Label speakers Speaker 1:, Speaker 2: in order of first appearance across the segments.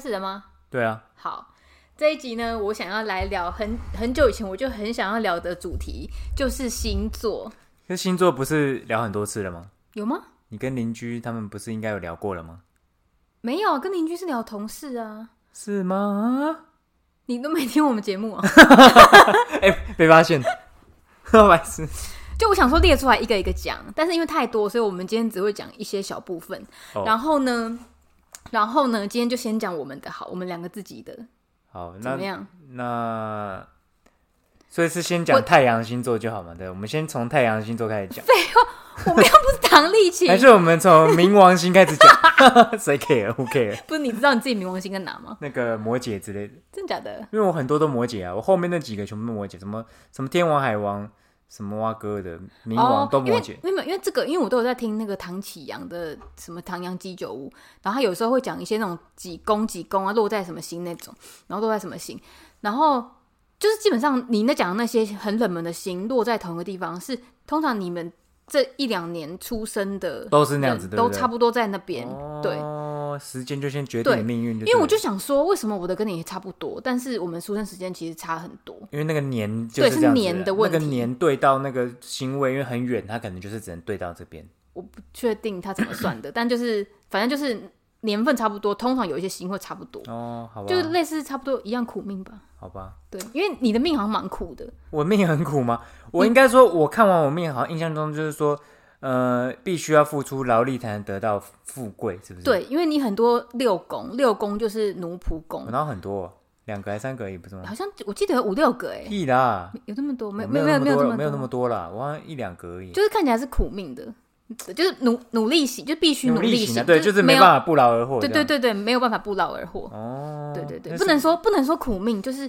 Speaker 1: 是了吗？
Speaker 2: 对啊，
Speaker 1: 好，这一集呢，我想要来聊很很久以前我就很想要聊的主题，就是星座，
Speaker 2: 这星座不是聊很多次了吗？
Speaker 1: 有吗？
Speaker 2: 你跟邻居他们不是应该有聊过了吗？
Speaker 1: 没有，啊跟邻居是聊同事啊。
Speaker 2: 是吗？
Speaker 1: 你都没听我们节 目啊？
Speaker 2: 哎、被发现， 白痴。
Speaker 1: 就我想说列出来一个一个讲，但是因为太多，所以我们今天只会讲一些小部分。
Speaker 2: 哦
Speaker 1: 然后呢，然后呢，今天就先讲我们的好，我们两个自己的
Speaker 2: 好，
Speaker 1: 怎
Speaker 2: 那
Speaker 1: 么样？
Speaker 2: 那所以是先
Speaker 1: 我
Speaker 2: 讲太阳星座就好嘛？对，我们先从太阳星座开始讲，
Speaker 1: 我们又不是唐立奇，
Speaker 2: 还是我们从冥王星开始讲？ 谁 care？Who care？
Speaker 1: 不是你知道你自己冥王星在哪吗？
Speaker 2: 那个摩羯之类的，
Speaker 1: 真假的？
Speaker 2: 因为我很多都摩羯啊，我后面那几个全部都摩羯，什么什么天王、海王，什么蛙哥的冥王、都摩羯
Speaker 1: 哦。因为。因为因为这个，因为我都有在听那个唐启阳的什么《唐阳鸡酒屋》，然后他有时候会讲一些那种几宫几宫啊，落在什么星那种，然后落在什么星，然后就是基本上你那讲的那些很冷门的星落在同一个地方，是通常你们这一两年出生的
Speaker 2: 都是那样子
Speaker 1: 人
Speaker 2: 对不
Speaker 1: 都
Speaker 2: 对
Speaker 1: 差不多在那边，对。
Speaker 2: 哦，时间就先决定你
Speaker 1: 对
Speaker 2: 命运，因
Speaker 1: 因为我就想说，为什么我的跟你也差不多，但是我们出生时间其实差很多。
Speaker 2: 因为那个年就
Speaker 1: 对
Speaker 2: 是
Speaker 1: 是
Speaker 2: 这样子
Speaker 1: 年
Speaker 2: 的
Speaker 1: 的问
Speaker 2: 那个
Speaker 1: 题
Speaker 2: 年对到那个星位，因为很远，它可能就是只能对到这边。
Speaker 1: 我不确定他怎么算的，但就是反正就是年份差不多，通常有一些星会差不多。
Speaker 2: 哦，好吧，
Speaker 1: 就是类似差不多一样苦命吧。
Speaker 2: 好吧。
Speaker 1: 对，因为你的命好像蛮苦的，
Speaker 2: 我命很苦 吗？我应该说，我看完我命，好像印象中就是说，呃，必须要付出劳力才能得到富贵，是不是？，
Speaker 1: 对，因为你很多六宫，六宫就是奴仆宫
Speaker 2: 我，拿很多哦，两个还三个而已，不是吗？
Speaker 1: 好像我记得有五六个哎、
Speaker 2: 屁啦，
Speaker 1: 有这么多？没
Speaker 2: 我
Speaker 1: 没有
Speaker 2: 没
Speaker 1: 有没有
Speaker 2: 那
Speaker 1: 这
Speaker 2: 么多没有那
Speaker 1: 多
Speaker 2: 么，多啦，我好像一两个而已。
Speaker 1: 就是看起来是苦命的，就是努努力型，就必须力
Speaker 2: 力
Speaker 1: 型，
Speaker 2: 啊，对，就是
Speaker 1: 没
Speaker 2: 没
Speaker 1: 有
Speaker 2: 办法不劳而获。
Speaker 1: 对
Speaker 2: 这
Speaker 1: 对
Speaker 2: 样，
Speaker 1: 对对，没有办法不劳而获。
Speaker 2: 哦，
Speaker 1: 对对对，
Speaker 2: 那
Speaker 1: 不
Speaker 2: 是
Speaker 1: 能说不能说苦命，就是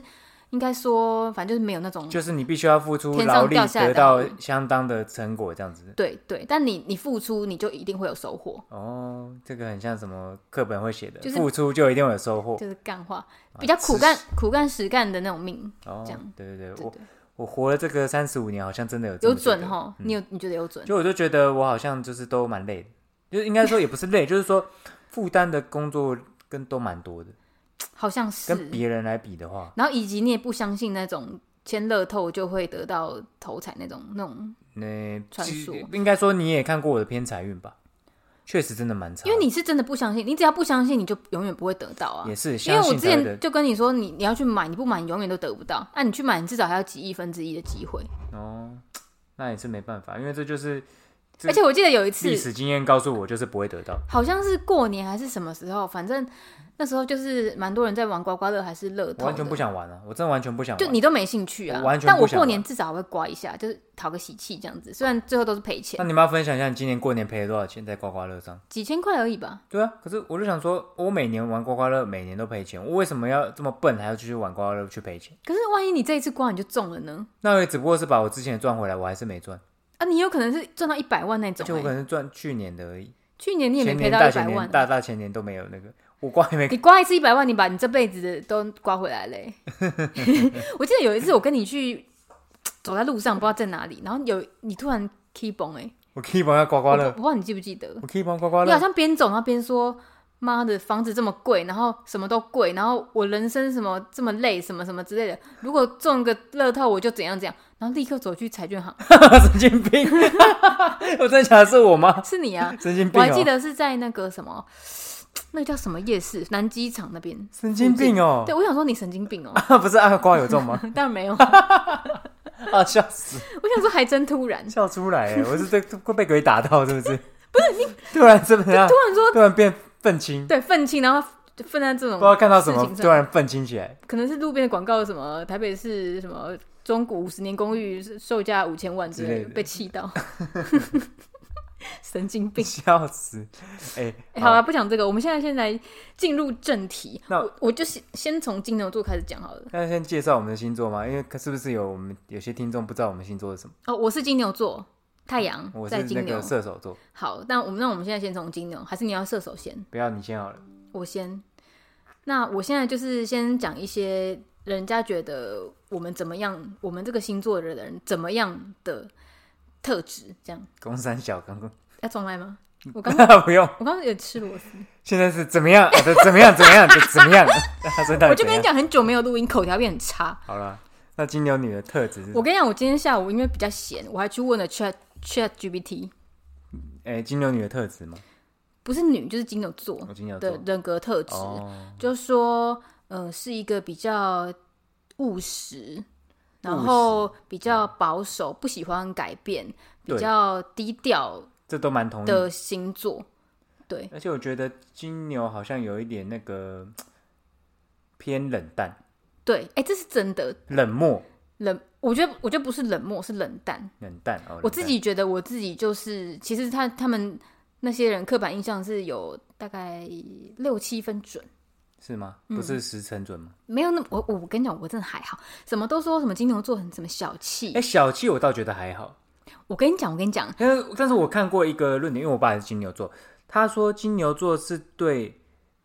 Speaker 1: 应该说，反正就是没有那种。
Speaker 2: 就是你必须要付出
Speaker 1: 天上
Speaker 2: 劳力
Speaker 1: 掉下来
Speaker 2: 得
Speaker 1: 的
Speaker 2: 到
Speaker 1: 好运
Speaker 2: 相当的成果，这样子。
Speaker 1: 对对，但你你付出，你就一定会有收获，
Speaker 2: 哦，这个很像什么课本会写的，
Speaker 1: 就是
Speaker 2: 付出就一定会有收获。
Speaker 1: 就是干话，
Speaker 2: 啊
Speaker 1: 比较苦干苦干实干的那种命，
Speaker 2: 哦
Speaker 1: 这样，
Speaker 2: 对对对，
Speaker 1: 对
Speaker 2: 我
Speaker 1: 对。
Speaker 2: 我活了这个三十五年，好像真的有这
Speaker 1: 有
Speaker 2: 么觉
Speaker 1: 准
Speaker 2: 得嗯
Speaker 1: 哈，你有你觉得有准？
Speaker 2: 就我就觉得我好像就是都蛮累的，就是应该说也不是累，就是说负担的工作跟都蛮多的，
Speaker 1: 好像是。
Speaker 2: 跟别人来比的话，
Speaker 1: 然后以及你也不相信那种签乐透就会得到头彩那种那种，
Speaker 2: 那
Speaker 1: 传
Speaker 2: 其
Speaker 1: 说
Speaker 2: 应该说你也看过我的偏财运吧，确实真的蛮差的，
Speaker 1: 因为你是真的不相信，你只要不相信，你就永远不会得到啊
Speaker 2: 也。是
Speaker 1: 因为
Speaker 2: 相
Speaker 1: 我
Speaker 2: 信
Speaker 1: 之
Speaker 2: 才会
Speaker 1: 前
Speaker 2: 的
Speaker 1: 就跟你说，你你要去买，你不买你永远都得不到。那、你去买，你至少还有几亿分之一的机会。
Speaker 2: 哦，那也是没办法，因为这就是这
Speaker 1: 而且我记得有一
Speaker 2: 历
Speaker 1: 次，
Speaker 2: 史经验告诉我，就是不会得到。
Speaker 1: 好像是过年还是什么时候，反正那时候就是蛮多人在玩刮刮乐还是乐透，
Speaker 2: 我完全不，想玩了、我真的完全不想玩。
Speaker 1: 就你都没兴趣啊。
Speaker 2: 我完全
Speaker 1: 但
Speaker 2: 不
Speaker 1: 我
Speaker 2: 想
Speaker 1: 过
Speaker 2: 玩
Speaker 1: 年至少会刮一下，就是讨个喜气这样子。虽然最后都是赔钱
Speaker 2: 那，你们要分享一下你今年过年赔了多少钱在刮刮乐上？
Speaker 1: 几千块而已吧。
Speaker 2: 对啊，可是我就想说，我每年玩刮刮乐，每年都赔钱，我为什么要这么笨，还要继续玩刮刮乐去赔钱？
Speaker 1: 可是万一你这一次刮你就中了呢？
Speaker 2: 那我也只不过是把我之前的赚回来，我还是没赚，
Speaker 1: 啊，你有可能是赚到一百万那
Speaker 2: 而
Speaker 1: 种、
Speaker 2: 且我可
Speaker 1: 欸。
Speaker 2: 能是赚去年的而已，
Speaker 1: 去年你也没
Speaker 2: 前
Speaker 1: 赔
Speaker 2: 年、
Speaker 1: 到一
Speaker 2: 大
Speaker 1: 百
Speaker 2: 前
Speaker 1: 万
Speaker 2: 年、，大大前年都没有那个，我刮也没
Speaker 1: 你刮一次一百万，你把你这辈子的都刮回来 嘞、我记得有一次我跟你去走在路上，不知道在哪里，然后有你突然 key 崩哎，
Speaker 2: 我 keep on 要刮
Speaker 1: 我
Speaker 2: 刮
Speaker 1: 不我
Speaker 2: 乐，
Speaker 1: 不知道你记不记得，
Speaker 2: 我 keep on 刮刮
Speaker 1: 你好
Speaker 2: 乐，
Speaker 1: 像边走然后边说。妈的，房子这么贵，然后什么都贵，然后我人生什么这么累，什么什么之类的。如果中个乐透，我就怎样怎样，然后立刻走去彩券行。
Speaker 2: 神经病！ 我真的想的是我吗？
Speaker 1: 是你啊，
Speaker 2: 神经
Speaker 1: 我
Speaker 2: 病、哦！
Speaker 1: 还记得是在那个什么， 那个叫什么夜市，南机场那边。
Speaker 2: 神经病哦、
Speaker 1: 对，我想说你神经病 哦、
Speaker 2: 不是啊，刮有中 吗？
Speaker 1: 当然没有。
Speaker 2: 啊，笑死，
Speaker 1: 我想说还真突然，
Speaker 2: 笑出来 哎！我是这会被鬼打到是不是？不是你 突然怎么样
Speaker 1: 突？然说
Speaker 2: 突然变愤青，
Speaker 1: 对愤青，然后愤在这
Speaker 2: 不
Speaker 1: 种
Speaker 2: 知道看到什么
Speaker 1: 事情，上
Speaker 2: 突然愤青起来。
Speaker 1: 可能是路边的广告，什么台北市什么中古五十年公寓售价五千万之类
Speaker 2: 之
Speaker 1: 的，
Speaker 2: 类的
Speaker 1: 被气 到。神经病！
Speaker 2: 笑死！哎、
Speaker 1: 哎好了，不讲这个，我们现在先来进入正题。
Speaker 2: 那
Speaker 1: 我我就先先从金牛座开始讲好了。
Speaker 2: 那先介绍我们的星座吗？因为可是不是有我们有些听众不知道我们星座是什么？
Speaker 1: 哦，我是金牛座，太阳
Speaker 2: 我是
Speaker 1: 在
Speaker 2: 那
Speaker 1: 金牛
Speaker 2: 个。射手座，
Speaker 1: 好，那我们那我们现在先从金牛，还是你要射手先？
Speaker 2: 不要你先好了。
Speaker 1: 我先。那我现在就是先讲一些人家觉得我们怎么样，我们这个星座的人怎么样的特质，这样
Speaker 2: 公三小刚刚
Speaker 1: 要重来吗？我刚刚
Speaker 2: 不用。
Speaker 1: 我刚刚也吃螺丝，
Speaker 2: 现在是怎么样？啊、怎么样？怎么样？怎么样？ 他说到
Speaker 1: 我
Speaker 2: 底
Speaker 1: 就
Speaker 2: 怎
Speaker 1: 跟你
Speaker 2: 样？
Speaker 1: 讲，很久没有录音，口条变很差。
Speaker 2: 好了，那金牛女的特质是什
Speaker 1: 我
Speaker 2: 么？
Speaker 1: 跟你讲，我今天下午因为比较闲，我还去问了 Chat Chat GPT，
Speaker 2: 哎、金牛女的特质吗？
Speaker 1: 不是女就是金牛座
Speaker 2: 我金牛
Speaker 1: 的
Speaker 2: 座。
Speaker 1: 人格特质，
Speaker 2: 哦，
Speaker 1: 就说呃是一个比较务实，然
Speaker 2: 务哦
Speaker 1: 后比较保守，不喜欢改变，比
Speaker 2: 对嗯
Speaker 1: 较低调
Speaker 2: 这都蛮同意的。
Speaker 1: 的星座。对，
Speaker 2: 而且我觉得金牛好像有一点那个偏冷淡、
Speaker 1: 对，哎、这是真的
Speaker 2: 冷漠、
Speaker 1: 冷。我觉得，我觉得不是冷漠，是冷淡。
Speaker 2: 冷淡。哦、冷
Speaker 1: 我
Speaker 2: 淡
Speaker 1: 自己觉得，我自己就是，其实他他们那些人刻板印象是有大概六七分准，
Speaker 2: 是吗？
Speaker 1: 嗯
Speaker 2: 不是十成准吗？
Speaker 1: 没有那么我我我跟你讲，我真的还好，什么都说什么金牛座很什么小气
Speaker 2: 哎、。小气我倒觉得还好。
Speaker 1: 我跟你讲，我跟你讲，
Speaker 2: 但是，但是我看过一个论点，因为我爸是金牛座，他说金牛座是对，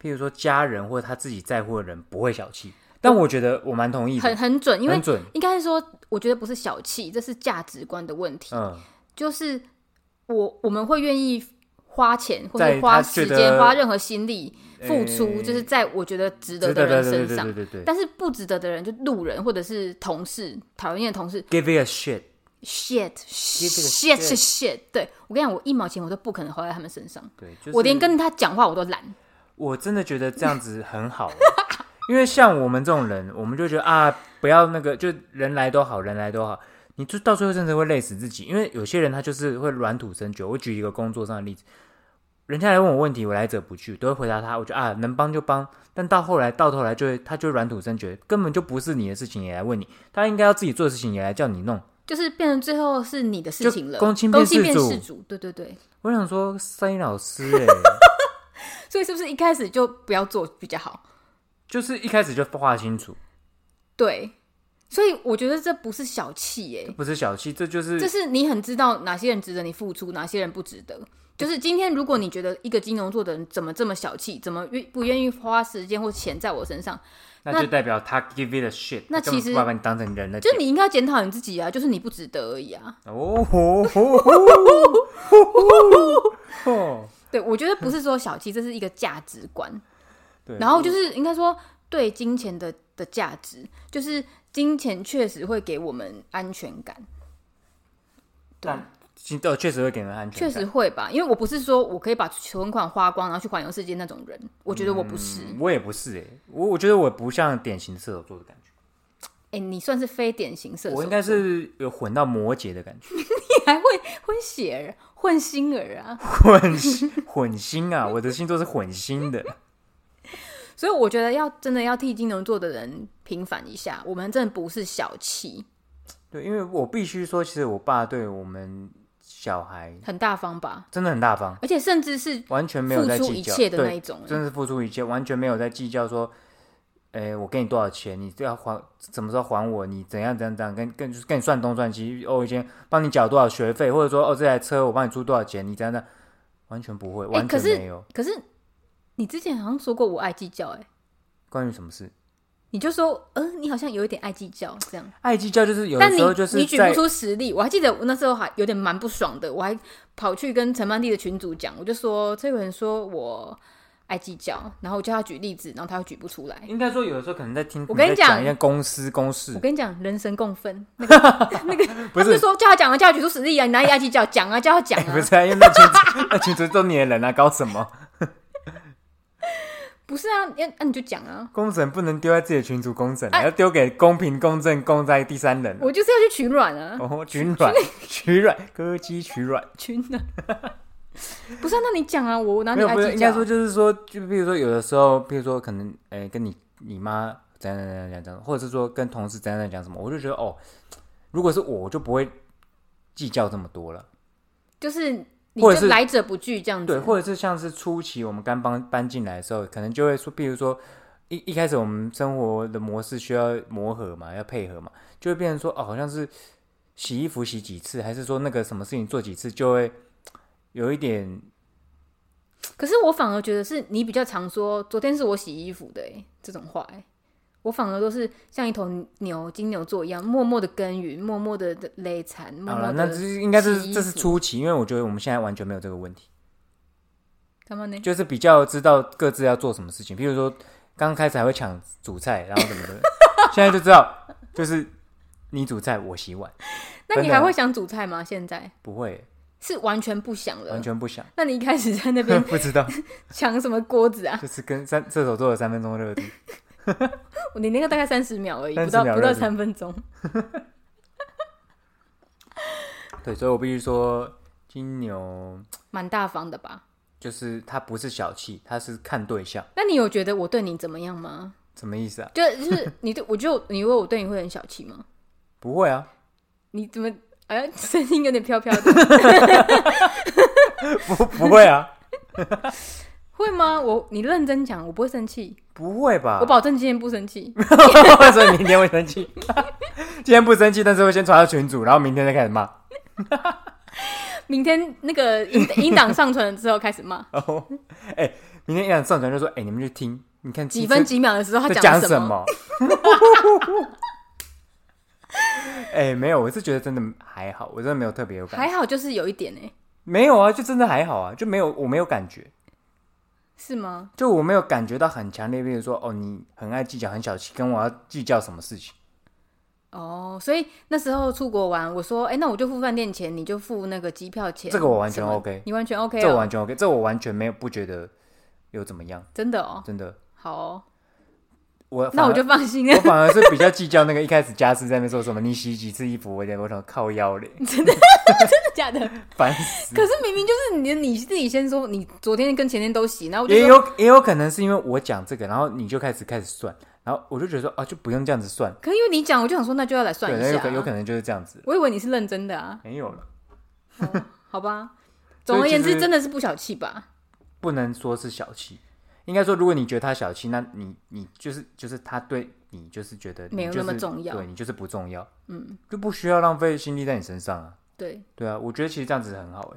Speaker 2: 譬如说家人或者他自己在乎的人不会小气。但我觉得我蛮同意的，
Speaker 1: 很很准，因为
Speaker 2: 很准。
Speaker 1: 应该是说，我觉得不是小气，这是价值观的问题。
Speaker 2: 嗯，
Speaker 1: 就是我我们会愿意花钱，或
Speaker 2: 在
Speaker 1: 者
Speaker 2: 他
Speaker 1: 花时
Speaker 2: 觉
Speaker 1: 间、
Speaker 2: 得
Speaker 1: 花任何心力付出，
Speaker 2: 诶
Speaker 1: 就是在我觉得值得
Speaker 2: 对
Speaker 1: 的
Speaker 2: 对
Speaker 1: 人
Speaker 2: 对对
Speaker 1: 身
Speaker 2: 对
Speaker 1: 上
Speaker 2: 对。对对对
Speaker 1: 但是不值得的人，就路人或者是同事，讨人厌的同事
Speaker 2: ，give it a shit。
Speaker 1: ，shit
Speaker 2: Give it
Speaker 1: shit
Speaker 2: a shit
Speaker 1: shit，对我跟你讲，我一毛钱我都不可能花在他们身上，
Speaker 2: 对，就是、
Speaker 1: 我连跟他讲话我都懒。
Speaker 2: 我真的觉得这样子很好欸， 因为像我们这种人，我们就觉得啊，不要那个，就人来都好，人来都好，你就到最后真的会累死自己。因为有些人他就是会软土生酒。我举一个工作上的例子，人家来问我问题，我来者不拒，都会回答他。我觉得啊，能帮就帮，但到后来到头来就会，他就软土生酒，根本就不是你的事情也来问你，他应该要自己做的事情也来叫你弄。
Speaker 1: 就是变成最后是你的事
Speaker 2: 就
Speaker 1: 情了，
Speaker 2: 公亲
Speaker 1: 公
Speaker 2: 变
Speaker 1: 亲
Speaker 2: 事
Speaker 1: 变
Speaker 2: 主
Speaker 1: 事主，对对对，
Speaker 2: 我想说，三一老师、欸，
Speaker 1: 所以是不是一开始就不要做比较好？
Speaker 2: 就是一开始就画清楚，
Speaker 1: 对，所以我觉得这不是小气耶、
Speaker 2: 不是小气，这就是
Speaker 1: 这是你很知道哪些人值得你付出，哪些人不值得。就是今天，如果你觉得一个金牛座的人怎么这么小气，怎么愿不愿意花时间或钱在我身上，
Speaker 2: 那就代表他 give it a shit，
Speaker 1: 那
Speaker 2: 他根本
Speaker 1: 其实
Speaker 2: 不把你当成人了。
Speaker 1: 就你应该要检讨你自己啊，就是你不值得而已啊。
Speaker 2: 哦吼吼吼吼吼，
Speaker 1: 对，我觉得不是说小气，这是一个价值观。
Speaker 2: 对，
Speaker 1: 然后就是应该说对金钱的的价值，就是金钱确实会给我们安全感。对
Speaker 2: 但，其实哦确实会给人安全
Speaker 1: 确
Speaker 2: 感，
Speaker 1: 实会吧，因为我不是说我可以把存款花光，然后去环游世界那种人，我觉得我不是。
Speaker 2: 嗯我也不是哎、我我觉得我不像典型射手座的感觉，
Speaker 1: 哎、你算是非典型射手，
Speaker 2: 我应该是有混到摩羯的感觉，
Speaker 1: 你还会混血儿、混星儿啊！
Speaker 2: 混混星啊，我的星座是混星的，
Speaker 1: 所以我觉得要真的要替金牛座的人平反一下，我们真的不是小气，
Speaker 2: 对，因为我必须说，其实我爸对我们小孩
Speaker 1: 很大方吧，
Speaker 2: 真的很大方，
Speaker 1: 而且甚至是
Speaker 2: 完全没有
Speaker 1: 付
Speaker 2: 在
Speaker 1: 出
Speaker 2: 计
Speaker 1: 一
Speaker 2: 较，
Speaker 1: 切的
Speaker 2: 对
Speaker 1: 那一种、欸。
Speaker 2: 真是付出一切，完全没有在计较说，诶，我给你多少钱，你要还什么时候还我，你怎样怎样怎样，跟跟就是跟你算东算西，哦，以前帮你缴多少学费，或者说哦这台车我帮你出多少钱，你怎样怎样，完全不会，完
Speaker 1: 可
Speaker 2: 全
Speaker 1: 是
Speaker 2: 没有。
Speaker 1: 可是你之前好像说过我爱计较、欸，哎，
Speaker 2: 关于什么事，
Speaker 1: 你就说，呃，你好像有一点爱计较这样。
Speaker 2: 爱计较就是有的
Speaker 1: 但你
Speaker 2: 时候就是
Speaker 1: 你举不
Speaker 2: 在
Speaker 1: 出实例，我还记得我那时候还有点蛮不爽的，我还跑去跟陈曼丽的群主讲，我就说崔文说我爱计较，然后我叫他举例子，然后他又举不出来。
Speaker 2: 应该说有的时候可能在听
Speaker 1: 我跟你
Speaker 2: 你在
Speaker 1: 讲
Speaker 2: 讲一些公司公
Speaker 1: 我
Speaker 2: 事，
Speaker 1: 跟你讲，人神共愤，
Speaker 2: 不。
Speaker 1: 他们就是说叫他讲啊，叫他举出实例啊，你哪里爱计较？讲啊，叫他讲啊，
Speaker 2: 不是、啊，因为那群主那群主都你的人啊，搞什么？
Speaker 1: 不是啊，那、那你就讲啊，
Speaker 2: 公审不能丢在自己的群主公审啊，要丢给公平、公正、公在第三人啊。
Speaker 1: 我就是要去取暖啊，
Speaker 2: 哦，取卵，取卵，歌姬取卵。
Speaker 1: 取暖。 不是、啊，那你讲啊，我哪里
Speaker 2: 没有，
Speaker 1: 爱
Speaker 2: 不是，
Speaker 1: 计
Speaker 2: 应
Speaker 1: 较
Speaker 2: 该
Speaker 1: 啊？
Speaker 2: 说就是说，就比如说有的时候，比如说可能，哎、跟你你妈怎样怎样怎样怎样，或者是说跟同事怎样怎样讲什么，我就觉得哦，如果是我，我就不会计较这么多了。
Speaker 1: 就是你
Speaker 2: 或者
Speaker 1: 就是来者不拒这样子，啊
Speaker 2: 对，或者是像是初期我们刚搬搬进来的时候，可能就会说，比如说一一开始我们生活的模式需要磨合嘛，要配合嘛，就会变成说哦，好像是洗衣服洗几次，还是说那个什么事情做几次，就会有一点
Speaker 1: 可是我反而觉得是你比较常说，昨天是我洗衣服的、欸、这种话、欸，我反而都是像一头牛金牛座一样，默默的耕耘，默默的累残，默
Speaker 2: 好
Speaker 1: 默
Speaker 2: 了，
Speaker 1: 的
Speaker 2: 那这是应该
Speaker 1: 洗
Speaker 2: 是
Speaker 1: 衣
Speaker 2: 这是
Speaker 1: 服
Speaker 2: 初期，因为我觉得我们现在完全没有这个问题。
Speaker 1: 干嘛呢？
Speaker 2: 就是比较知道各自要做什么事情。譬如说，刚开始还会抢主菜，然后什么的，现在就知道就是你煮菜，我洗碗，
Speaker 1: 那你
Speaker 2: 真的
Speaker 1: 还会想煮菜吗？现在
Speaker 2: 不会
Speaker 1: 是完全不想了。
Speaker 2: 完 全不想，
Speaker 1: 那你一开始在那 边
Speaker 2: 不知道，
Speaker 1: 抢什么锅子啊？
Speaker 2: 就是跟三射手座的三分钟热度。
Speaker 1: 你那个大概三十秒而已，
Speaker 2: 30
Speaker 1: 不到
Speaker 2: 秒
Speaker 1: 不到
Speaker 2: 热度
Speaker 1: 三分钟。
Speaker 2: 对，所以我必须说，金牛
Speaker 1: 蛮大方的吧？
Speaker 2: 就是他不是小气，他是看对象，
Speaker 1: 那你有觉得我对你怎么样吗？
Speaker 2: 什么意思啊？
Speaker 1: 就就是你对我就你以为我对你会很小气吗？
Speaker 2: 不会啊，
Speaker 1: 你怎么哎呀声音有点飘飘的？
Speaker 2: 不不会啊，
Speaker 1: 会吗？我你认真讲，我不会生气，
Speaker 2: 不会吧？
Speaker 1: 我保证今天不生 气。
Speaker 2: 所以明天会生气， 今天不生气，但是会先传到群组，然后明天再开始骂。
Speaker 1: 明天那个音音档上传了之后开始骂，
Speaker 2: 哦，哎，明天一想上传就说，哎、你们去听，你看
Speaker 1: 几分
Speaker 2: 几
Speaker 1: 几秒的时候他
Speaker 2: 在
Speaker 1: 讲
Speaker 2: 讲
Speaker 1: 了
Speaker 2: 什
Speaker 1: 么？
Speaker 2: 么？ 哎、没有，我是觉得真的还好，我真的没有特别有感，
Speaker 1: 还好就是有一点哎、
Speaker 2: 没有啊，就真的还好啊，就没有，我没有感觉，
Speaker 1: 是吗？
Speaker 2: 就我没有感觉到很强烈，比如说，哦，你很爱计较，很小气，跟我要计较什么事情？
Speaker 1: 哦，所以那时候出国玩，我说，哎、那我就付饭店钱，你就付那个机票钱。
Speaker 2: 这个我完全
Speaker 1: 什么
Speaker 2: OK
Speaker 1: 你完全 OK，、哦、
Speaker 2: 这我完全 OK，这我完全没有不觉得有怎么样，
Speaker 1: 真的哦，
Speaker 2: 真的，
Speaker 1: 好哦，
Speaker 2: 我
Speaker 1: 那
Speaker 2: 反
Speaker 1: 我
Speaker 2: 而哦
Speaker 1: 就放心了
Speaker 2: 我。反而是比较计较那个一开始家事在那边说什么你洗几次衣服，我有点我想靠腰嘞，
Speaker 1: 假的？
Speaker 2: 烦死。
Speaker 1: 可是明明就是你你自己先说，你昨天跟前天都洗，然后我就
Speaker 2: 也
Speaker 1: 说，
Speaker 2: 有也有可能是因为我讲这个，然后你就开始开始算，然后我就觉得说啊，就不用这样子算，
Speaker 1: 可因为你讲，我就想说那就要来算
Speaker 2: 对，
Speaker 1: 一
Speaker 2: 那有
Speaker 1: 下、啊
Speaker 2: 可有可能就是这样子了，
Speaker 1: 我以为你是认真的啊，
Speaker 2: 没有了，
Speaker 1: 好吧。
Speaker 2: 所以
Speaker 1: 总而言
Speaker 2: 其
Speaker 1: 之，
Speaker 2: 实
Speaker 1: 真的是不小气吧？
Speaker 2: 不能说是小气，应该说如果你觉得他小气，那你你就是就是他对你就是觉得你
Speaker 1: 没有
Speaker 2: 就
Speaker 1: 那么
Speaker 2: 是
Speaker 1: 重要
Speaker 2: 对你就是不重要，嗯，就不需要浪费心力在你身上啊，
Speaker 1: 对。
Speaker 2: 对啊，我觉得其实这样子很好哎、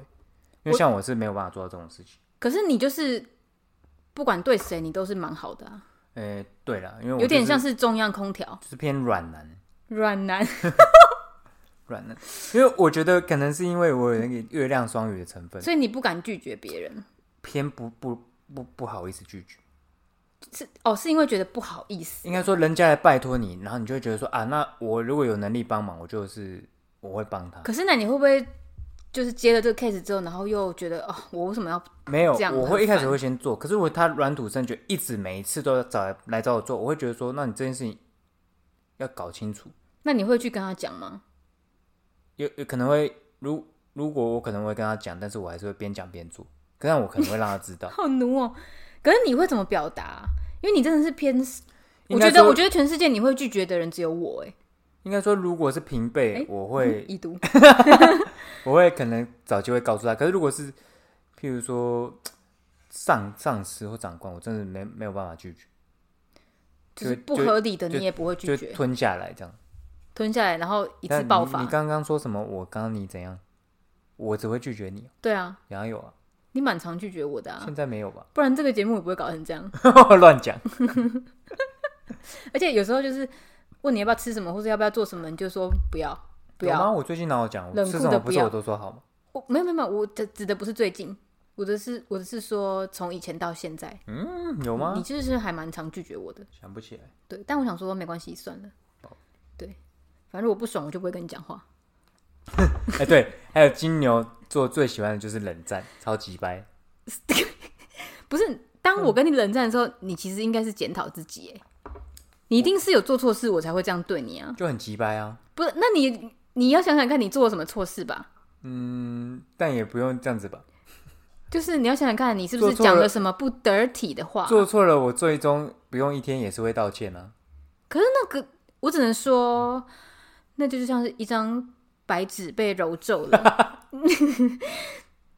Speaker 1: 我
Speaker 2: 因为像我是没有办法做到这种事情。
Speaker 1: 可是你就是不管对谁，你都是蛮好的啊，
Speaker 2: 诶、对了，因为我、
Speaker 1: 有点像
Speaker 2: 是
Speaker 1: 是中央空调
Speaker 2: 就是偏软男，
Speaker 1: 软男。
Speaker 2: 软男，因为我觉得可能是因为我有那个月亮双鱼的成分，
Speaker 1: 所以你不敢拒绝别人，
Speaker 2: 偏不不不不好意思拒绝。
Speaker 1: 是哦，是因为觉得不好意思
Speaker 2: 应该说人家来拜托你，然后你就会觉得说啊，那我如果有能力帮忙，我就是我会帮他。
Speaker 1: 可是那你会不会就是接了这个 case 之后，然后又觉得哦，我为什么要？
Speaker 2: 没有
Speaker 1: 这样，
Speaker 2: 我
Speaker 1: 很
Speaker 2: 会一开始
Speaker 1: 烦
Speaker 2: 会先做，可是我他软土生觉一直每一次都要找来来找我做，我会觉得说，那你这件事情要搞清楚，
Speaker 1: 那你会去跟他讲吗？。
Speaker 2: 有有可能会如如果我可能会跟他讲，但是我还是会边讲边做，可但我可能会让他知道
Speaker 1: 好奴哦！可是你会怎么表达啊？因为你真的是偏， 我
Speaker 2: 应
Speaker 1: 觉
Speaker 2: 该
Speaker 1: 得
Speaker 2: 说
Speaker 1: 我觉得全世界你会拒绝的人只有我哎，
Speaker 2: 应该说，如果是平辈，
Speaker 1: 哎
Speaker 2: 我会
Speaker 1: 已读
Speaker 2: 我会可能找机会告诉他。可是如果是譬如说上上司或长官，我真的没没有办法拒绝，
Speaker 1: 就是
Speaker 2: 就
Speaker 1: 不合理的，
Speaker 2: 就
Speaker 1: 你也不会拒
Speaker 2: 就
Speaker 1: 绝，
Speaker 2: 吞下来这样。
Speaker 1: 吞下来，然后一次
Speaker 2: 但
Speaker 1: 爆
Speaker 2: 你
Speaker 1: 发
Speaker 2: 你。刚刚说什么？我刚刚你怎样？我只会拒绝你，
Speaker 1: 对啊，
Speaker 2: 然后有啊，
Speaker 1: 你蛮常拒绝我的啊
Speaker 2: 现，在没有吧？
Speaker 1: 不然这个节目也不会搞成这样。
Speaker 2: 乱讲。
Speaker 1: 而且有时候就是问你要不要吃什么，或者要不要做什么，你就说不要，不
Speaker 2: 有
Speaker 1: 要。
Speaker 2: 吗？我最近哪有讲？我
Speaker 1: 冷
Speaker 2: 吃
Speaker 1: 酷
Speaker 2: 什
Speaker 1: 的
Speaker 2: 么
Speaker 1: 不
Speaker 2: 不是
Speaker 1: 要
Speaker 2: 我都说好吗？
Speaker 1: 我没有没有没有，我指指的不是最近，我的是我的是说从以前到现在，
Speaker 2: 嗯，有
Speaker 1: 你
Speaker 2: 吗？
Speaker 1: 其实是还蛮常拒绝我的，
Speaker 2: 想不起来。
Speaker 1: 对。但我想说没关系，算了，
Speaker 2: 哦
Speaker 1: 对，反正我不爽我就不会跟你讲话。
Speaker 2: 哎，对，还有金牛座最喜欢的就是冷战，超级掰。
Speaker 1: 不
Speaker 2: 嗯
Speaker 1: 是，当我跟你冷战的时候，你其实应该是检讨自己，哎，你一定是有做错事，我才会这样对你啊。
Speaker 2: 就很急掰啊。
Speaker 1: 不是，那你你要想想看你做了什么错事吧，
Speaker 2: 嗯，但也不用这样子吧。
Speaker 1: 就是你要想想看你是不是
Speaker 2: 做错了
Speaker 1: 讲了什么不得体的话。
Speaker 2: 做错了，我最终不用一天也是会道歉啊。
Speaker 1: 可是那个，我只能说，那就是像是一张白纸被揉皱了，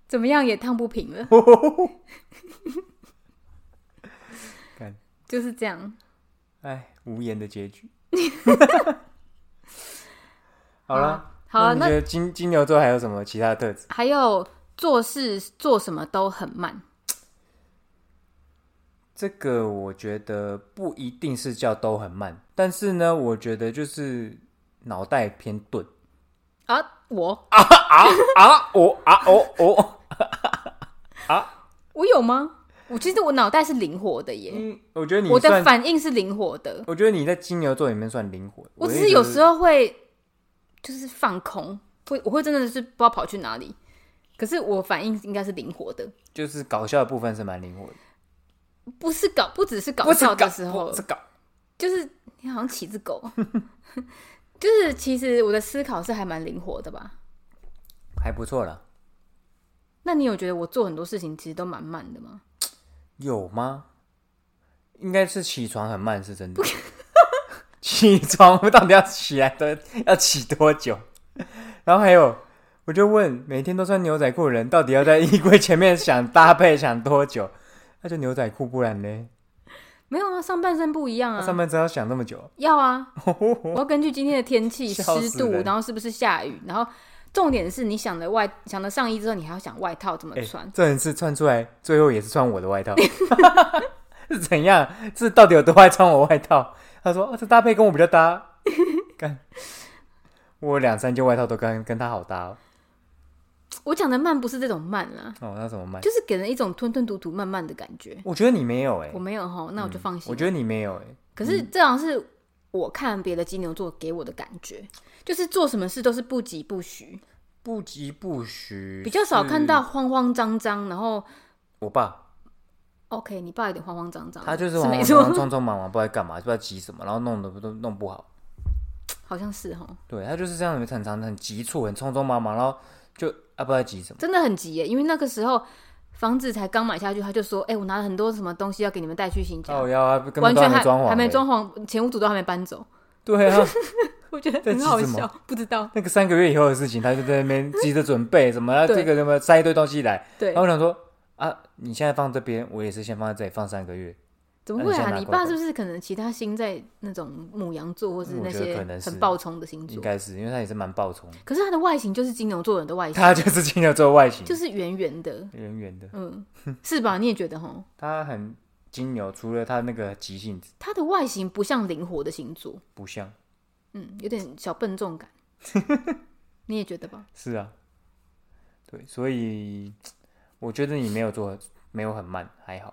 Speaker 1: 怎么样也烫不平了
Speaker 2: 干。
Speaker 1: 就是这样，
Speaker 2: 哎，无言的结 局。好了，
Speaker 1: 好了，
Speaker 2: 你
Speaker 1: 那
Speaker 2: 觉得金金牛座还有什么其他的特质？
Speaker 1: 还有做事做什么都很慢，
Speaker 2: 这个我觉得不一定是叫都很慢，但是呢，我觉得就是脑袋偏钝
Speaker 1: 啊，我哦
Speaker 2: 啊，我啊，我我，
Speaker 1: 我我有吗？我其实我脑袋是灵活的耶，
Speaker 2: 嗯，我觉得你
Speaker 1: 我的
Speaker 2: 算，
Speaker 1: 反应是灵活的，
Speaker 2: 我觉得你在金牛座里面算灵活。
Speaker 1: 我
Speaker 2: 的
Speaker 1: 只
Speaker 2: 意
Speaker 1: 是
Speaker 2: 思
Speaker 1: 有
Speaker 2: 是
Speaker 1: 时候会就是放空，会我会真的是不知道跑去哪里，可是我反应应该是灵活的，
Speaker 2: 就是搞笑的部分是蛮灵活的，
Speaker 1: 不是搞不只是搞
Speaker 2: 不是
Speaker 1: 笑的
Speaker 2: 搞
Speaker 1: 时候
Speaker 2: 不，是搞
Speaker 1: 就是你好像骑只狗， 就是其实我的思考是还蛮灵活的吧。
Speaker 2: 还不错啦。
Speaker 1: 那你有觉得我做很多事情其实都蛮慢的吗？
Speaker 2: 有吗？应该是起床很慢，是真的。 起床，我到底要起来多要起多久？然后还有，我就问每天都穿牛仔裤的人，到底要在衣柜前面想搭配想多久？那就牛仔裤，不然呢？
Speaker 1: 没有啊，上半身不一样
Speaker 2: 那
Speaker 1: 啊，
Speaker 2: 上半身要想那么久？
Speaker 1: 要 啊，我要根据今天的天气、
Speaker 2: 笑死
Speaker 1: 湿度
Speaker 2: 人，
Speaker 1: 然后是不是下雨，然后重点是你想的外想的上衣之后，你还要想外套怎么
Speaker 2: 哎、
Speaker 1: 穿。
Speaker 2: 这人是穿出来，最后也是穿我的外套， 是怎样？这到底有多爱穿我外套？他说：“哦，这搭配跟我比较搭。”干，我两三件外套都跟跟他好搭哦。
Speaker 1: 我讲的慢不是这种慢啊，
Speaker 2: 哦那怎么办？
Speaker 1: 就是给人一种吞吞吐吐、慢慢的感觉。
Speaker 2: 我觉得你没有哎、
Speaker 1: 我没有哈，那我就放心。
Speaker 2: 我觉得你没有哎、
Speaker 1: 可是这好像是我看别的金牛座给我的感觉，就是做什么事都是不急不徐，
Speaker 2: 不急不徐，
Speaker 1: 比较少
Speaker 2: 是
Speaker 1: 看到慌慌张张，然后
Speaker 2: 我爸，
Speaker 1: OK，你爸有点慌慌张张，
Speaker 2: 他就是
Speaker 1: 是
Speaker 2: 往
Speaker 1: 没
Speaker 2: 往
Speaker 1: 错
Speaker 2: 常，匆匆忙忙，不知道在干嘛，不知道急什么，然后弄得不都弄不好。
Speaker 1: 好像是哈，
Speaker 2: 对他就是这样，很常很急促，很匆匆忙忙，然后就啊不知道在急什么。
Speaker 1: 真的很急耶，因为那个时候房子才刚买下去，他就说：“哎、我拿了很多什么东西要给你们带去新家，
Speaker 2: 哦，要啊，根本
Speaker 1: 完
Speaker 2: 都
Speaker 1: 全
Speaker 2: 还没装潢、
Speaker 1: 还没
Speaker 2: 欸
Speaker 1: 装潢，前屋主都还没搬走。
Speaker 2: 对啊，”
Speaker 1: 我觉得
Speaker 2: 在
Speaker 1: 很
Speaker 2: 急
Speaker 1: 好
Speaker 2: 什么哦
Speaker 1: 笑，不知道
Speaker 2: 那个三个月以后的事情，他就在那边急着准备 什么，要
Speaker 1: 对
Speaker 2: 这个什么塞一堆东西来。
Speaker 1: 对
Speaker 2: 然后，我想说啊，你现在放这边，我也是先放在这里放三个月，
Speaker 1: 怎么会
Speaker 2: 那你现在
Speaker 1: 啊？
Speaker 2: 拿
Speaker 1: 你
Speaker 2: 过来
Speaker 1: 爸是不是可能其他星在那种母羊座，或是
Speaker 2: 嗯
Speaker 1: 那
Speaker 2: 我觉得
Speaker 1: 些
Speaker 2: 可能是
Speaker 1: 很暴冲的星
Speaker 2: 应
Speaker 1: 座？
Speaker 2: 该是因为他也是蛮暴冲的，
Speaker 1: 可是他的外形就是金牛座人的外形，
Speaker 2: 他就是金牛座外形，
Speaker 1: 就是圆圆的，
Speaker 2: 圆圆的，
Speaker 1: 嗯，是吧？你也觉得哈？
Speaker 2: 他很金牛，除了他那个急性子
Speaker 1: 他的外形不像灵活的星座，
Speaker 2: 不像，
Speaker 1: 嗯，有点小笨重 感，你也觉得吧？
Speaker 2: 是啊，对，所以我觉得你没有做没有很慢，还好，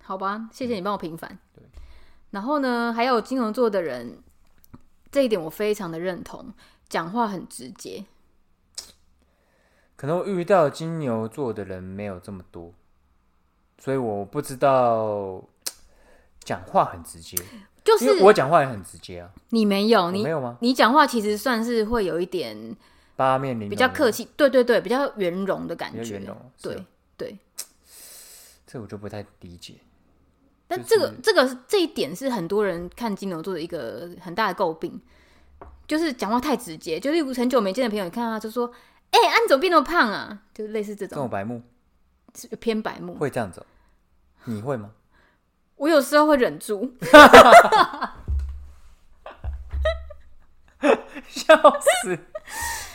Speaker 1: 好吧，谢
Speaker 2: 嗯
Speaker 1: 谢你帮我平反。然后呢，还有金牛座的人，这一点我非常的认同，讲话很直接。
Speaker 2: 可能我遇到金牛座的人没有这么多，所以我不知道讲话很直接。
Speaker 1: 就
Speaker 2: 因为
Speaker 1: 是
Speaker 2: 我讲话也很直接啊，
Speaker 1: 你没有
Speaker 2: 我
Speaker 1: 你
Speaker 2: 没有吗？
Speaker 1: 你讲话其实算是会有一点
Speaker 2: 八面玲珑，
Speaker 1: 比较客气，对对对，比较圆融的感
Speaker 2: 比较
Speaker 1: 觉
Speaker 2: 圆。融，是
Speaker 1: 对
Speaker 2: 哦，
Speaker 1: 对，
Speaker 2: 这我就不太理解。
Speaker 1: 但
Speaker 2: 就
Speaker 1: 这个、
Speaker 2: 是
Speaker 1: 这个这一点是很多人看金牛座的一个很大的诟病，就是讲话太直接。就例如很久没见的朋友，你看到他就说：“哎、啊你怎么变那么胖啊？”就类似这
Speaker 2: 这种
Speaker 1: 种
Speaker 2: 白目
Speaker 1: 是偏白目。
Speaker 2: 会这样子哦、你会吗？
Speaker 1: 我有时候会忍住，
Speaker 2: 笑死！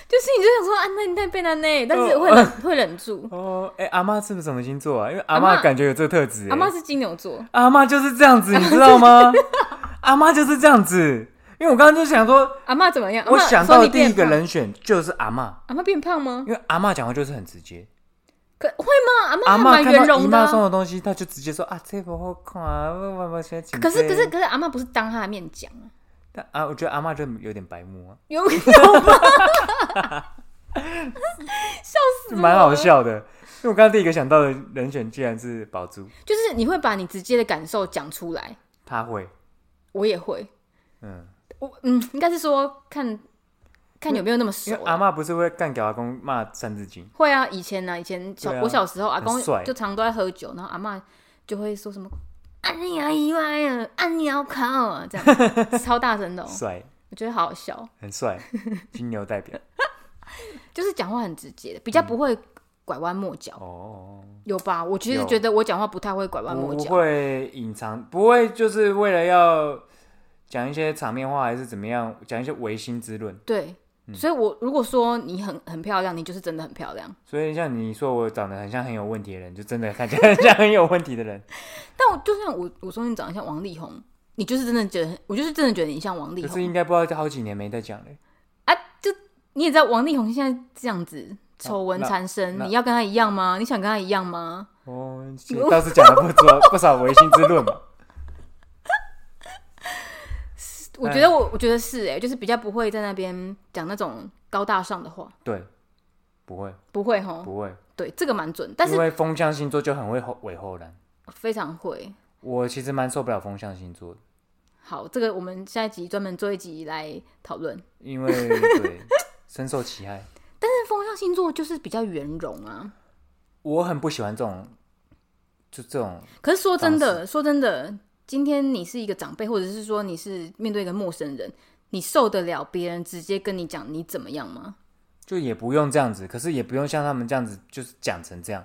Speaker 1: 就是你就想说啊，那你太变了呢，但是会忍、会忍住。
Speaker 2: 哦，哎、阿妈是不是什么星座啊？因为阿
Speaker 1: 阿
Speaker 2: 妈
Speaker 1: 嬷
Speaker 2: 感觉有这个特质、哎
Speaker 1: 阿妈，是金牛座，
Speaker 2: 阿妈就是这样子，你知道吗？ 阿妈就是这样子。因为我刚刚就想说，
Speaker 1: 阿妈怎么样？阿
Speaker 2: 我
Speaker 1: 嬷
Speaker 2: 想
Speaker 1: 说
Speaker 2: 到
Speaker 1: 你
Speaker 2: 第一
Speaker 1: 变
Speaker 2: 个
Speaker 1: 胖，
Speaker 2: 人选就是阿妈，
Speaker 1: 阿妈变胖吗？
Speaker 2: 因为阿妈讲话就是很直接。
Speaker 1: 可会吗？阿
Speaker 2: 阿
Speaker 1: 妈
Speaker 2: 妈
Speaker 1: 还蛮
Speaker 2: 看
Speaker 1: 圆
Speaker 2: 到姨
Speaker 1: 融的
Speaker 2: 妈
Speaker 1: 啊、
Speaker 2: 送的东西，她就直接说啊，这不好看啊，我我我先请
Speaker 1: 可是可
Speaker 2: 这
Speaker 1: 是可是阿妈不是当他的面讲啊，
Speaker 2: 但啊，我觉得阿妈就有点白目啊，
Speaker 1: 有有吗？
Speaker 2: 就蛮好笑的。因为我刚刚第一个想到的人选居然是宝珠，
Speaker 1: 就是你会把你直接的感受讲出来，
Speaker 2: 他会，
Speaker 1: 我也会。
Speaker 2: 嗯，
Speaker 1: 我嗯，应该是说看看有没有那么熟
Speaker 2: 因
Speaker 1: 啊、
Speaker 2: 为阿妈不是会干掉阿公骂《三字经》，
Speaker 1: 会啊，以前呢、以前小、
Speaker 2: 对啊
Speaker 1: 我小时候，阿公
Speaker 2: 很帅
Speaker 1: 就常都在喝酒，然后阿嬷就会说什么“啊你啊意外啊，啊你要靠啊”这样，超大声的、 哦，
Speaker 2: 帅，
Speaker 1: 我觉得好好笑，
Speaker 2: 很帅，金牛代表。
Speaker 1: 就是讲话很直接的，比较不会拐弯抹角，
Speaker 2: 哦，
Speaker 1: 有吧？我其实
Speaker 2: 有
Speaker 1: 觉得我讲话不太会拐弯抹
Speaker 2: 不
Speaker 1: 角，
Speaker 2: 会隐藏，不会就是为了要讲一些场面话，还是怎么样，讲一些唯心之论。
Speaker 1: 对。
Speaker 2: 嗯
Speaker 1: 所以我，如果说你很很漂亮，你就是真的很漂亮。
Speaker 2: 所以像你说我长得很像很有问题的人，就真的看起来很像很有问题的 人。
Speaker 1: 但我就像我，我说你长得像王力宏，你就是真的觉得，我就是真的觉得你像王力
Speaker 2: 可
Speaker 1: 宏。
Speaker 2: 是应该不知道好几年没在讲了。
Speaker 1: 啊，就你也知道王力宏现在这样子丑闻
Speaker 2: 那
Speaker 1: 缠身，
Speaker 2: 那
Speaker 1: 你要跟他一样吗？你想跟他一样吗？
Speaker 2: 哦，其实倒是讲了不多不少唯心之论嘛。
Speaker 1: 我觉得我我觉得是哎、就是比较不会在那边讲那种高大上的话，
Speaker 2: 对，不会
Speaker 1: 不会吼。
Speaker 2: 不会，
Speaker 1: 对，这个蛮准，哦但
Speaker 2: 因
Speaker 1: 是嗯
Speaker 2: 为风象星座就很会后尾后然。
Speaker 1: 非常会。
Speaker 2: 我其实蛮受不了风象星座的，
Speaker 1: 好，这个我们下一集专门做一集来讨论。
Speaker 2: 因为对深受其害。
Speaker 1: 但是风象星座就是比较圆融啊。
Speaker 2: 我很不喜欢这种，就这种
Speaker 1: 可是说真的，说真的，今天你是一个长辈，或者是说你是面对一个陌生人，你受得了别人直接跟你讲你怎么样吗？
Speaker 2: 就也不用这样子，可是也不用像他们这样子，就是讲成这样，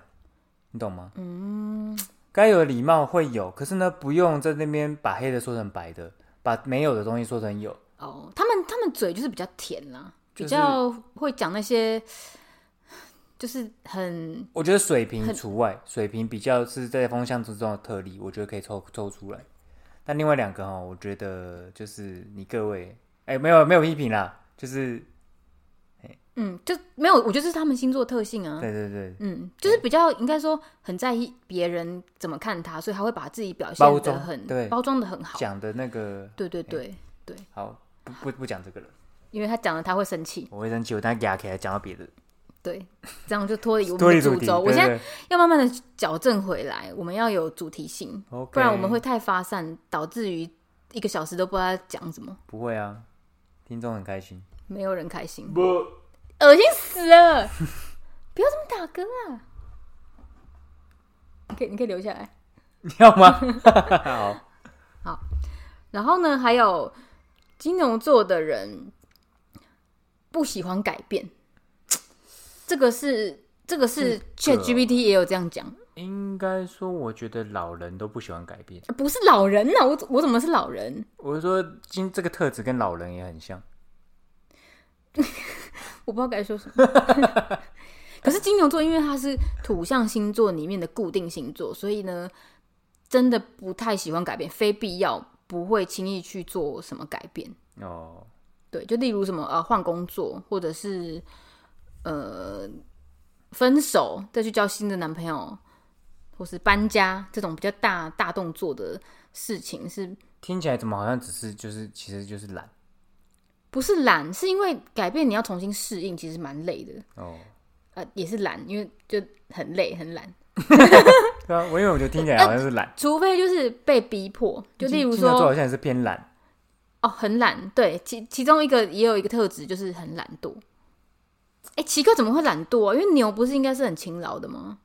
Speaker 2: 你懂吗？嗯，该有的礼貌会有，可是呢，不用在那边把黑的说成白的，把没有的东西说成有。
Speaker 1: 哦，他们他们嘴就是比较甜啦、比
Speaker 2: 就是
Speaker 1: 较会讲那些，就是很
Speaker 2: 我觉得水瓶除外，水瓶比较是在风向之中的特例，我觉得可以抽抽出来。但另外两个哈，哦我觉得就是你各位，哎、没有没有批评啦，就是
Speaker 1: 嗯，就没有，我觉得这是他们星座特性啊。
Speaker 2: 对对对，
Speaker 1: 嗯，就是比较应该说很在意别人怎么看他，所以他会把自己表
Speaker 2: 包
Speaker 1: 现的
Speaker 2: 装
Speaker 1: 很
Speaker 2: 对
Speaker 1: 包装的很好。
Speaker 2: 讲的那个
Speaker 1: 对对对，
Speaker 2: 好，不不不讲这个了，
Speaker 1: 因为他讲了他会生气，
Speaker 2: 我会生气，我等下给他开，讲到别的，
Speaker 1: 对，这样就脱离我
Speaker 2: 脱
Speaker 1: 们
Speaker 2: 离
Speaker 1: 的
Speaker 2: 主
Speaker 1: 主
Speaker 2: 题。
Speaker 1: 轴。我
Speaker 2: 对
Speaker 1: 现在
Speaker 2: 对
Speaker 1: 要慢慢的矫正回来，我们要有主题性，
Speaker 2: o k
Speaker 1: 不然我们会太发散，导致于一个小时都不知道在讲什么，
Speaker 2: 不会啊，听众很开心。
Speaker 1: 没有人开心，
Speaker 2: 不，
Speaker 1: 恶心死了！ 不要这么打嗝啊！你可以，你可以留下来。
Speaker 2: 你要吗？好，
Speaker 1: 然后呢，还有金牛座的人不喜欢改变，这个是这个是
Speaker 2: 这个
Speaker 1: ChatGPT 也有这样讲，
Speaker 2: 应该说，我觉得老人都不喜欢改变。
Speaker 1: 不是老人呐、我我怎么是老人？
Speaker 2: 我是说，今这个特质跟老人也很像。
Speaker 1: 我不知道该说什么。 可是金牛座，因为它是土象星座里面的固定星座，所以呢，真的不太喜欢改变，非必要不会轻易去做什么改变。
Speaker 2: 哦，
Speaker 1: 对，就例如什么呃换工作，或者是呃分手，再去交新的男朋友，或是搬家这种比较大大动作的事情是，
Speaker 2: 听起来怎么好像只是就是其实就是懒
Speaker 1: 不是懒？是因为改变你要重新适应，其实蛮累的。
Speaker 2: 哦。
Speaker 1: 呃，也是懒，因为就很累很懒，
Speaker 2: 对啊，我因为我觉得听起来好像是懒，
Speaker 1: 除非就是被逼迫，就 例如
Speaker 2: 金金牛座
Speaker 1: 说
Speaker 2: 好像也是偏懒，
Speaker 1: 哦很懒，对其其中一个也有一个特质就是很懒惰。哎，奇哥怎么会懒惰啊？因为牛不是应该是很勤劳的吗？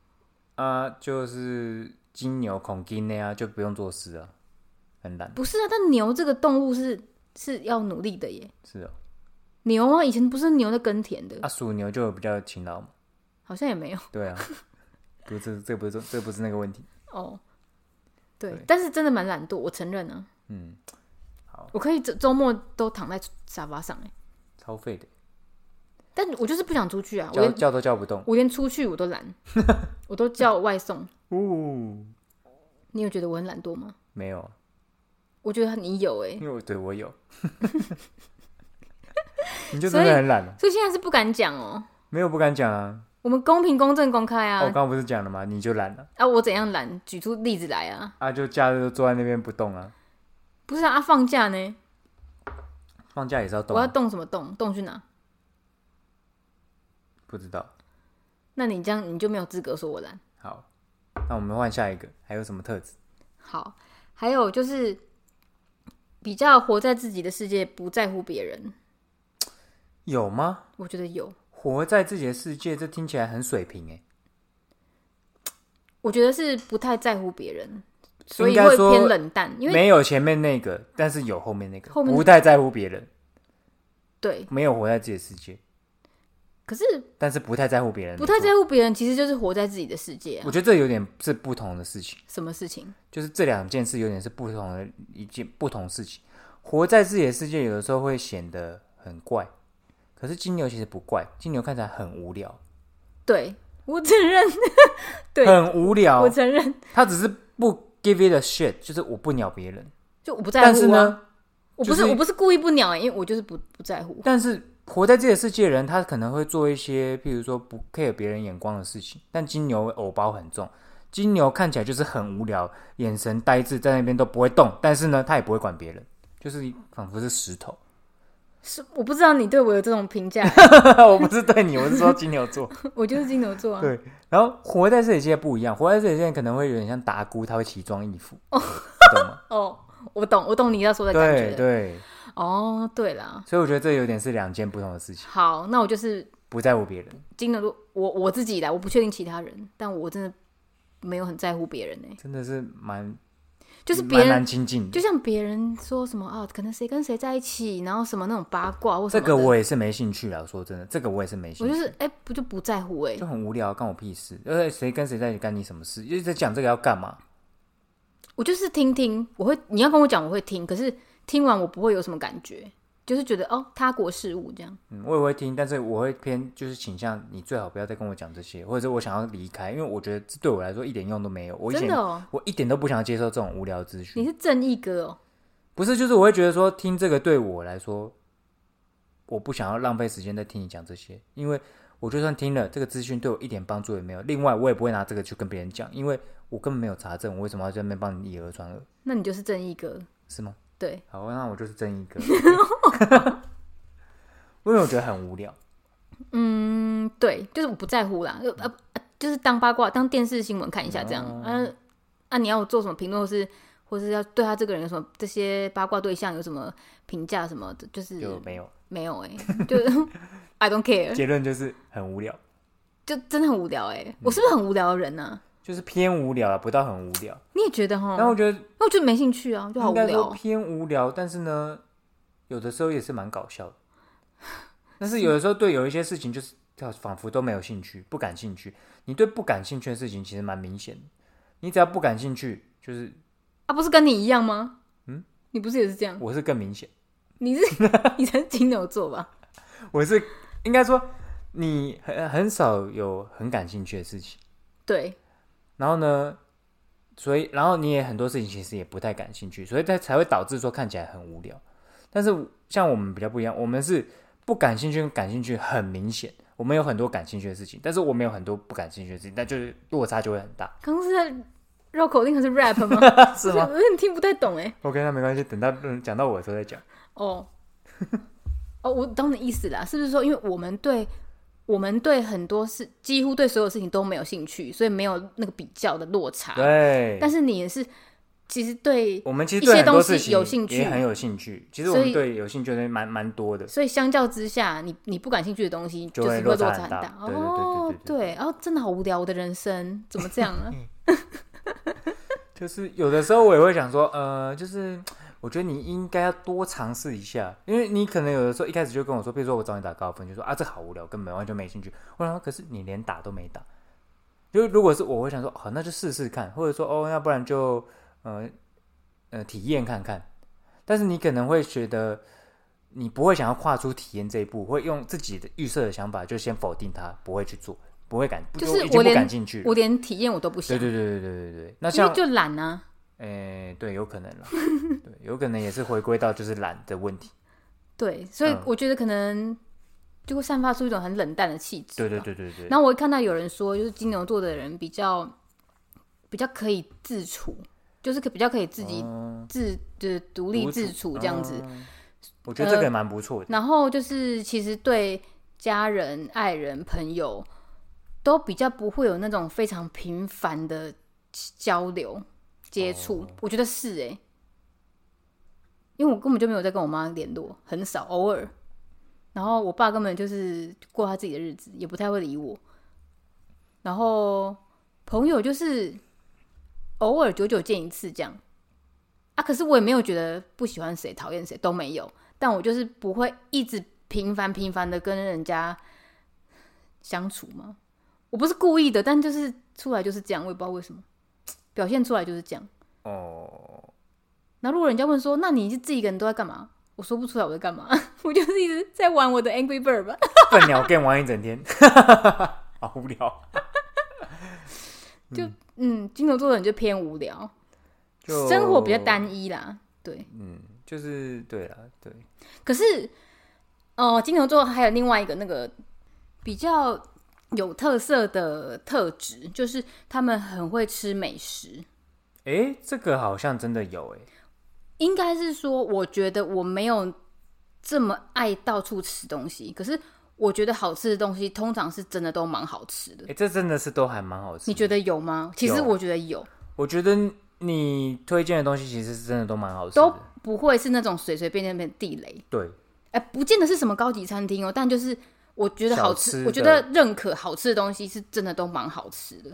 Speaker 2: 啊，就是金牛恐金那啊，就不用做事啊，很懒。
Speaker 1: 不是啊，但牛这个动物是是要努力的耶。
Speaker 2: 是哦，
Speaker 1: 牛啊，以前不是牛在耕田的，
Speaker 2: 啊，属牛就比较勤劳嘛。
Speaker 1: 好像也没有
Speaker 2: 对啊，不是这个不是这个不是那个问题。
Speaker 1: 哦。对，
Speaker 2: 对
Speaker 1: 但是真的蛮懒惰，我承认啊。
Speaker 2: 嗯，
Speaker 1: 我可以周周末都躺在沙发上哎，
Speaker 2: 超废的，
Speaker 1: 但我就是不想出去啊，我
Speaker 2: 叫
Speaker 1: 连
Speaker 2: 叫都叫不动。
Speaker 1: 我连出去我都 懒，我都叫外送。
Speaker 2: 哦，
Speaker 1: 你有觉得我很懒惰吗？
Speaker 2: 没有，
Speaker 1: 我觉得你有哎、
Speaker 2: 因为我对我有， 你就
Speaker 1: 所
Speaker 2: 真
Speaker 1: 以
Speaker 2: 的很懒了，
Speaker 1: 所以现在是不敢讲哦、
Speaker 2: 没有不敢讲啊。
Speaker 1: 我们公平、公正、公开啊
Speaker 2: 啊我！刚刚不是讲了吗？你就懒了
Speaker 1: 啊，我怎样懒？举出例子来啊！
Speaker 2: 啊，就假日就坐在那边不动啊，
Speaker 1: 不是啊，啊放假呢？
Speaker 2: 放假也是要动
Speaker 1: 我要
Speaker 2: 啊，
Speaker 1: 动什么动？动去哪？
Speaker 2: 不知道。
Speaker 1: 那你这样你就没有资格说我懒。
Speaker 2: 好，那我们换下一个，还有什么特质？
Speaker 1: 好，还有就是比较活在自己的世界，不在乎别人。
Speaker 2: 有吗？
Speaker 1: 我觉得有，
Speaker 2: 活在自己的世界，这听起来很水平哎。
Speaker 1: 我觉得是不太在乎别人，所以
Speaker 2: 应该
Speaker 1: 会
Speaker 2: 说
Speaker 1: 偏冷淡。因为
Speaker 2: 没有前面那个，但是有后面那个，
Speaker 1: 后面
Speaker 2: 不太在乎别人，
Speaker 1: 对，
Speaker 2: 没有活在自己的世界，
Speaker 1: 可是
Speaker 2: 但是不太在乎别人。
Speaker 1: 不太在乎别人，其实就是活在自己的世界、啊
Speaker 2: 我。觉得这有点是不同的事情，
Speaker 1: 什么事情？
Speaker 2: 就是这两件事有点是不同的一件不同事情。活在自己的世界，有的时候会显得很怪，可是金牛其实不怪，金牛看起来很无聊，
Speaker 1: 对我承认，对
Speaker 2: 很无聊
Speaker 1: 我。承认，
Speaker 2: 他只是不 give it a shit，就是我不鸟别人。
Speaker 1: 就我不在乎、啊。
Speaker 2: 但是呢，
Speaker 1: 我不是、
Speaker 2: 就是
Speaker 1: 我不是故意不鸟、欸，因为我就是不不在乎。
Speaker 2: 但是活在自己的世界的人，他可能会做一些，譬如说不 care 别人眼光的事情。但金牛偶包很重，金牛看起来就是很无聊，眼神呆滞，在那边都不会动，但是呢，他也不会管别人，就是仿佛是石头。
Speaker 1: 是我不知道你对我有这种评价，
Speaker 2: 我不是对你，我是说金牛座。
Speaker 1: 我就是金牛座啊。
Speaker 2: 对然后活在这里现在不一样，活在这里现在可能会有点像达姑，他会奇装异服，懂吗？
Speaker 1: 哦，我懂，我懂你要说的 感
Speaker 2: 对
Speaker 1: 觉。
Speaker 2: 对，
Speaker 1: 哦，对啦，
Speaker 2: 所以我觉得这有点是两件不同的事情，
Speaker 1: 好，那我就是
Speaker 2: 不在乎别人，
Speaker 1: 金牛座，我我自己啦，我不确定其他人，但我真的没有很在乎别人呢、欸
Speaker 2: 真的是蛮
Speaker 1: 就是别
Speaker 2: 蛮
Speaker 1: 人
Speaker 2: 难亲近的
Speaker 1: 就。像别人说什么啊，可能谁跟谁在一起，然后什么那种八卦或什
Speaker 2: 这
Speaker 1: 么
Speaker 2: 个
Speaker 1: 的
Speaker 2: 我也是没兴趣了，说真的，这个我也是没兴
Speaker 1: 我
Speaker 2: 趣，
Speaker 1: 就是哎、不就不在乎哎、
Speaker 2: 就很无聊，干我屁事。而且谁跟谁在一起干你什么事？一直在讲这个要干嘛？
Speaker 1: 我就是听听，我会你要跟我讲我会听，可是听完我不会有什么感觉，就是觉得哦他国事务这样。
Speaker 2: 嗯，我也会听，但是我会偏就是倾向你最好不要再跟我讲这些，或者是我想要离开，因为我觉得这对我来说一点用都没有。我一
Speaker 1: 真
Speaker 2: 点、
Speaker 1: 的哦
Speaker 2: 我一点都不想要接受这种无聊资
Speaker 1: 你
Speaker 2: 讯。
Speaker 1: 是正义哥哦，
Speaker 2: 不是，就是我会觉得说听这个对我来说，我不想要浪费时间在听你讲这些，因为我就算听了这个资讯对我一点帮助也没有。另外，我也不会拿这个去跟别人讲，因为我根本没有查证，我为什么要在那边帮你以讹传讹？
Speaker 1: 那你就是正义哥，
Speaker 2: 是吗？
Speaker 1: 对，
Speaker 2: 好，那我就是争一个， 因为我觉得很无聊。
Speaker 1: 嗯对，就是我不在乎啦，呃呃呃就是当八卦当电视新闻看一下这样，
Speaker 2: 哦
Speaker 1: 嗯、啊啊你要我做什么评论或是。或是要对他这个人有什么这些八卦对象有什么评价什么的，就是
Speaker 2: 就没有
Speaker 1: 没有哎、就是 I don't care，
Speaker 2: 结论，就是很无聊，
Speaker 1: 就真的很无聊哎、
Speaker 2: 嗯
Speaker 1: 我是不是很无聊的人呢、
Speaker 2: 就是偏无聊啊，不到很无聊。
Speaker 1: 你也觉得
Speaker 2: 然后
Speaker 1: 哈？
Speaker 2: 我觉得
Speaker 1: 那我就没兴趣啊，就嗯好
Speaker 2: 应
Speaker 1: 无
Speaker 2: 该
Speaker 1: 聊
Speaker 2: 说
Speaker 1: 哦。
Speaker 2: 偏无聊，但是呢，有的时候也是蛮 搞笑的。但是有的时候对有一些事情就是仿佛都没有兴趣，不感兴趣。你对不感兴趣的事情其实蛮明显的，你只要不感兴趣，就是
Speaker 1: 啊，不是跟你一样吗？嗯，你不是也是这样？
Speaker 2: 我是更明显，
Speaker 1: 你 是你才是金牛座吧？
Speaker 2: 我是应该说你很很少有很感兴趣的事情。
Speaker 1: 对，
Speaker 2: 然后呢，所以然后你也很多事情其实也不太感兴趣，所以它才会导致说看起来很无聊。但是像我们比较不一样，我们是不感兴趣跟感兴趣很明显，我们有很多感兴趣的事情，但是我们有很多不感兴趣的事情，但就是落差就会很大，
Speaker 1: 刚刚是在绕口令还是 rap 吗？
Speaker 2: 是
Speaker 1: 我？有点听不太懂哎。
Speaker 2: ？OK，那没关系，等到嗯讲到我的时候再讲。
Speaker 1: 哦， 哦，我懂你意思啦，是不是说因为我们对我们对很多事，几乎对所有事情都没有兴趣，所以没有那个比较的落差？
Speaker 2: 对，
Speaker 1: 但是你也是，其实对，
Speaker 2: 我们其实
Speaker 1: 一些
Speaker 2: 对很多
Speaker 1: 东西
Speaker 2: 事情
Speaker 1: 有兴趣
Speaker 2: 也很有兴趣。其实我
Speaker 1: 所
Speaker 2: 们
Speaker 1: 以
Speaker 2: 对有兴趣的东西蛮蛮多的，
Speaker 1: 所以相较之下，你你不感兴趣的东西
Speaker 2: 就
Speaker 1: 就是
Speaker 2: 会
Speaker 1: 会
Speaker 2: 落
Speaker 1: 落
Speaker 2: 差
Speaker 1: 差
Speaker 2: 很
Speaker 1: 很
Speaker 2: 大
Speaker 1: 大。
Speaker 2: 对对对
Speaker 1: 哦，
Speaker 2: 对对
Speaker 1: 对，然后真的好无聊，我的人生怎么这样 啊？
Speaker 2: 就是有的时候我也会想说，呃，就是我觉得你应该要多尝试一下，因为你可能有的时候一开始就跟我说，比如说我找你打高尔夫，你就说啊这好无聊，根本完全没兴趣。我想说，啊可是你连打都没打，就如果是我会想说，好、那就试试看，或者说哦，那不然就呃呃体验看看。但是你可能会觉得你不会想要跨出体验这一步，会用自己的预设的想法就先否定它，不会去做，不会感，
Speaker 1: 就是
Speaker 2: 已经
Speaker 1: 我
Speaker 2: 不
Speaker 1: 连
Speaker 2: 感兴趣了
Speaker 1: 我。连体验我都不想
Speaker 2: 对，对对对对对对，那
Speaker 1: 因
Speaker 2: 像
Speaker 1: 为就懒啊。
Speaker 2: 诶、哎对，有可能啦，对，有可能也是回归到就是懒的问题。
Speaker 1: 对，所以
Speaker 2: 嗯
Speaker 1: 我觉得可能就会散发出一种很冷淡的气质。
Speaker 2: 对对。对对对，
Speaker 1: 然后我看到有人说，就是金牛座的人比较比较可以自处，就是可比较可以自己
Speaker 2: 嗯
Speaker 1: 自就是独立
Speaker 2: 独
Speaker 1: 自处这样子。
Speaker 2: 嗯我觉得这个
Speaker 1: 呃
Speaker 2: 也蛮不错的。
Speaker 1: 然后就是其实对家人、爱人、朋友都比较不会有那种非常频繁的交流接触，我觉得是哎、因为我根本就没有在跟我妈联络，很少，偶尔。然后我爸根本就是过他自己的日子，也不太会理我。然后朋友就是偶尔久久见一次这样啊，可是我也没有觉得不喜欢谁、讨厌谁都没有。但我就是不会一直频繁频繁的跟人家相处嘛。我不是故意的，但就是出来就是这样，我也不知道为什么，表现出来就是这样。
Speaker 2: 哦，
Speaker 1: 然后如果人家问说，那你是自己一个人都在干嘛？我说不出来我在干嘛， 我就是一直在玩我的 Angry Bird 吧。
Speaker 2: 笨鸟 game 玩一整天， 好无聊。
Speaker 1: 嗯，金牛座的人就偏无聊，
Speaker 2: 就
Speaker 1: 生活比较，单一啦。对，
Speaker 2: 嗯，就是对了，对，
Speaker 1: 可是哦、呃金牛座还有另外一个那个比较有特色的特质，就是他们很会吃美食。
Speaker 2: 诶，哎这个好像真的有哎诶。
Speaker 1: 应该是说，我觉得我没有这么爱到处吃东西，可是我觉得好吃的东西通常是真的都蛮好吃的。
Speaker 2: 诶，哎这真的是都还蛮好吃。
Speaker 1: 你觉
Speaker 2: 得？
Speaker 1: 得有吗？其实
Speaker 2: 有啊
Speaker 1: 我觉得有，
Speaker 2: 我觉得你推荐的东西其实是真的都蛮好吃
Speaker 1: 都
Speaker 2: 的。
Speaker 1: 不会是那种随随便便的地雷。
Speaker 2: 对，
Speaker 1: 哎、不见得是什么高级餐厅哦，但就是我觉得好吃，
Speaker 2: 小吃的
Speaker 1: 我觉得认可好吃的东西是真的都蛮好吃的。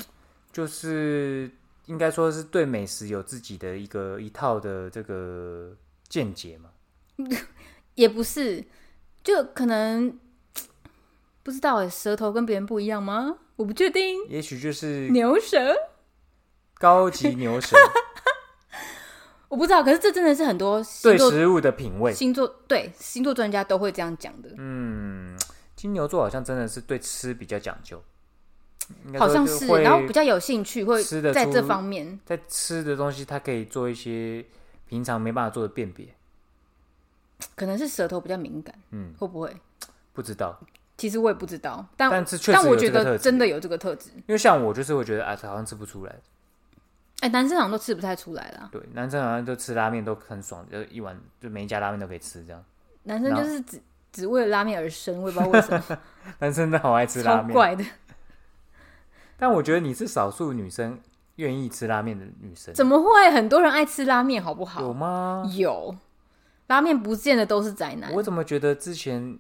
Speaker 2: 就是应该说是对美食有自己的一个一套的这个见解嘛。
Speaker 1: 也不是，就可能不知道哎，舌头跟别人不一样吗？我不确定。
Speaker 2: 也许就是
Speaker 1: 牛舌，
Speaker 2: 高级牛 舌
Speaker 1: 我不知道，可是这真的是很多星
Speaker 2: 对
Speaker 1: 座
Speaker 2: 食物的品味。
Speaker 1: 星座对星座专家都会这样讲的，
Speaker 2: 嗯，金牛座好像真的是对吃比较讲究，应该说
Speaker 1: 好像，
Speaker 2: 就是会
Speaker 1: 然后比较有兴趣，会
Speaker 2: 吃得
Speaker 1: 在
Speaker 2: 出
Speaker 1: 这方面
Speaker 2: 在吃的东西，它可以做一些平常没办法做的辨别。
Speaker 1: 可能是舌头比较敏感，
Speaker 2: 嗯，
Speaker 1: 会不会？
Speaker 2: 不知道，
Speaker 1: 其实我也不知道，但
Speaker 2: 但是确实
Speaker 1: 但我
Speaker 2: 有
Speaker 1: 觉
Speaker 2: 这个
Speaker 1: 得
Speaker 2: 特质。
Speaker 1: 真的有这个特质。
Speaker 2: 因为像我就是会觉得啊，好像吃不出来。
Speaker 1: 哎、男生好像都吃不太出来啦，
Speaker 2: 对，男生好像就吃拉面都很爽，就一碗就每一家拉面都可以吃这样。
Speaker 1: 男生就是只只为了拉面而生，我也不知道为什么，
Speaker 2: 男生都好爱 吃拉
Speaker 1: 超
Speaker 2: 面，
Speaker 1: 怪的，
Speaker 2: 但我觉得你是少数女生愿意吃拉面的女生，
Speaker 1: 怎么会很多人爱吃拉面，好不好？
Speaker 2: 有吗？
Speaker 1: 有，拉面不见得都是宅男。
Speaker 2: 我怎么觉得之前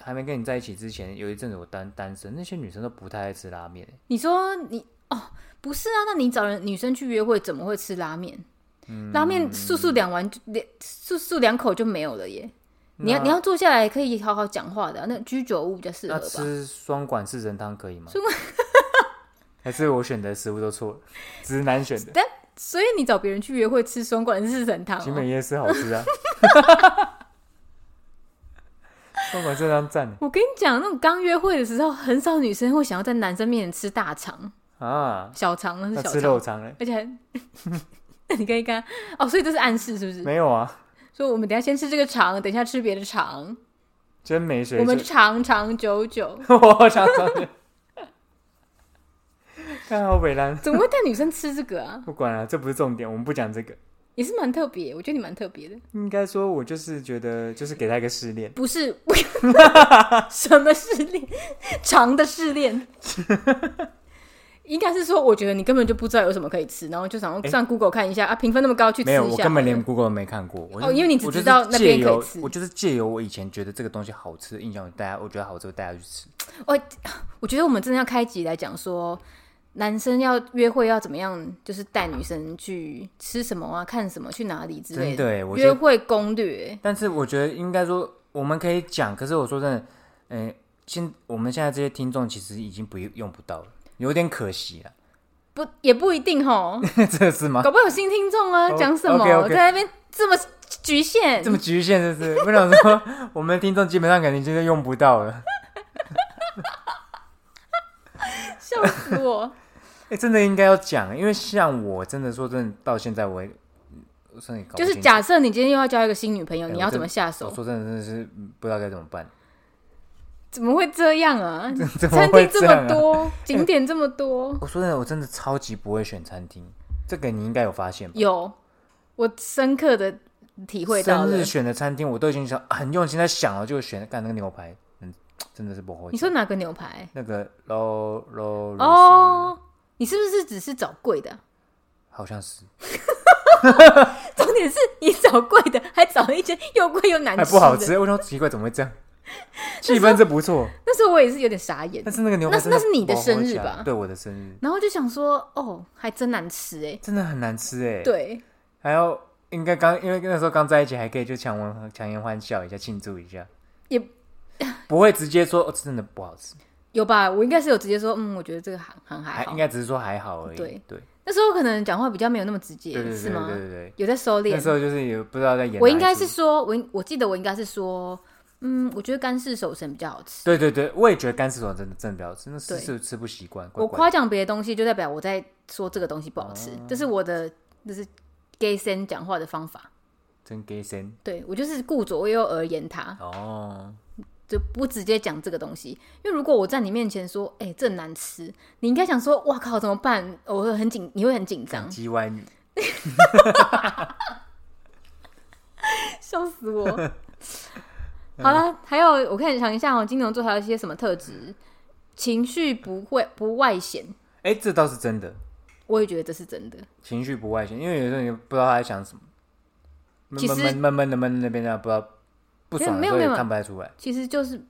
Speaker 2: 还没跟你在一起之前，有一阵子我单单身，那些女生都不太爱吃拉面、
Speaker 1: 你说你哦，不是啊？那你找人女生去约会，怎么会吃拉面？拉
Speaker 2: 嗯
Speaker 1: 面速速两碗就两速速两口就没有了耶。你要
Speaker 2: 那
Speaker 1: 你要坐下来可以好好讲话的啊、那居酒屋比较适合
Speaker 2: 那
Speaker 1: 吧？
Speaker 2: 吃双管四神汤可以吗？ 还是我选的食物都错了，直男选的。
Speaker 1: 所以你找别人去约会吃双管四神汤、
Speaker 2: 集
Speaker 1: 哦，
Speaker 2: 美夜市好 吃啊！双管四神汤赞
Speaker 1: 我跟你讲，那种刚约会的时候，很少女生会想要在男生面前吃大肠、
Speaker 2: 啊，
Speaker 1: 小肠，那
Speaker 2: 那
Speaker 1: 是
Speaker 2: 吃
Speaker 1: 小
Speaker 2: 肉
Speaker 1: 肠，
Speaker 2: 肠嘞？
Speaker 1: 而且还那 你可以跟他哦，所以这是暗示是不是？
Speaker 2: 没有啊，
Speaker 1: 所以我们等一下先吃这个肠，等一下吃别的肠。
Speaker 2: 真没水
Speaker 1: 我们
Speaker 2: 准
Speaker 1: 就。长长久久，
Speaker 2: 我想说，看好北兰，
Speaker 1: 怎么会带女生吃这个啊？
Speaker 2: 不管了、这不是重点，我们不讲这个。
Speaker 1: 也是蛮特别，我觉得你蛮特别的。
Speaker 2: 应该说，我就是觉得，就是给他一个试炼。
Speaker 1: 不是， 我什么试炼？长的试炼？应该是说，我觉得你根本就不知道有什么可以吃，然后就想要上 Google 看一下、啊，评分那么高，去吃
Speaker 2: 没
Speaker 1: 一下
Speaker 2: 有，
Speaker 1: 好了。
Speaker 2: 我根本连 Google 没看过。我就
Speaker 1: 哦因为你只
Speaker 2: 我就是
Speaker 1: 知道那边
Speaker 2: 借由
Speaker 1: 可以吃
Speaker 2: 我就是借由我以前觉得这个东西好吃的印象，大家我觉得好吃，我带大家去吃。
Speaker 1: 我觉得我们真的要开集来讲说，男生要约会要怎么样，就是带女生去吃什么啊，看什么，去哪里之类
Speaker 2: 真的耶，我觉
Speaker 1: 约
Speaker 2: 得，
Speaker 1: 会攻略，
Speaker 2: 但是我觉得应该说我们可以讲，可是我说真的，嗯、现我们现在这些听众其实已经不用不到了，有点可惜了，
Speaker 1: 不也不一定吼。
Speaker 2: 这是吗？
Speaker 1: 搞不好有新听众啊，
Speaker 2: 哦
Speaker 1: 讲什么
Speaker 2: OK，OK
Speaker 1: 在那边这么局限
Speaker 2: 这，么局限，是不是？我想说，我们的听众基本上肯定就是用不到了。
Speaker 1: 笑死 我！
Speaker 2: 哎、真的应该要讲，因为像我真的说真的，到现在我也，我真的也搞不
Speaker 1: 就是
Speaker 2: 清楚
Speaker 1: 假设你今天又要交一个新女朋友，
Speaker 2: 哎
Speaker 1: 你
Speaker 2: 我
Speaker 1: 要
Speaker 2: 真
Speaker 1: 怎么下
Speaker 2: 我
Speaker 1: 手？
Speaker 2: 说真的，真的是嗯不知道该怎么办。
Speaker 1: 怎么会这样啊？
Speaker 2: 怎么
Speaker 1: 餐
Speaker 2: 会
Speaker 1: 厅
Speaker 2: 这样、
Speaker 1: 么
Speaker 2: 啊？
Speaker 1: 多，景点这么多，
Speaker 2: 我说真的，我真的超级不会选餐厅，这个你应该有发现吧？
Speaker 1: 有我深刻的体会到
Speaker 2: 生
Speaker 1: 了
Speaker 2: 日。选的餐厅，我都已经想很用心在想了，就选干那个牛排，嗯，真的是不会。
Speaker 1: 你说哪个牛排？
Speaker 2: 那个 low low
Speaker 1: 哦，你是不是只是找贵的啊？
Speaker 2: 好像是
Speaker 1: 重点是你找贵的，还找了一间又贵又难
Speaker 2: 还
Speaker 1: 吃，
Speaker 2: 不好。吃，我想说奇怪怎么会这样？气氛这不错，
Speaker 1: 那时候我也是有点傻眼，
Speaker 2: 但是那个牛排
Speaker 1: 那是
Speaker 2: 真
Speaker 1: 那是你的
Speaker 2: 不好
Speaker 1: 生日
Speaker 2: 吃啊
Speaker 1: 吧
Speaker 2: 对，我的生日
Speaker 1: 然后就想说，哦，还真难吃哎。
Speaker 2: 真的很难吃哎。，
Speaker 1: 对，
Speaker 2: 还要应该刚因为那时候刚在一起，还可以就强颜强颜欢笑一下，庆祝一下，
Speaker 1: 也
Speaker 2: 不会直接说哦，真的不好吃，
Speaker 1: 有吧？我应该是有直接说，嗯，我觉得这个很很还
Speaker 2: 还
Speaker 1: 好
Speaker 2: 应。该只是说还好而已。
Speaker 1: 对
Speaker 2: 对
Speaker 1: 那时候可能讲话比较没有那么直接，
Speaker 2: 对对
Speaker 1: 是
Speaker 2: 对
Speaker 1: 吗
Speaker 2: 对？对对。
Speaker 1: 有在收
Speaker 2: 那时
Speaker 1: 敛。
Speaker 2: 候就是也不知道在演哪一出，
Speaker 1: 我应该是说，我应我记得我应该是说，嗯，我觉得干式手神比较好吃。
Speaker 2: 对对对，我也觉得干丝爽真的真的不好吃，那
Speaker 1: 对
Speaker 2: 是是吃不习惯。怪
Speaker 1: 我
Speaker 2: 怪
Speaker 1: 夸奖别的东西，就代表我在说这个东西不好
Speaker 2: 哦
Speaker 1: 吃，这是我的，这是 gay 先讲话的方法。
Speaker 2: 真 gay 森
Speaker 1: 对我就是顾左右而言他，
Speaker 2: 哦，
Speaker 1: 就不直接讲这个东西，因为如果我在你面前说，哎、这难吃，你应该想说，哇靠，怎么办？我会很紧，你会很紧张，
Speaker 2: 鸡歪女，
Speaker 1: 笑死 我。好了，还有我看想一下哦，金牛座还有一些什么特质？情绪不会不外显，
Speaker 2: 哎、这倒是真的，
Speaker 1: 我也觉得这是真的。
Speaker 2: 情绪不外显，因为有时候你不知道他在想什么，闷
Speaker 1: 其实
Speaker 2: 闷闷闷的闷那边的，不知道不爽的
Speaker 1: 没
Speaker 2: 时
Speaker 1: 有
Speaker 2: 候
Speaker 1: 没
Speaker 2: 也
Speaker 1: 有
Speaker 2: 看不太出来，
Speaker 1: 其实就是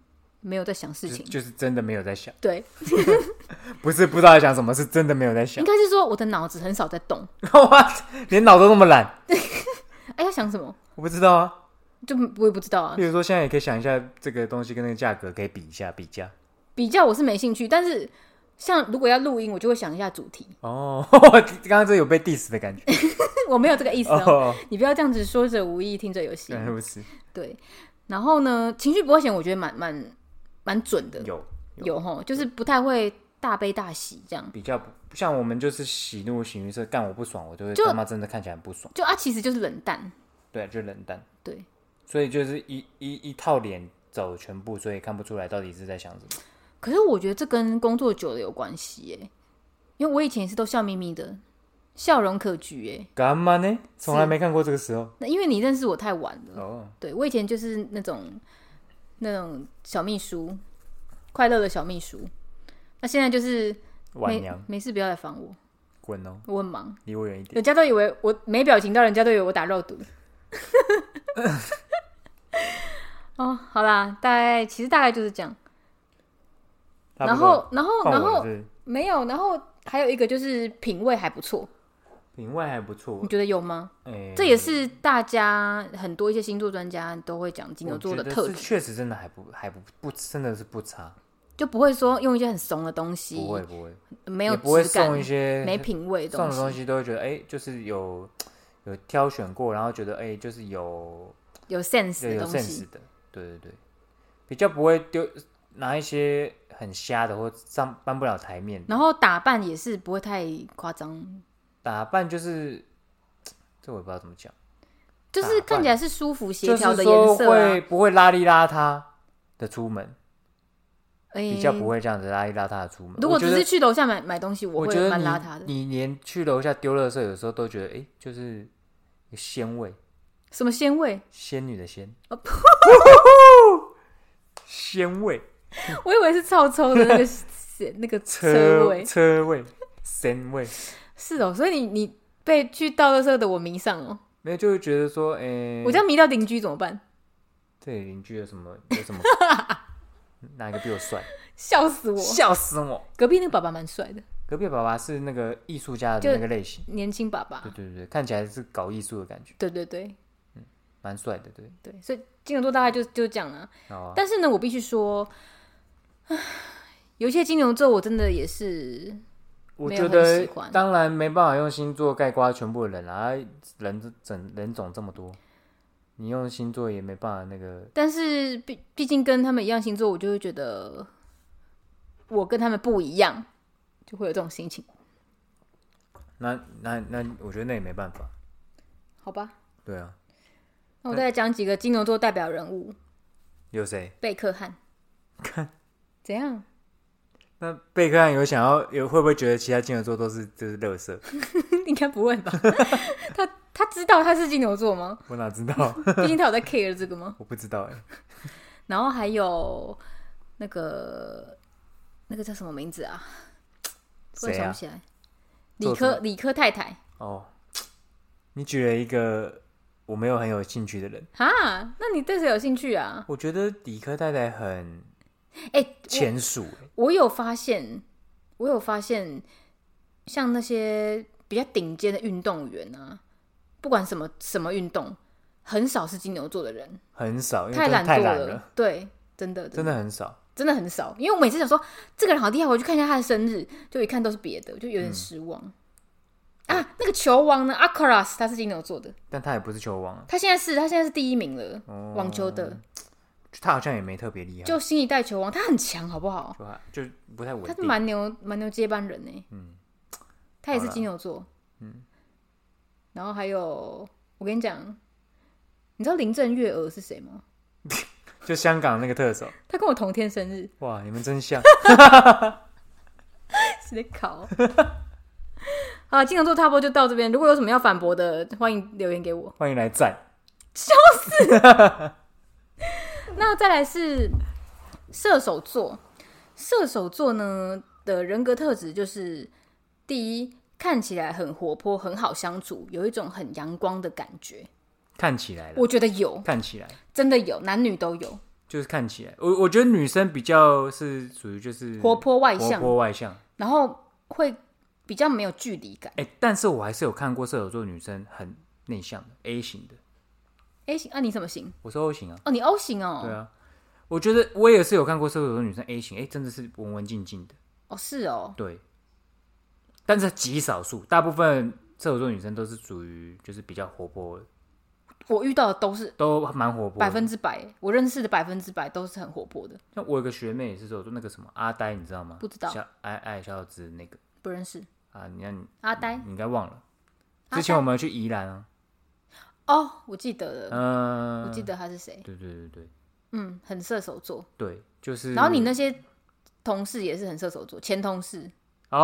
Speaker 1: 没有在想事
Speaker 2: 就是
Speaker 1: 情，
Speaker 2: 就是真的没有在想，
Speaker 1: 对，
Speaker 2: 不是不知道在想什么，是真的没有在想
Speaker 1: 应，该是说我的脑子很少在动。
Speaker 2: 哇，连脑都那么懒，
Speaker 1: 哎，要想什么？
Speaker 2: 我不知道啊。
Speaker 1: 就我也不知道啊
Speaker 2: 比。如说现在也可以想一下这个东西跟那个价格，可以比一下比价。
Speaker 1: 比较我是没兴趣，但是像如果要录音，我就会想一下主题。
Speaker 2: 哦， 刚刚这有被 diss 的感觉。
Speaker 1: 我没有这个意思哦，
Speaker 2: 哦，嗯
Speaker 1: 你不要这样子说者无意，听者有心
Speaker 2: 原。来如此，
Speaker 1: 对，然后呢，情绪不会显，我觉得蛮蛮蛮准的，
Speaker 2: 有
Speaker 1: 有吼，就是不太会大悲大喜这样。
Speaker 2: 比较不像我们就是喜怒形于色，干我不爽，我就会
Speaker 1: 就
Speaker 2: 他妈真的看起来很不爽，
Speaker 1: 就啊，其实就是冷淡，
Speaker 2: 对，就冷淡，
Speaker 1: 对，
Speaker 2: 所以就是一一一套脸走全部，所以看不出来到底是在想什么。
Speaker 1: 可是我觉得这跟工作久了有关系耶，因为我以前也是都笑眯眯的，笑容可掬耶。
Speaker 2: 干嘛呢？从来没看过这个时候。
Speaker 1: 那因为你认识我太晚了，
Speaker 2: 哦，
Speaker 1: 对我以前就是那种那种小秘书，快乐的小秘书。那现在就是
Speaker 2: 晚
Speaker 1: 没
Speaker 2: 娘，
Speaker 1: 没事不要来烦我，
Speaker 2: 滚哦，
Speaker 1: 我很忙，
Speaker 2: 离我远一点。
Speaker 1: 人家都以为我没表情到，人家都以为我打肉毒。哦，好啦，大概其实大概就是这样。
Speaker 2: 差
Speaker 1: 然
Speaker 2: 不多
Speaker 1: 后，然后，
Speaker 2: 换
Speaker 1: 然
Speaker 2: 我
Speaker 1: 后
Speaker 2: 是
Speaker 1: 没有，然后还有一个就是品味还不错，
Speaker 2: 品味还不错
Speaker 1: 你，觉得有吗？
Speaker 2: 哎，
Speaker 1: 这也是大家很多一些星座专家都会讲金牛
Speaker 2: 我
Speaker 1: 座
Speaker 2: 觉
Speaker 1: 的
Speaker 2: 得
Speaker 1: 特
Speaker 2: 是
Speaker 1: 质，
Speaker 2: 确实真的还不还不不真的是不差，
Speaker 1: 就不会说用一些很怂的东西，
Speaker 2: 不会不会，
Speaker 1: 没有
Speaker 2: 也不会
Speaker 1: 质感
Speaker 2: 送一、些
Speaker 1: 没品味的
Speaker 2: 送
Speaker 1: 东
Speaker 2: 的
Speaker 1: 西。
Speaker 2: 东西都会觉得哎、就是有有挑选过，然后觉得哎、就是有
Speaker 1: 有 sense
Speaker 2: 对
Speaker 1: 的
Speaker 2: 有
Speaker 1: 东西
Speaker 2: sense，的，对对对，比较不会丢拿一些很瞎的或上搬不了台面的
Speaker 1: 然后打扮也是不会太夸张，
Speaker 2: 打扮，就是这我也不知道怎么讲，
Speaker 1: 就是
Speaker 2: 打扮
Speaker 1: 看起来是舒服协
Speaker 2: 就
Speaker 1: 调
Speaker 2: 是
Speaker 1: 的
Speaker 2: 说
Speaker 1: 颜色、啊
Speaker 2: 会不会邋里邋遢的出门，
Speaker 1: 诶
Speaker 2: 比较不会这样子邋里邋遢的出门。
Speaker 1: 哎如
Speaker 2: 我
Speaker 1: 果
Speaker 2: 觉
Speaker 1: 只
Speaker 2: 得
Speaker 1: 是去楼下买买东西，
Speaker 2: 我
Speaker 1: 会
Speaker 2: 觉得
Speaker 1: 蛮
Speaker 2: 你
Speaker 1: 邋遢的。
Speaker 2: 你连去楼下丢垃圾，有时候都觉得哎、就是有鲜味，
Speaker 1: 什么鲜味？
Speaker 2: 仙女的仙
Speaker 1: 哦，
Speaker 2: 仙味，
Speaker 1: 我以为是臭臭的那 个那个车
Speaker 2: 车
Speaker 1: 味。
Speaker 2: 车味，仙味，
Speaker 1: 是哦，所以你你被去倒垃圾的我迷上哦，
Speaker 2: 没有就会觉得说，哎、
Speaker 1: 我这样迷到邻居怎么办？
Speaker 2: 这里邻居有什么有 什么，哪一个比我帅？
Speaker 1: 笑死我！
Speaker 2: 笑死我！
Speaker 1: 隔壁那个爸爸蛮帅的，
Speaker 2: 隔壁爸爸是那个艺术家
Speaker 1: 就
Speaker 2: 的那个类型，
Speaker 1: 年轻爸
Speaker 2: 对
Speaker 1: 爸。
Speaker 2: 对对，看起来是搞艺术的感觉，
Speaker 1: 对对对
Speaker 2: 蛮帅的，对。
Speaker 1: 对，所以金牛座大概就就这样啦、
Speaker 2: 好啊，
Speaker 1: 但是呢，我必须说，唉有一些金牛座我真的也是
Speaker 2: 我
Speaker 1: 没有
Speaker 2: 觉
Speaker 1: 很
Speaker 2: 得
Speaker 1: 喜欢
Speaker 2: 当然没办法用星座概括全部的人啊，人整人种这么多，你用星座也没办法那个
Speaker 1: 但是毕毕竟跟他们一样星座，我就会觉得我跟他们不一样，就会有这种心情，
Speaker 2: 那那那，我觉得那也没办法。
Speaker 1: 好吧？
Speaker 2: 对啊，
Speaker 1: 那我再来讲几个金牛座代表人物，
Speaker 2: 有谁？
Speaker 1: 贝克汉。怎样？
Speaker 2: 那贝克汉有想要有会不会觉得其他金牛座都是就是乐色？
Speaker 1: 应该不会吧？ 他他知道他是金牛座吗？
Speaker 2: 我哪知道？
Speaker 1: 毕竟他有在 care 这个吗？
Speaker 2: 我不知道哎、
Speaker 1: 然后还有那个那个叫什么名字啊？突然
Speaker 2: 谁
Speaker 1: 想
Speaker 2: 啊
Speaker 1: 不？起来。
Speaker 2: 做
Speaker 1: 理
Speaker 2: 什么
Speaker 1: 科理科太太
Speaker 2: 哦，你举了一个我没有很有兴趣的人，
Speaker 1: 哈，那你对谁有兴趣啊？
Speaker 2: 我觉得理科太太很
Speaker 1: 哎、
Speaker 2: 前属、欸，
Speaker 1: 我有发现，我有发现，像那些比较顶尖的运动员啊，不管什么什么运动，很少是金牛座的人，
Speaker 2: 很少，因为
Speaker 1: 太
Speaker 2: 嗯真的
Speaker 1: 懒
Speaker 2: 太
Speaker 1: 惰
Speaker 2: 懒
Speaker 1: 了。
Speaker 2: 了，
Speaker 1: 对，真的，
Speaker 2: 真
Speaker 1: 的，
Speaker 2: 的很少。
Speaker 1: 真的很少。因为我每次想说这个人好厉害，我去看一下他的生日，就一看都是别的，我就有
Speaker 2: 嗯
Speaker 1: 点失望。啊，那个球王呢？阿卡拉斯他是金牛座的，
Speaker 2: 但他也不是球王啊，
Speaker 1: 他现在是他现在是第一名了，
Speaker 2: 哦
Speaker 1: 网球的，
Speaker 2: 他好像也没特别厉害，
Speaker 1: 就新一代球王，他很强，好不好？
Speaker 2: 就他就不太稳
Speaker 1: 他是
Speaker 2: 定。
Speaker 1: 蛮牛蛮牛接班人呢。嗯，他也是金牛座。嗯，然后还有，我跟你讲，你知道林郑月娥是谁吗？
Speaker 2: 就香港那个特首，
Speaker 1: 他跟我同天生日，
Speaker 2: 哇，你们 真像。
Speaker 1: 谁考？啊，金牛座差不多就到这边。如果有什么要反驳的，欢迎留言给我。
Speaker 2: 欢迎来赞，
Speaker 1: 那再来是射手座，射手座呢的人格特质就是第一，看起来很活泼，很好相处，有一种很阳光的感觉。
Speaker 2: 看起来了，
Speaker 1: 我觉得有，
Speaker 2: 看起来
Speaker 1: 真的有，男女都有，
Speaker 2: 就是看起来。我我觉得女生比较是属于就是
Speaker 1: 活泼外
Speaker 2: 嗯活
Speaker 1: 向，
Speaker 2: 泼外向。
Speaker 1: 然后会比较没有距离感。
Speaker 2: 哎、但是我还是有看过射手座女生很内向的 A 型的，
Speaker 1: A 型啊，你什么型？
Speaker 2: 我是 O 型啊，
Speaker 1: 哦，你 O 型哦。
Speaker 2: 对啊。我觉得我也是有看过射手座女生 A 型，哎、真的是文文静静的，
Speaker 1: 哦，是哦。
Speaker 2: 对。但是极少数，大部分射手座女生都是属于就是比较活泼，
Speaker 1: 我遇到的都是
Speaker 2: 都蛮活泼的。
Speaker 1: 百分之百，我认识的百分之百都是很活泼的，
Speaker 2: 像我有个学妹也是射手座，那个什么阿呆，你知道吗？
Speaker 1: 不知道
Speaker 2: 小爱爱小小子那个
Speaker 1: 不认识。
Speaker 2: 啊，你看你
Speaker 1: 阿呆
Speaker 2: 你应该忘了。
Speaker 1: 阿呆
Speaker 2: 之前我们去宜兰啊，
Speaker 1: 哦，我记得了，
Speaker 2: 嗯、
Speaker 1: 我记得他是谁。
Speaker 2: 对对对对
Speaker 1: 嗯，很射手座。
Speaker 2: 对，就是。
Speaker 1: 然后你那些同事也是很射手座，前同事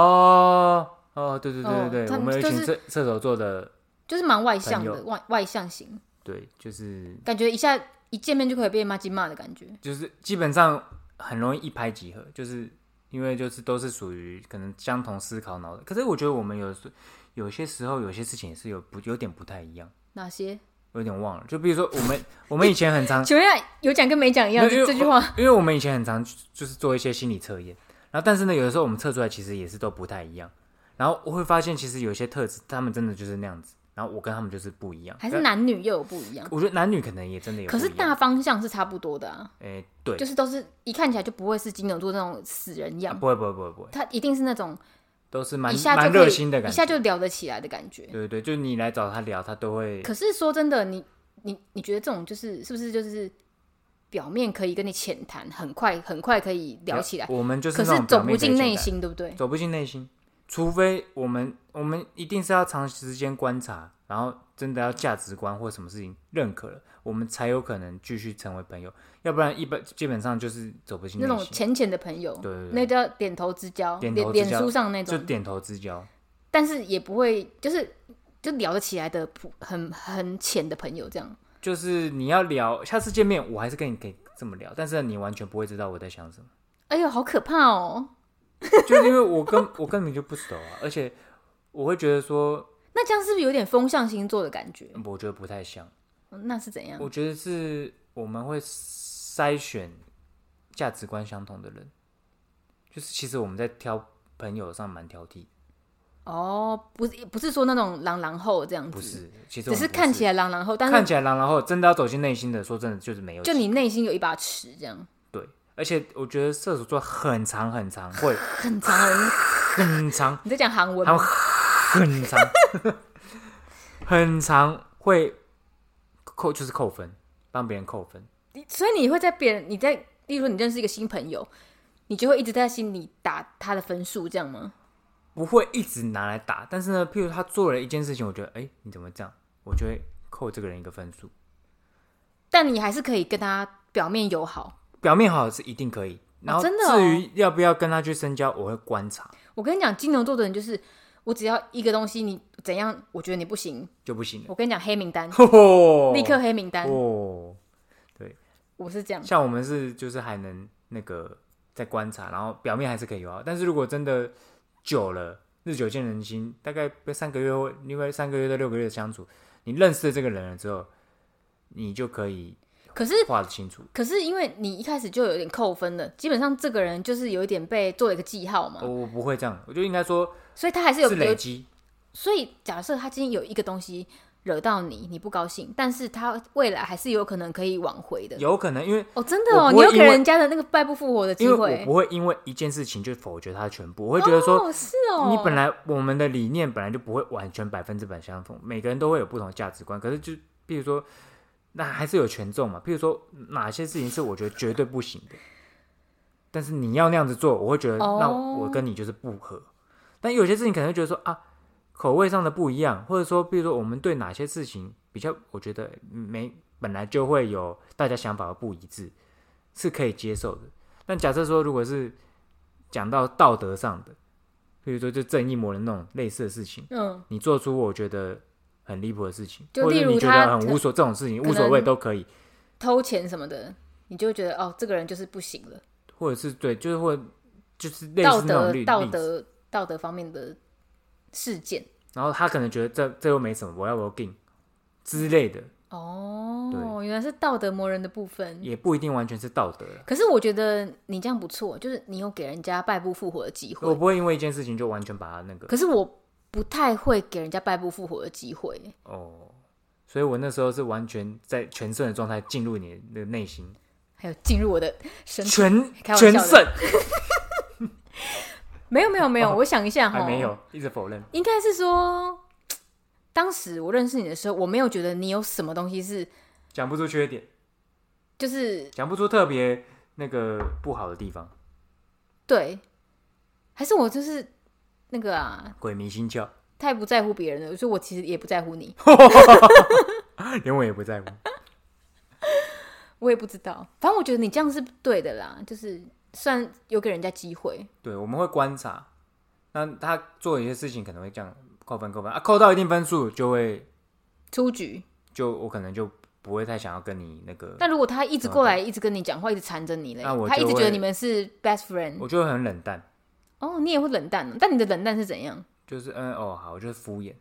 Speaker 2: 哦哦，对对
Speaker 1: 哦
Speaker 2: 对对对，
Speaker 1: 他
Speaker 2: 我
Speaker 1: 们
Speaker 2: 们有一
Speaker 1: 就
Speaker 2: 群
Speaker 1: 是
Speaker 2: 射射手座的，
Speaker 1: 就是蛮外向
Speaker 2: 朋
Speaker 1: 的，外外向型，
Speaker 2: 对，就是
Speaker 1: 感觉一下一见面就可以被骂鸡骂的感觉。
Speaker 2: 就是基本上很容易一拍即合，就是因为就是都是属于可能相同思考脑的。可是我觉得我们有时有些时候有些事情也是有不有点不太一样，
Speaker 1: 哪些？
Speaker 2: 有点忘了。就比如说我们我们以前很常
Speaker 1: 请问一下，有讲跟没讲一样？
Speaker 2: 没有因
Speaker 1: 这
Speaker 2: 为
Speaker 1: 这句话
Speaker 2: 因为我们以前很常就是做一些心理测验，然后但是呢，有的时候我们测出来其实也是都不太一样，然后我会发现其实有些特质他们真的就是那样子，然后我跟他们就是不一样，
Speaker 1: 还是
Speaker 2: 但
Speaker 1: 男女又有不一样。
Speaker 2: 我觉得男女可能也真的有不
Speaker 1: 可
Speaker 2: 一
Speaker 1: 是
Speaker 2: 样，
Speaker 1: 大方向是差不多的啊，
Speaker 2: 哎、对，啊
Speaker 1: 就是都是一看起来就不会是金牛座那种死人样，
Speaker 2: 不会不会不会不会，
Speaker 1: 他一定是那种
Speaker 2: 都是嗯蛮
Speaker 1: 一下就
Speaker 2: 蛮
Speaker 1: 可以
Speaker 2: 热心的感
Speaker 1: 一
Speaker 2: 觉，
Speaker 1: 下就聊得起来的感觉。
Speaker 2: 对对对，就你来找他聊，他都会
Speaker 1: 可是说真的，你你你觉得这种就是是不是就是表面可以跟你浅谈，很快很快可以聊起来，
Speaker 2: 我们就是
Speaker 1: 可
Speaker 2: 那
Speaker 1: 是
Speaker 2: 种
Speaker 1: 走
Speaker 2: 表
Speaker 1: 不
Speaker 2: 面
Speaker 1: 进
Speaker 2: 可以
Speaker 1: 内
Speaker 2: 简单，
Speaker 1: 心，对不对？
Speaker 2: 走不进内心，除非我们我们一定是要长时间观察，然后真的要价值观或什么事情认可了，我们才有可能继续成为朋友，要不然一般基本上就是走不进
Speaker 1: 那
Speaker 2: 内
Speaker 1: 种
Speaker 2: 心，
Speaker 1: 浅浅的朋友，
Speaker 2: 对对对
Speaker 1: 那叫点头之交，
Speaker 2: 点
Speaker 1: 脸
Speaker 2: 头之
Speaker 1: 脸
Speaker 2: 交
Speaker 1: 书上那
Speaker 2: 就
Speaker 1: 种，
Speaker 2: 点头之交。
Speaker 1: 但是也不会就是就聊得起来的普，很很浅的朋友这样。
Speaker 2: 就是你要聊，下次见面我还是跟你可以这么聊，但是你完全不会知道我在想什么。
Speaker 1: 哎呦，好可怕哦！
Speaker 2: 就是因为我跟我根本就不熟啊，而且我会觉得说，
Speaker 1: 那这样是不是有点风象星座的感觉？
Speaker 2: 嗯我觉得不太像，
Speaker 1: 那是怎样？
Speaker 2: 我觉得是我们会筛选价值观相同的人，就是其实我们在挑朋友上蛮挑剔，
Speaker 1: 哦，不是不是说那种狼狼后这样子，
Speaker 2: 不是，其实
Speaker 1: 嗯只
Speaker 2: 我们
Speaker 1: 是
Speaker 2: 不
Speaker 1: 看起来狼狼后，但
Speaker 2: 看
Speaker 1: 是
Speaker 2: 起来狼，然后真的要走进内心的，说真的就是没有
Speaker 1: 就
Speaker 2: 几
Speaker 1: 你内心有一把尺这样。
Speaker 2: 对，而且我觉得射手座很长很长，会
Speaker 1: 很长很，
Speaker 2: 很长
Speaker 1: 你在讲韩文
Speaker 2: 还
Speaker 1: 吗
Speaker 2: 有？很长很长会扣就是扣分，帮别人扣分。
Speaker 1: 你所以你会在别人，你在，例如说你认识一个新朋友，你就会一直在心里打他的分数，这样吗？
Speaker 2: 不会一直拿来打，但是呢，譬如他做了一件事情，我觉得，哎、你怎么这样？我就会扣这个人一个分数。
Speaker 1: 但你还是可以跟他表面友好。
Speaker 2: 表面好是一定可以，然后
Speaker 1: 真的哦
Speaker 2: 至于要不要跟他去深交，我会观察
Speaker 1: 我跟你讲，金牛座的人就是，我只要一个东西你怎样，我觉得你不行，
Speaker 2: 就不行了。
Speaker 1: 我跟你讲黑名单，
Speaker 2: 哦
Speaker 1: 立刻黑名单，
Speaker 2: 哦，
Speaker 1: 我是这样。
Speaker 2: 像我们是就是还能那个在观察，然后表面还是可以友好，但是如果真的久了，日久见人心，大概三个月或另外三个月到六个月的相处，你认识了这个人了之后，你就可以
Speaker 1: 可是
Speaker 2: 画得清楚。
Speaker 1: 可是因为你一开始就有点扣分了，基本上这个人就是有一点被做了一个记号嘛，
Speaker 2: 哦我不会这样，我就应该说
Speaker 1: 所以他还嗯是有
Speaker 2: 是
Speaker 1: 有
Speaker 2: 累积。
Speaker 1: 所以，假设他今天有一个东西惹到你，你不高兴，但是他未来还是有可能可以挽回的。
Speaker 2: 有可能，因为
Speaker 1: 哦，真的哦，
Speaker 2: 我
Speaker 1: 你
Speaker 2: 不会
Speaker 1: 有给
Speaker 2: 因为
Speaker 1: 人家的那个败不复活的机
Speaker 2: 因为
Speaker 1: 会
Speaker 2: 我。不会因为一件事情就否决他全部，我会觉得说、
Speaker 1: 哦，是哦，
Speaker 2: 你本来我们的理念本来就不会完全百分之百相同，每个人都会有不同的价值观。可是就比如说，那还是有权重嘛。譬如说哪些事情是我觉得绝对不行的，但是你要那样子做，我会觉得
Speaker 1: 哦
Speaker 2: 那我跟你就是不合。但有些事情可能会觉得说啊，口味上的不一样，或者说比如说我们对哪些事情比较，我觉得没本来就会有大家想法不一致，是可以接受的。但假设说，如果是讲到道德上的，比如说就正义魔人那种类似的事情，
Speaker 1: 嗯，
Speaker 2: 你做出我觉得很离谱的事情，
Speaker 1: 就
Speaker 2: 或者
Speaker 1: 例
Speaker 2: 是
Speaker 1: 如
Speaker 2: 你觉
Speaker 1: 他
Speaker 2: 得很无所这种事情
Speaker 1: 可
Speaker 2: 无所谓
Speaker 1: 能
Speaker 2: 都可以，
Speaker 1: 偷钱什么的，你就会觉得哦，这个人就是不行了，
Speaker 2: 或者是对，就是或就是类
Speaker 1: 道
Speaker 2: 似那种
Speaker 1: 德
Speaker 2: 例
Speaker 1: 道
Speaker 2: 例子。
Speaker 1: 德道德方面的事件
Speaker 2: 然后他可能觉得这这又没什么，我要我要 g 之类的，
Speaker 1: 哦，
Speaker 2: 对
Speaker 1: 原来是道德磨人的部分。
Speaker 2: 也不一定完全是道德啦。
Speaker 1: 可是我觉得你这样不错，就是你有给人家败不复活的机
Speaker 2: 我
Speaker 1: 会。
Speaker 2: 不会因为一件事情就完全把它那个
Speaker 1: 可是我不太会给人家败不复活的机会。
Speaker 2: 哦，所以我那时候是完全在全胜的状态进入你的内心，
Speaker 1: 还有进入我的身体，
Speaker 2: 全
Speaker 1: 开玩笑
Speaker 2: 全
Speaker 1: 的
Speaker 2: 胜
Speaker 1: 没有没有没有，
Speaker 2: 哦
Speaker 1: 我想一下哈，
Speaker 2: 还没，有，一直否认。
Speaker 1: 应该是说，当时我认识你的时候，我没有觉得你有什么东西是
Speaker 2: 讲不出缺点，
Speaker 1: 就是
Speaker 2: 讲不出特别那个不好的地方，
Speaker 1: 对，还是我就是那个啊，
Speaker 2: 鬼迷心窍，
Speaker 1: 太不在乎别人了，所以我其实也不在乎你，
Speaker 2: 连我也不在乎。
Speaker 1: 我也不知道，反正我觉得你这样是对的啦，就是算有给人家机会，
Speaker 2: 对，我们会观察，那他做一些事情可能会这样扣分扣分啊，扣到一定分数就会
Speaker 1: 出局。
Speaker 2: 就我可能就不会太想要跟你那个，
Speaker 1: 但如果他一直过来，一直跟你讲话，一直缠着你嘞，
Speaker 2: 嗯那我
Speaker 1: 他一直
Speaker 2: 就会
Speaker 1: 觉得你们是 best friend，
Speaker 2: 我就会很冷淡，
Speaker 1: 哦，你也会冷淡哦，但你的冷淡是怎样？
Speaker 2: 就是嗯哦好，我就是敷衍，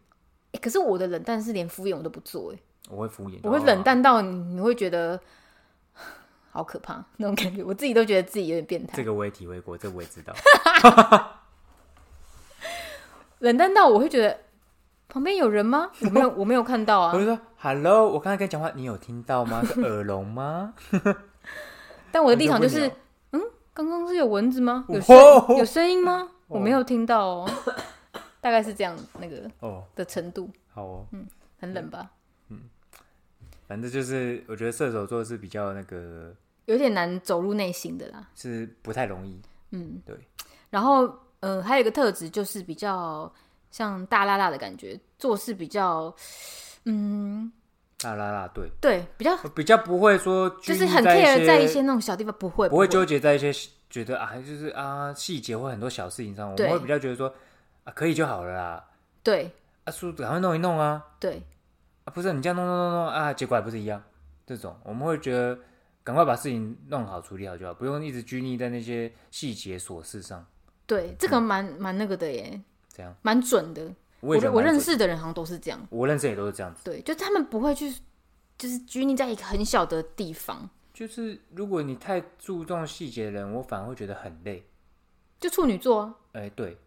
Speaker 1: 欸可是我的冷淡是连敷衍我都不做，哎，
Speaker 2: 我会敷衍，
Speaker 1: 我会冷淡到你，你会觉得 好可怕那种感觉，我自己都觉得自己有点变态
Speaker 2: 哦这，个我也体会过，这个我 也知道。
Speaker 1: 冷淡到我会觉得旁边有人吗？我 没有，我没有看到
Speaker 2: 我
Speaker 1: 啊，
Speaker 2: 就说 “hello”，我刚才跟你讲话，你有听到吗？是耳聋吗？
Speaker 1: 但我的立场就
Speaker 2: 我
Speaker 1: 是嗯
Speaker 2: 就问，
Speaker 1: 刚刚是有蚊子吗？有声
Speaker 2: 哦
Speaker 1: 有声音吗？我没有听到 哦，大概是这样那个
Speaker 2: 哦，
Speaker 1: 的程度，
Speaker 2: 好哦，
Speaker 1: 嗯很冷吧，
Speaker 2: 反正就是我觉得射手座是比较那个
Speaker 1: 有点难走入内心的啦，
Speaker 2: 是不太容易，
Speaker 1: 嗯，
Speaker 2: 对。
Speaker 1: 然后，呃，还有一个特质就是比较像大辣辣的感觉，做事比较，嗯，
Speaker 2: 啦啦啦，对，
Speaker 1: 对，比较
Speaker 2: 我比较不会说
Speaker 1: 就是
Speaker 2: 拘泥
Speaker 1: 很
Speaker 2: 在
Speaker 1: care 在
Speaker 2: 一
Speaker 1: 一些那种小地方，不会
Speaker 2: 不
Speaker 1: 会
Speaker 2: 会纠结在一些觉得啊，就是啊细节或很多小事情上，我
Speaker 1: 对
Speaker 2: 们会比较觉得说啊可以就好了啦，
Speaker 1: 对
Speaker 2: 啊叔赶快弄一弄啊，
Speaker 1: 对
Speaker 2: 啊不是你这样弄弄弄弄啊，结果还不是一样，这种我们会觉得赶快把事情弄好处理好就好，不用一直拘泥在那些细节琐事上，嗯
Speaker 1: 对，这个蛮蛮那个的耶，
Speaker 2: 这样
Speaker 1: 蛮准的。
Speaker 2: 我
Speaker 1: 我
Speaker 2: 也觉
Speaker 1: 认
Speaker 2: 得
Speaker 1: 我
Speaker 2: 蛮
Speaker 1: 认
Speaker 2: 准
Speaker 1: 识的人好像都是这样，
Speaker 2: 我认识也都是这样子。
Speaker 1: 对，就他们不会去，就是拘泥在一个很小的地方，
Speaker 2: 就是如果你太注重细节的人，我反而会觉得很累。
Speaker 1: 就处女座啊、
Speaker 2: 哎、对，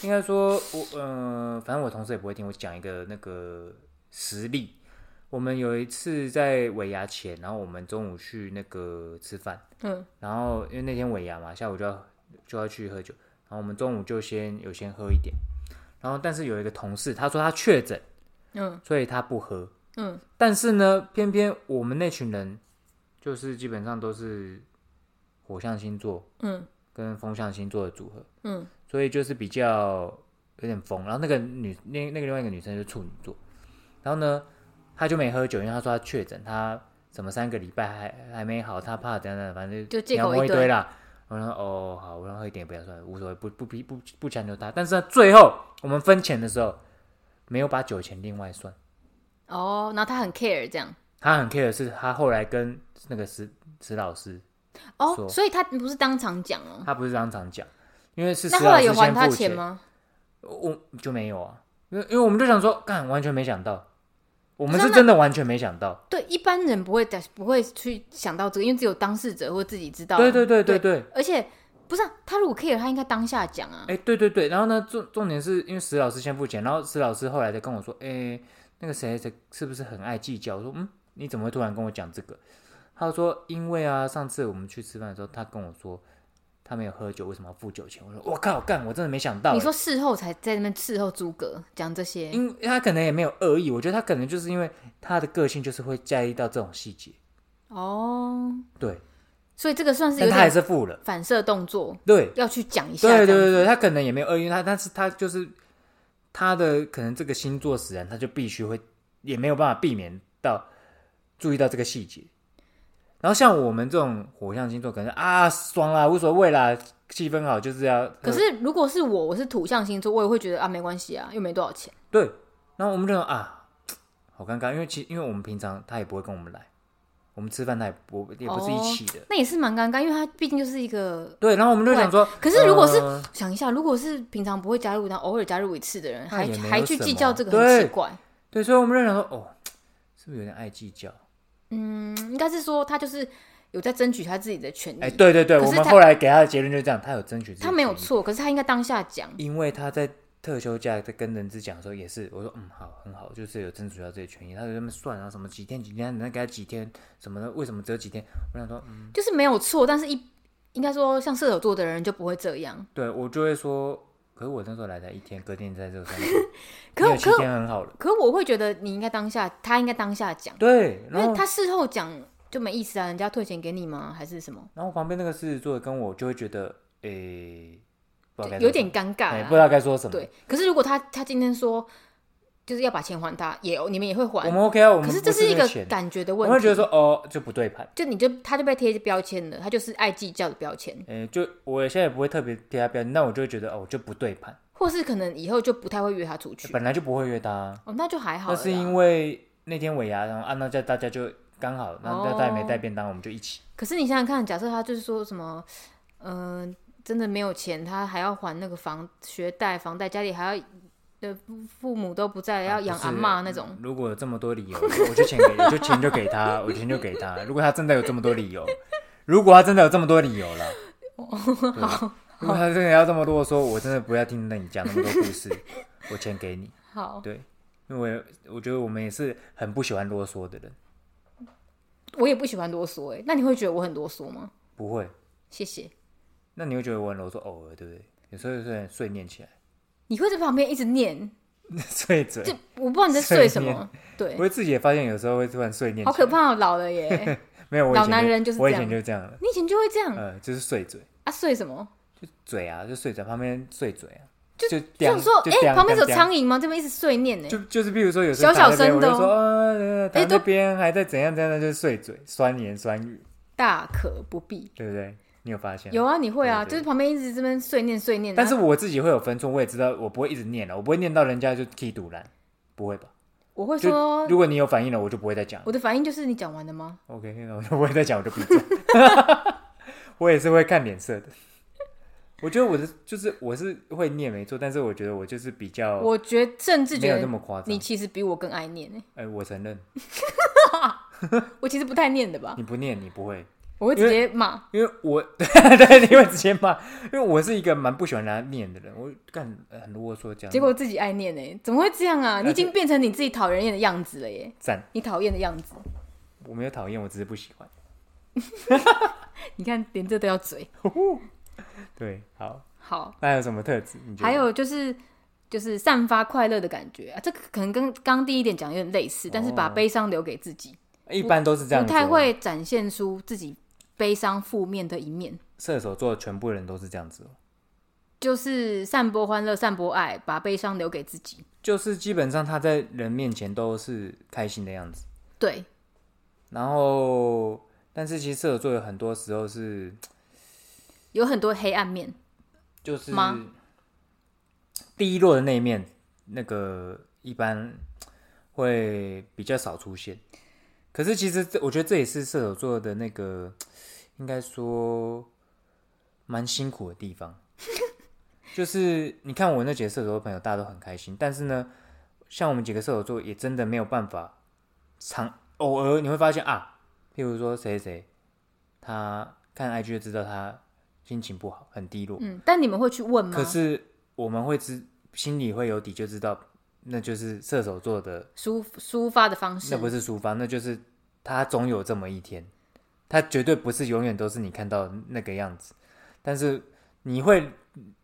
Speaker 2: 应该说我呃，反正我同事也不会听我讲一个那个实例。我们有一次在尾牙前，然后我们中午去那个吃饭，
Speaker 1: 嗯，
Speaker 2: 然后因为那天尾牙嘛，下午就要就要去喝酒，然后我们中午就先有先喝一点，然后但是有一个同事他说他确诊，
Speaker 1: 嗯
Speaker 2: 所以他不喝，
Speaker 1: 嗯，
Speaker 2: 但是呢，偏偏我们那群人就是基本上都是火象星座
Speaker 1: 嗯
Speaker 2: 跟风象星座的组合，
Speaker 1: 嗯，
Speaker 2: 所以就是比较有点疯。然后那个女那那个另外一个女生是处女座，然后呢，她就没喝酒，因为她说她确诊，她怎么三个礼拜还还没好，她怕等等，反正
Speaker 1: 就借口
Speaker 2: 鸟摸
Speaker 1: 一
Speaker 2: 一
Speaker 1: 堆
Speaker 2: 堆啦。我说哦好，我让喝一点也不要算了，无所谓，不不不不不强求她。但是呢最后我们分钱的时候，没有把酒钱另外算。
Speaker 1: 哦，然后他很 care 这样，
Speaker 2: 他很 care 的是，他后来跟那个石石老师，
Speaker 1: 哦，
Speaker 2: 说
Speaker 1: 所以他不是当场讲哦，
Speaker 2: 他不是当场讲，因为是
Speaker 1: 那
Speaker 2: 石
Speaker 1: 后
Speaker 2: 老
Speaker 1: 来
Speaker 2: 师
Speaker 1: 有还
Speaker 2: 先
Speaker 1: 他
Speaker 2: 付
Speaker 1: 钱？吗？
Speaker 2: 我就没有啊，因为因为我们就想说，干完全没想到，我们
Speaker 1: 不是
Speaker 2: 是
Speaker 1: 那
Speaker 2: 真的完全没想到，
Speaker 1: 对，一般人不会的，不会去想到这个，因为只有当事者或自己知道。啊
Speaker 2: 对对对对对，
Speaker 1: 而且不是、啊、他如果 care，他应该当下讲啊。
Speaker 2: 哎对对对，然后呢重重点是因为石老师先付钱，然后石老师后来才跟我说，哎那个谁谁是不是很爱计较？我说嗯，你怎么会突然跟我讲这个？他说因为啊上次我们去吃饭的时候，他跟我说。他没有喝酒，为什么要付酒钱？我说我靠，干！我真的没想到、
Speaker 1: 你
Speaker 2: 哎
Speaker 1: 说事后才在那边事后诸葛讲这些，
Speaker 2: 因为他可能也没有恶意，我觉得他可能就是因为他的个性就是会在意到这种细节，
Speaker 1: 哦，
Speaker 2: 对，
Speaker 1: 所以这个算是有
Speaker 2: 但他还
Speaker 1: 点
Speaker 2: 是付了，
Speaker 1: 反射动作，
Speaker 2: 对，
Speaker 1: 要去讲一下。
Speaker 2: 对对
Speaker 1: 这样
Speaker 2: 对对，他可能也没有恶意，他但是他就是他的可能这个星座使然，他就必须会也没有办法避免到注意到这个细节，然后像我们这种火象星座，可能啊爽啦，无所谓啦，气氛好就是要。
Speaker 1: 可是如果是我，我是土象星座，我也会觉得啊，没关系啊，又没多少钱。
Speaker 2: 对，然后我们就想啊，好尴尬，因为其因为我们平常他也不会跟我们来，我们吃饭他也不也不是一起的。
Speaker 1: 那也是蛮尴尬，因为它毕竟就是一个。
Speaker 2: 对，然后我们就想说，
Speaker 1: 可是如果是、
Speaker 2: 呃
Speaker 1: 想一下，如果是平常不会加入，但偶尔加入一次的人，
Speaker 2: 那
Speaker 1: 还
Speaker 2: 也没有
Speaker 1: 还去
Speaker 2: 什
Speaker 1: 计
Speaker 2: 么
Speaker 1: 较这个
Speaker 2: 对
Speaker 1: 很奇怪。
Speaker 2: 对，所以我们就想说，哦，是不是有点爱计较？
Speaker 1: 嗯，应该是说他就是有在争取他自己的权利，
Speaker 2: 哎、对对对，
Speaker 1: 可是
Speaker 2: 我们
Speaker 1: 他
Speaker 2: 后来给他的结论就是这样，他有争取自己的
Speaker 1: 他没有
Speaker 2: 权益，
Speaker 1: 错，可是他应该当下讲。
Speaker 2: 因为他在特休假在跟人资讲的时候也是，我说嗯好很好，就是有争取到这些权益，他就这么算啊什么几天几天，能给他几天什么的，为什么只有几天？我想说，嗯，
Speaker 1: 就是没有错，但是一应该说像射手座的人就不会这样。
Speaker 2: 对我就会说，可是我那时候来才一天，隔天在这个三天，
Speaker 1: 可
Speaker 2: 没有七
Speaker 1: 可
Speaker 2: 天很好了，
Speaker 1: 可我会觉得你应该当下，他应该当下讲，
Speaker 2: 对，
Speaker 1: 因
Speaker 2: 然
Speaker 1: 为
Speaker 2: 后
Speaker 1: 他事后讲就没意思啊，人家退钱给你吗？还是什么？
Speaker 2: 然后旁边那个狮子座的跟我就会觉得，诶、不知道该说
Speaker 1: 有
Speaker 2: 什
Speaker 1: 点
Speaker 2: 么
Speaker 1: 尴尬
Speaker 2: 哎
Speaker 1: 啦
Speaker 2: 不知道该说什么，
Speaker 1: 对，可是如果他他今天说就是要把钱还他，也你们也会
Speaker 2: 我
Speaker 1: 还，
Speaker 2: 们 OK 啊，我们
Speaker 1: 可是
Speaker 2: 不
Speaker 1: 这是一
Speaker 2: 那
Speaker 1: 个
Speaker 2: 钱
Speaker 1: 感觉的
Speaker 2: 我
Speaker 1: 问
Speaker 2: 会
Speaker 1: 题。
Speaker 2: 觉得说哦，就不对盘。
Speaker 1: 就你就他就被贴标签了，他就是爱计较的标签，
Speaker 2: 诶、嗯就我现在也不会特别贴他标签，但我就会觉得哦，我就不对盘，
Speaker 1: 或是可能以后就不太会约他出去。
Speaker 2: 本来就不会约他、啊。
Speaker 1: 哦，那就还好
Speaker 2: 那
Speaker 1: 啦。
Speaker 2: 是因为那天尾牙，然后啊，那在大家就刚好，那
Speaker 1: 哦
Speaker 2: 那大家没带便当，我们就一起。
Speaker 1: 可是你想想看，假设他就是说什么，嗯、真的没有钱，他还要还那个房学贷、房贷，家里还要的父母都不在，要养
Speaker 2: 啊不是嗯
Speaker 1: 阿嬷那种。
Speaker 2: 如果有这么多理由，我就钱给，我就钱就给他，我钱就给他。如果他真的有这么多理由，如果他真的有这么多理由了，
Speaker 1: 哦
Speaker 2: 好，如果他真的要这么啰嗦，我真的不要听那你讲那么多故事， 我钱给你。
Speaker 1: 好，
Speaker 2: 对，因为我我觉得我们也是很不喜欢啰嗦的人，
Speaker 1: 我也不喜欢啰嗦哎、那你会觉得我很啰嗦吗？
Speaker 2: 不会。
Speaker 1: 谢谢。
Speaker 2: 那你会觉得我很啰嗦，偶尔对不对？有时候有点碎念起来，
Speaker 1: 你会在旁边一直念，
Speaker 2: 碎嘴
Speaker 1: 就。我不知道你在睡什么，对
Speaker 2: 我，自己也发现有时候会突然碎念起来，
Speaker 1: 好可怕、哦，老了 耶！
Speaker 2: 没有，我以
Speaker 1: 老
Speaker 2: 前
Speaker 1: 男人就是
Speaker 2: 我以
Speaker 1: 这样
Speaker 2: 前就这样了，
Speaker 1: 你以前就会这样、
Speaker 2: 呃，就是碎嘴，
Speaker 1: 啊？睡什么？
Speaker 2: 嘴啊，就碎嘴，旁边碎嘴啊，
Speaker 1: 就
Speaker 2: 就
Speaker 1: 就
Speaker 2: 这
Speaker 1: 想说，
Speaker 2: 就
Speaker 1: 哎、
Speaker 2: 叮
Speaker 1: 旁边有
Speaker 2: 叮
Speaker 1: 苍蝇吗？这边一直碎念呢、
Speaker 2: 就就是比如说有时候
Speaker 1: 小小
Speaker 2: 躺在那
Speaker 1: 声
Speaker 2: 边
Speaker 1: 的哦哎
Speaker 2: 我就说，呃，呃躺
Speaker 1: 都
Speaker 2: 那边还在怎样怎样，就是碎嘴，酸言酸语，
Speaker 1: 大可不必。
Speaker 2: 对不对？你有发现？
Speaker 1: 有。啊，你会啊，
Speaker 2: 对对
Speaker 1: 就是旁边一直这边碎念碎念，
Speaker 2: 但是我自己会有分寸，我也知道我不会一直念了，我不会念到人家就踢堵烂，不会吧？
Speaker 1: 我会
Speaker 2: 就
Speaker 1: 说，
Speaker 2: 如果你有反应了，我就不会再讲了。
Speaker 1: 我的反应就是你讲完了吗？
Speaker 2: OK，那我就 不会再讲，我就闭嘴。我也是会看脸色的。我觉得我的就是我是会念没错，但是我觉得我就是比较
Speaker 1: 我觉得甚至
Speaker 2: 没
Speaker 1: 觉
Speaker 2: 有那
Speaker 1: 得
Speaker 2: 么夸张
Speaker 1: 你。其实比我更爱念、欸、
Speaker 2: 哎、我承认，
Speaker 1: 我其实不太念的吧，
Speaker 2: 你不念你不会，
Speaker 1: 我会直接骂。
Speaker 2: 因为我 对你会直接骂，因为我是一个蛮不喜欢人家念的人，我干呃很啰嗦这样。
Speaker 1: 结果自己爱念哎、怎么会这样啊？
Speaker 2: 而且
Speaker 1: 你已经变成你自己讨人厌的样子了耶，
Speaker 2: 赞，
Speaker 1: 你讨厌的样子。
Speaker 2: 我没有讨厌，我只是不喜欢。
Speaker 1: 你看，连这都要嘴。
Speaker 2: 对，好，
Speaker 1: 好，
Speaker 2: 那还有什么特质？你觉得
Speaker 1: 还有就是就是散发快乐的感觉啊，这个可能跟刚刚第一点讲有点类似，但是把
Speaker 2: 哦
Speaker 1: 悲伤留给自己，
Speaker 2: 一般都是这样啊
Speaker 1: 不
Speaker 2: 子，
Speaker 1: 太。会展现出自己悲伤负面的一面。
Speaker 2: 射手座全部人都是这样子哦，
Speaker 1: 就是散播欢乐，散播爱，把悲伤留给自己。
Speaker 2: 就是基本上他在人面前都是开心的样子。
Speaker 1: 对，
Speaker 2: 然后，但是其实射手座有很多时候是
Speaker 1: 有很多黑暗面，
Speaker 2: 就是
Speaker 1: 吗
Speaker 2: 低落的那一面，那个一般会比较少出现。可是其实这我觉得这也是射手座的那个，应该说蛮辛苦的地方。就是你看我那几个射手座朋友，大家都很开心，但是呢，像我们几个射手座也真的没有办法常偶尔你会发现啊，譬如说谁谁谁，他看 IG 就知道他心情不好，很低落。
Speaker 1: 嗯，但你们会去问吗？
Speaker 2: 可是我们会知心里会有底，就知道那就是射手座的，
Speaker 1: 抒抒发的方式
Speaker 2: 那，不是抒发，那就是他总有这么一天，他绝对不是永远都是你看到那个样子，但是你会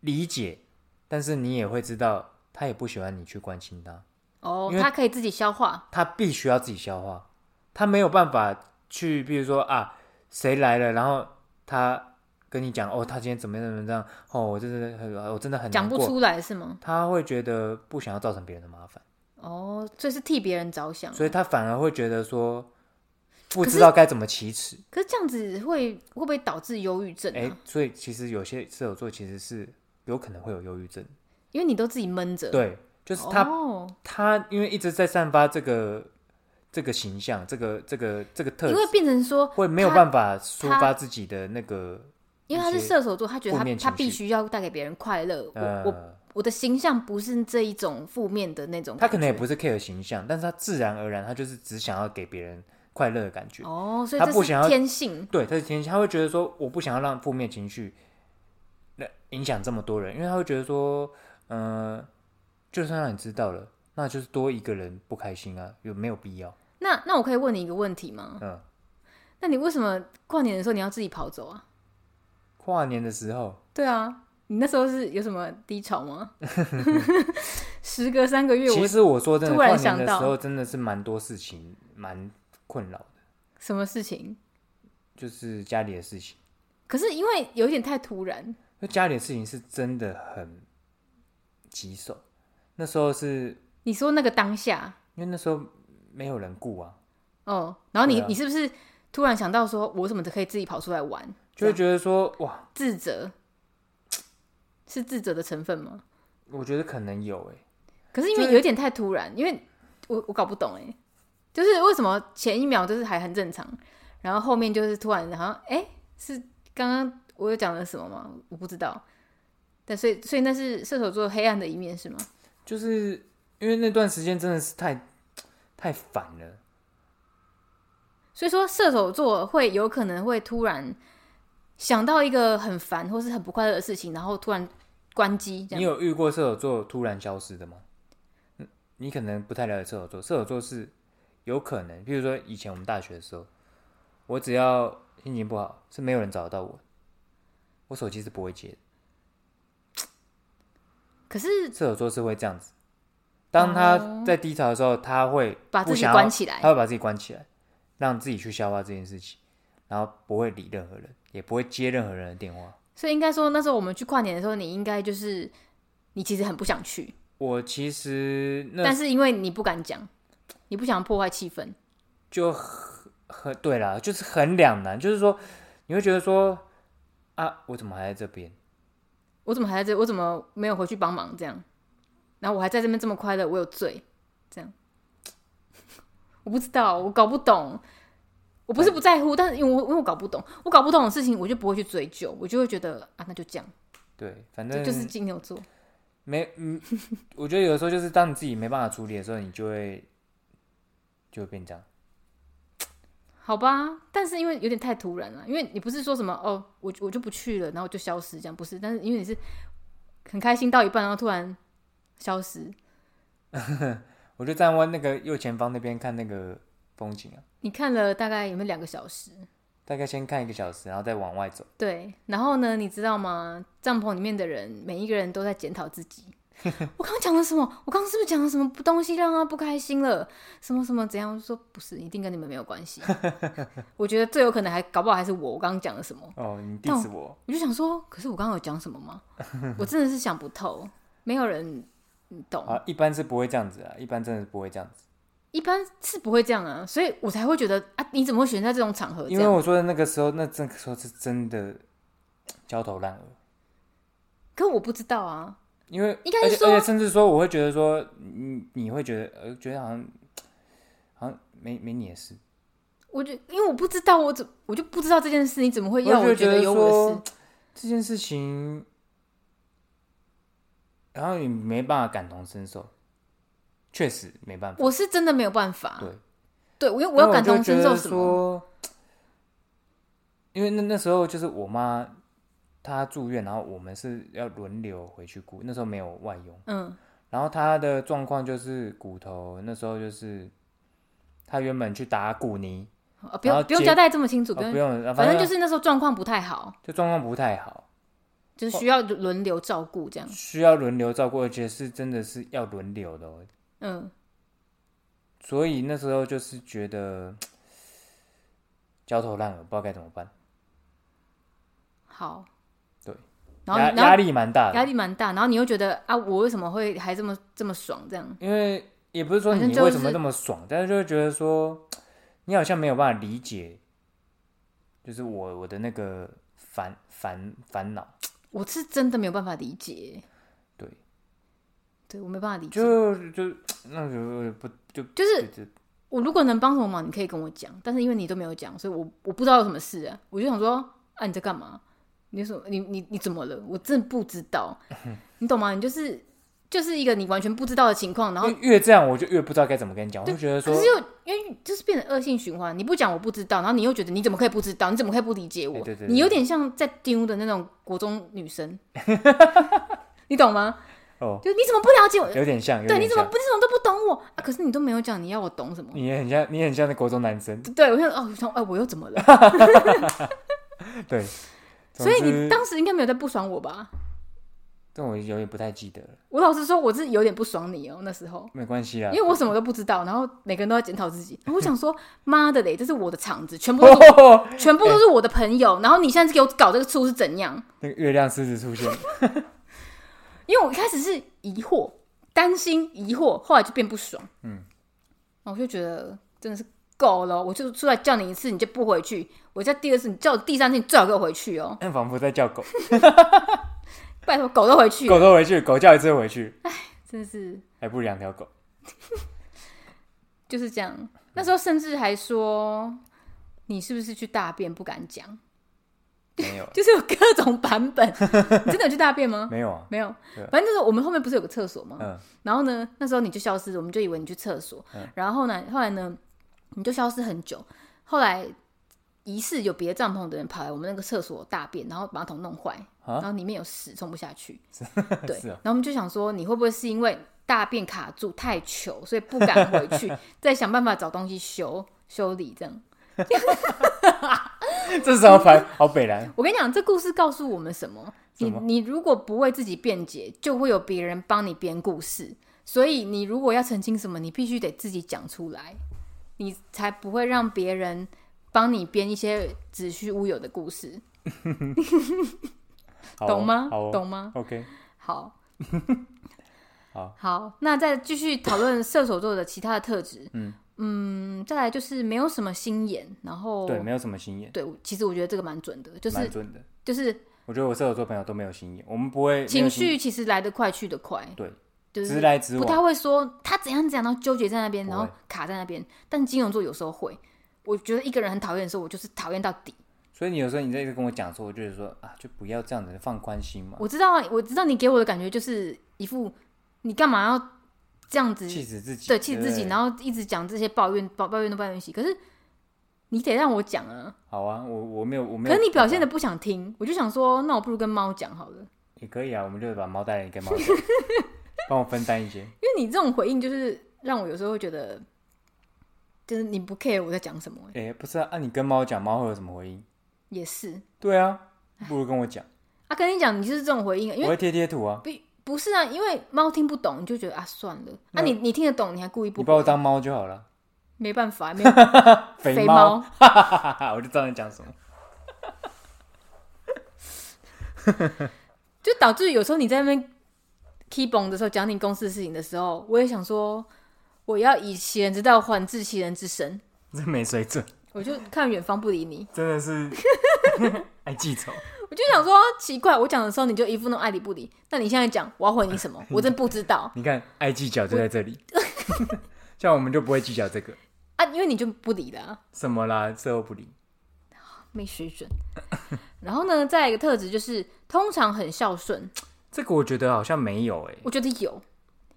Speaker 2: 理解，但是你也会知道他也不喜欢你去关心他，
Speaker 1: 哦
Speaker 2: 因，为
Speaker 1: 他可以自己消化，
Speaker 2: 他必须要自己消化，他没有办法去，比如说啊，谁来了，然后他跟你讲哦，他今天怎么样怎么样，哦，我真的很，我真的很
Speaker 1: 讲
Speaker 2: 难
Speaker 1: 不
Speaker 2: 过。
Speaker 1: 出来是吗？
Speaker 2: 他会觉得不想要造成别人的麻烦，
Speaker 1: 哦，这是替别人着想，
Speaker 2: 所以他反而会觉得说，不知道该怎么启齿。
Speaker 1: 可是这样子会会不会导致忧郁症啊？
Speaker 2: 哎、所以其实有些射手座其实是有可能会有忧郁症，
Speaker 1: 因为你都自己闷着，，
Speaker 2: 对，就是他、
Speaker 1: 哦，
Speaker 2: 他因为一直在散发这个这个形象，这个这个这个特
Speaker 1: 因
Speaker 2: 质，
Speaker 1: 为变成说，
Speaker 2: 会没有
Speaker 1: 他
Speaker 2: 办法抒
Speaker 1: 他
Speaker 2: 发自己的那个
Speaker 1: 因为他是
Speaker 2: 一些
Speaker 1: 射手座，他觉得
Speaker 2: 负
Speaker 1: 他
Speaker 2: 面
Speaker 1: 他
Speaker 2: 情
Speaker 1: 必
Speaker 2: 绪
Speaker 1: 须要带给别人快乐。
Speaker 2: 呃，
Speaker 1: 我我我的形象不是这一种负面的那种感觉，
Speaker 2: 他可能也不是 care 形象，但是他自然而然他就是只想要给别人快乐的感觉。
Speaker 1: 哦，所以
Speaker 2: 他
Speaker 1: 这
Speaker 2: 不
Speaker 1: 是
Speaker 2: 想要
Speaker 1: 天性，
Speaker 2: 对，他是天蝎，他会觉得说，我不想要让负面情绪那影响这么多人，因为他会觉得说，嗯、就算让你知道了，那就是多一个人不开心啊，有没有必要？
Speaker 1: 那那我可以问你一个问题吗？
Speaker 2: 嗯，
Speaker 1: 那你为什么跨年的时候你要自己跑走啊？
Speaker 2: 跨年的时候，
Speaker 1: 对啊，你那时候是有什么低潮 吗？ 时隔三个月，
Speaker 2: 其
Speaker 1: 我
Speaker 2: 实我说真的，
Speaker 1: 突然
Speaker 2: 跨年
Speaker 1: 想
Speaker 2: 的时
Speaker 1: 到
Speaker 2: 候真的是蛮多事情蛮困扰的，
Speaker 1: 什么事情？
Speaker 2: 就是家里的事情，
Speaker 1: 可是因为有点太突然，
Speaker 2: 因为家里的事情是真的很棘手。那时候是
Speaker 1: 你说那个当下
Speaker 2: 因为那时候没有人顾啊，
Speaker 1: 哦，然后你、
Speaker 2: 对啊
Speaker 1: 你是不是突然想到说，我怎么可以自己跑出来玩？
Speaker 2: 就会觉得说，哇，
Speaker 1: 自责是自责的成分吗？
Speaker 2: 我觉得可能有哎、
Speaker 1: 可是因
Speaker 2: 就
Speaker 1: 为
Speaker 2: 是
Speaker 1: 有点太突然，因为我我搞不懂哎、就是为什么前一秒就是还很正常，然后后面就是突然好像哎、诶是刚刚我有讲了什么吗？我不知道。但所以所以那是射手座黑暗的一面是吗？
Speaker 2: 就是因为那段时间真的是太太烦了，
Speaker 1: 所以说射手座会有可能会突然想到一个很烦或是很不快乐的事情，然后突然关机这
Speaker 2: 你
Speaker 1: 样。
Speaker 2: 有遇过射手座突然消失的吗？嗯你可能不太了解射手座。射手座是有可能，比如说以前我们大学的时候，我只要心情不好，是没有人找得到我，我手机是不会接的。
Speaker 1: 可是
Speaker 2: 射手座是会这样子，当他
Speaker 1: 哦
Speaker 2: 在低潮的时候，他会
Speaker 1: 把自
Speaker 2: 不
Speaker 1: 己
Speaker 2: 想要
Speaker 1: 关起来
Speaker 2: 他会把自己关起来，让自己去消化这件事情，然后不会理任何人，也不会接任何人的电话。
Speaker 1: 所以应该说那时候我们去跨年的时候，你应该就是你其实很不想去，
Speaker 2: 我其实那
Speaker 1: 但是因为你不敢讲，你不想破坏气氛。
Speaker 2: 就很很对啦，就是很两难，就是说你会觉得说啊，我怎么还在这边？
Speaker 1: 我怎么还在这？我怎么没有回去帮忙？这样，然后我还在这边这么快乐，我有罪？这样， 我不知道，我搞不懂。我不是不在乎，但是因为我因为我搞不懂，我搞不懂的事情，我就不会去追究，我就会觉得啊，那就这样，
Speaker 2: 对，反
Speaker 1: 这
Speaker 2: 正
Speaker 1: 就是金牛座。
Speaker 2: 没嗯，我觉得有的时候就是当你自己没办法处理的时候，你就会就会变这样。
Speaker 1: 好吧，但是因为有点太突然了，因为你不是说什么哦，我我就不去了，然后我就消失这样，不是？但是因为你是很开心到一半，然后突然消失，
Speaker 2: 我就在往那个右前方那边看那个风景啊，
Speaker 1: 你看了大概有没有两个小时？
Speaker 2: 大概先看一个小时，然后再往外走。
Speaker 1: 对，然后呢，你知道吗？帐篷里面的人，每一个人都在检讨自 己。我刚刚讲了什么？我刚刚是不是讲了什么东西让他不开心了？什么什么怎样？我就说不是，一定跟你们没有关 系。我觉得最有可能还搞不好还是我，我刚刚讲了什么？
Speaker 2: 哦，你
Speaker 1: 但
Speaker 2: diss 我，
Speaker 1: 我就想说，可是我刚刚有讲什么 吗？我真的是想不透，没有人懂。
Speaker 2: 啊，一般是不会这样子啊，一般真的是不会这样子，
Speaker 1: 一般是不会这样啊，所以我才会觉得啊，你怎么会选在这种场合这
Speaker 2: 因为
Speaker 1: 样？
Speaker 2: 我说的那个时候，那这个时候是真的焦头烂额。
Speaker 1: 可我不知道啊，
Speaker 2: 因为
Speaker 1: 应该
Speaker 2: 而
Speaker 1: 是
Speaker 2: 且
Speaker 1: 说
Speaker 2: 而且甚至说，我会觉得说，你你会觉得呃，觉得好像好像没没你的事，
Speaker 1: 我就因为我不知道，我怎我就不知道这件事，你怎么会要
Speaker 2: 我就
Speaker 1: 我
Speaker 2: 觉
Speaker 1: 觉
Speaker 2: 得
Speaker 1: 得有我的
Speaker 2: 说
Speaker 1: 事？
Speaker 2: 这件事情，然后你没办法感同身受，确实没办法。
Speaker 1: 我是真的没有办法。
Speaker 2: 对，
Speaker 1: 对，因为我要感
Speaker 2: 但
Speaker 1: 同
Speaker 2: 就
Speaker 1: 身
Speaker 2: 觉
Speaker 1: 受
Speaker 2: 得
Speaker 1: 什么？
Speaker 2: 说，因为那那时候就是我妈她住院，然后我们是要轮流回去顾，那时候没有外佣。
Speaker 1: 嗯，
Speaker 2: 然后他的状况就是骨头，那时候就是他原本去打骨泥，
Speaker 1: 啊不
Speaker 2: 然后
Speaker 1: 用不用
Speaker 2: 结
Speaker 1: 交代这么清楚，
Speaker 2: 哦
Speaker 1: 不用，
Speaker 2: 不用了，
Speaker 1: 反
Speaker 2: 正
Speaker 1: 正就是那时候状况不太好，
Speaker 2: 就状况不太好，哦
Speaker 1: 就是需要轮流照顾这样。
Speaker 2: 需要轮流照顾，而且是真的是要轮流的、哦，
Speaker 1: 嗯，
Speaker 2: 所以那时候就是觉得焦头烂额，不知道该怎么办，
Speaker 1: 好。
Speaker 2: 对，
Speaker 1: 然后
Speaker 2: 压
Speaker 1: 然后
Speaker 2: 压力蛮大
Speaker 1: 压
Speaker 2: 的，
Speaker 1: 力蛮大，然后你又觉得啊，我为什么会还这么这么爽这样？
Speaker 2: 因为也不是说
Speaker 1: 反正
Speaker 2: 你
Speaker 1: 就
Speaker 2: 为什
Speaker 1: 是
Speaker 2: 么那么爽，但是就会觉得说你好像没有办法理解，就是我我的那个烦烦烦恼。
Speaker 1: 我是真的没有办法理解，
Speaker 2: 对，
Speaker 1: 对我没办法理解。
Speaker 2: 就就那就不就
Speaker 1: 就是
Speaker 2: 就
Speaker 1: 我如果能帮什么忙，你可以跟我讲，但是因为你都没有讲，所以我我不知道有什么事啊。我就想说，啊，你在干嘛？你有什么？你你你怎么了？我真的不知道，
Speaker 2: 嗯
Speaker 1: 你懂吗？你就是就是一个你完全不知道的情况，然后
Speaker 2: 越越这样我就越不知道该怎么跟你讲，我
Speaker 1: 对
Speaker 2: 就觉得说
Speaker 1: 可，是又因为就是变成恶性循环，你不讲我不知道，然后你又觉得你怎么可以不知道？你怎么可以不理解我？
Speaker 2: 哎对对对
Speaker 1: 你有点像在丢的那种国中女生， 你懂吗？
Speaker 2: 哦，
Speaker 1: 就你怎么不了解我？
Speaker 2: 有点像，有
Speaker 1: 对，
Speaker 2: 点
Speaker 1: 你怎么
Speaker 2: 像，
Speaker 1: 不你怎么都不懂我啊？可是你都没有讲，你要我懂什么？
Speaker 2: 你也很像，你也很像那国中男生，
Speaker 1: 对，我想哦，我想哎，我又怎么了？
Speaker 2: 对。
Speaker 1: 所以
Speaker 2: 总之
Speaker 1: 你当时应该没有在不爽我吧？
Speaker 2: 但我有点不太记得了，
Speaker 1: 我老实说，我是有点不爽你哦、那时候，
Speaker 2: 没关系啦
Speaker 1: 因。为我什么都不知道，然后每个人都在检讨自己。然后我想说，妈的嘞，这是我的场子，全部都 是
Speaker 2: 哦，
Speaker 1: 全部都是我的朋友，然后你现在给我搞这个醋是怎样？
Speaker 2: 那个月亮狮子出现，
Speaker 1: 因为我一开始是疑惑、担心、疑惑，后来就变不爽。嗯，然后我就觉得真的是够了，我就出来叫你一次你就不回去，我叫第二次你叫我第三次你最好给我回去哦，
Speaker 2: 那仿佛在叫狗，
Speaker 1: 拜托狗都回去，
Speaker 2: 狗都回去，狗叫一次回去，
Speaker 1: 真的是
Speaker 2: 还不如两条狗。
Speaker 1: 就是这样。那时候甚至还说你是不是去大便不敢讲，
Speaker 2: 没有，
Speaker 1: 就是有各种版本。 你真的有去大便吗？
Speaker 2: 没 有啊，
Speaker 1: 没有
Speaker 2: 对啊，
Speaker 1: 反正就是我们后面不是有个厕所吗？
Speaker 2: 嗯
Speaker 1: 然后呢，那时候你就消失了，我们就以为你去厕所。然后呢，后来呢，你就消失很久。后来疑似有别的帐篷的人跑来我们那个厕所大便，然后马桶弄坏，
Speaker 2: 啊
Speaker 1: 然后里面有屎冲不下去。对，
Speaker 2: 是哦
Speaker 1: 然后我们就想说，你会不会是因为大便卡住太糗，所以不敢回 去，再想办法找东西修修理这样？
Speaker 2: 这是什么牌？好北蓝，
Speaker 1: 我跟你讲，这故事告诉我们什么？你
Speaker 2: 什么
Speaker 1: 你如果不为自己辩解，就会有别人帮你编故事。所以你如果要澄清什么，你必须得自己讲出来，你才不会让别人帮你编一些子虚乌有的故事，
Speaker 2: 好哦
Speaker 1: 懂吗？
Speaker 2: 好哦，
Speaker 1: 懂吗？
Speaker 2: OK，
Speaker 1: 好，
Speaker 2: 好，
Speaker 1: 那再继续讨论射手座的其他的特质。嗯再来就是没有什么心眼，然后
Speaker 2: 对，没有什么心眼，
Speaker 1: 对，其实我觉得这个蛮准的，哦就是
Speaker 2: 蛮准的。
Speaker 1: 就是
Speaker 2: 我觉得我射手座朋友都没有心眼，我们不会没
Speaker 1: 情
Speaker 2: 有心
Speaker 1: 绪其实来得快去得快，
Speaker 2: 对，
Speaker 1: 就
Speaker 2: 直
Speaker 1: 是
Speaker 2: 来直
Speaker 1: 不
Speaker 2: 往，
Speaker 1: 太会说他怎样怎样，然后纠结在那边，
Speaker 2: 不
Speaker 1: 然
Speaker 2: 会
Speaker 1: 后卡在那边。但金牛座有时候会，我觉得一个人很讨厌的时候，我就是讨厌到底。
Speaker 2: 所以你有时候你在一直跟我讲说，我就是说啊，就不要这样子，放宽心嘛，
Speaker 1: 我知道，我知道你给我的感觉就是一副你干嘛要这样子，
Speaker 2: 气死自己，
Speaker 1: 对，气自己，
Speaker 2: 对
Speaker 1: 然后一直讲这些抱怨、抱抱怨的抱怨西。可是你得让我讲啊，
Speaker 2: 好啊，我我没有我没
Speaker 1: 可
Speaker 2: 有，
Speaker 1: 是你表现的不想听，我就想说，那我不如跟猫讲好了，因
Speaker 2: 也可以啊，我们就把猫带来，你给猫带，帮我分担一些，
Speaker 1: 为你这种回应就是让我有时候会觉得，就是你不 care 我在讲什么、欸
Speaker 2: 哎、不是啊，啊你跟猫讲，猫会有什么回应？
Speaker 1: 也是。
Speaker 2: 对啊，不如跟我讲，
Speaker 1: 啊，跟你讲，你就是这种回应，因为
Speaker 2: 我会贴贴图啊，
Speaker 1: 不不是啊，因为猫听不懂，你就觉得啊算了。啊你你听得懂，你还故意不
Speaker 2: 你把我当猫就好了，
Speaker 1: 没办法，没有
Speaker 2: 肥
Speaker 1: 猫
Speaker 2: 猫，。哈哈哈，我就知道你讲什么，
Speaker 1: 就导致有时候你在那边 keep on 的时候，讲你公司的事情的时候，我也想说，我要以其人之道还治其人之身。
Speaker 2: 这没水准，
Speaker 1: 我就看远方不理你，
Speaker 2: 真的是 爱记仇，
Speaker 1: 我就想说奇怪，我讲的时候你就一副那种爱理不理，那你现在讲我要回你什么？我真不知道
Speaker 2: 你看爱计较就在这里， 像我们就不会计较这个。
Speaker 1: 啊，因为你就不理了、啊，
Speaker 2: 什么啦？事后不理，
Speaker 1: 没水准。 然后呢，再一个特质就是通常很孝顺，
Speaker 2: 这个我觉得好像没有欸诶、
Speaker 1: 我觉得有，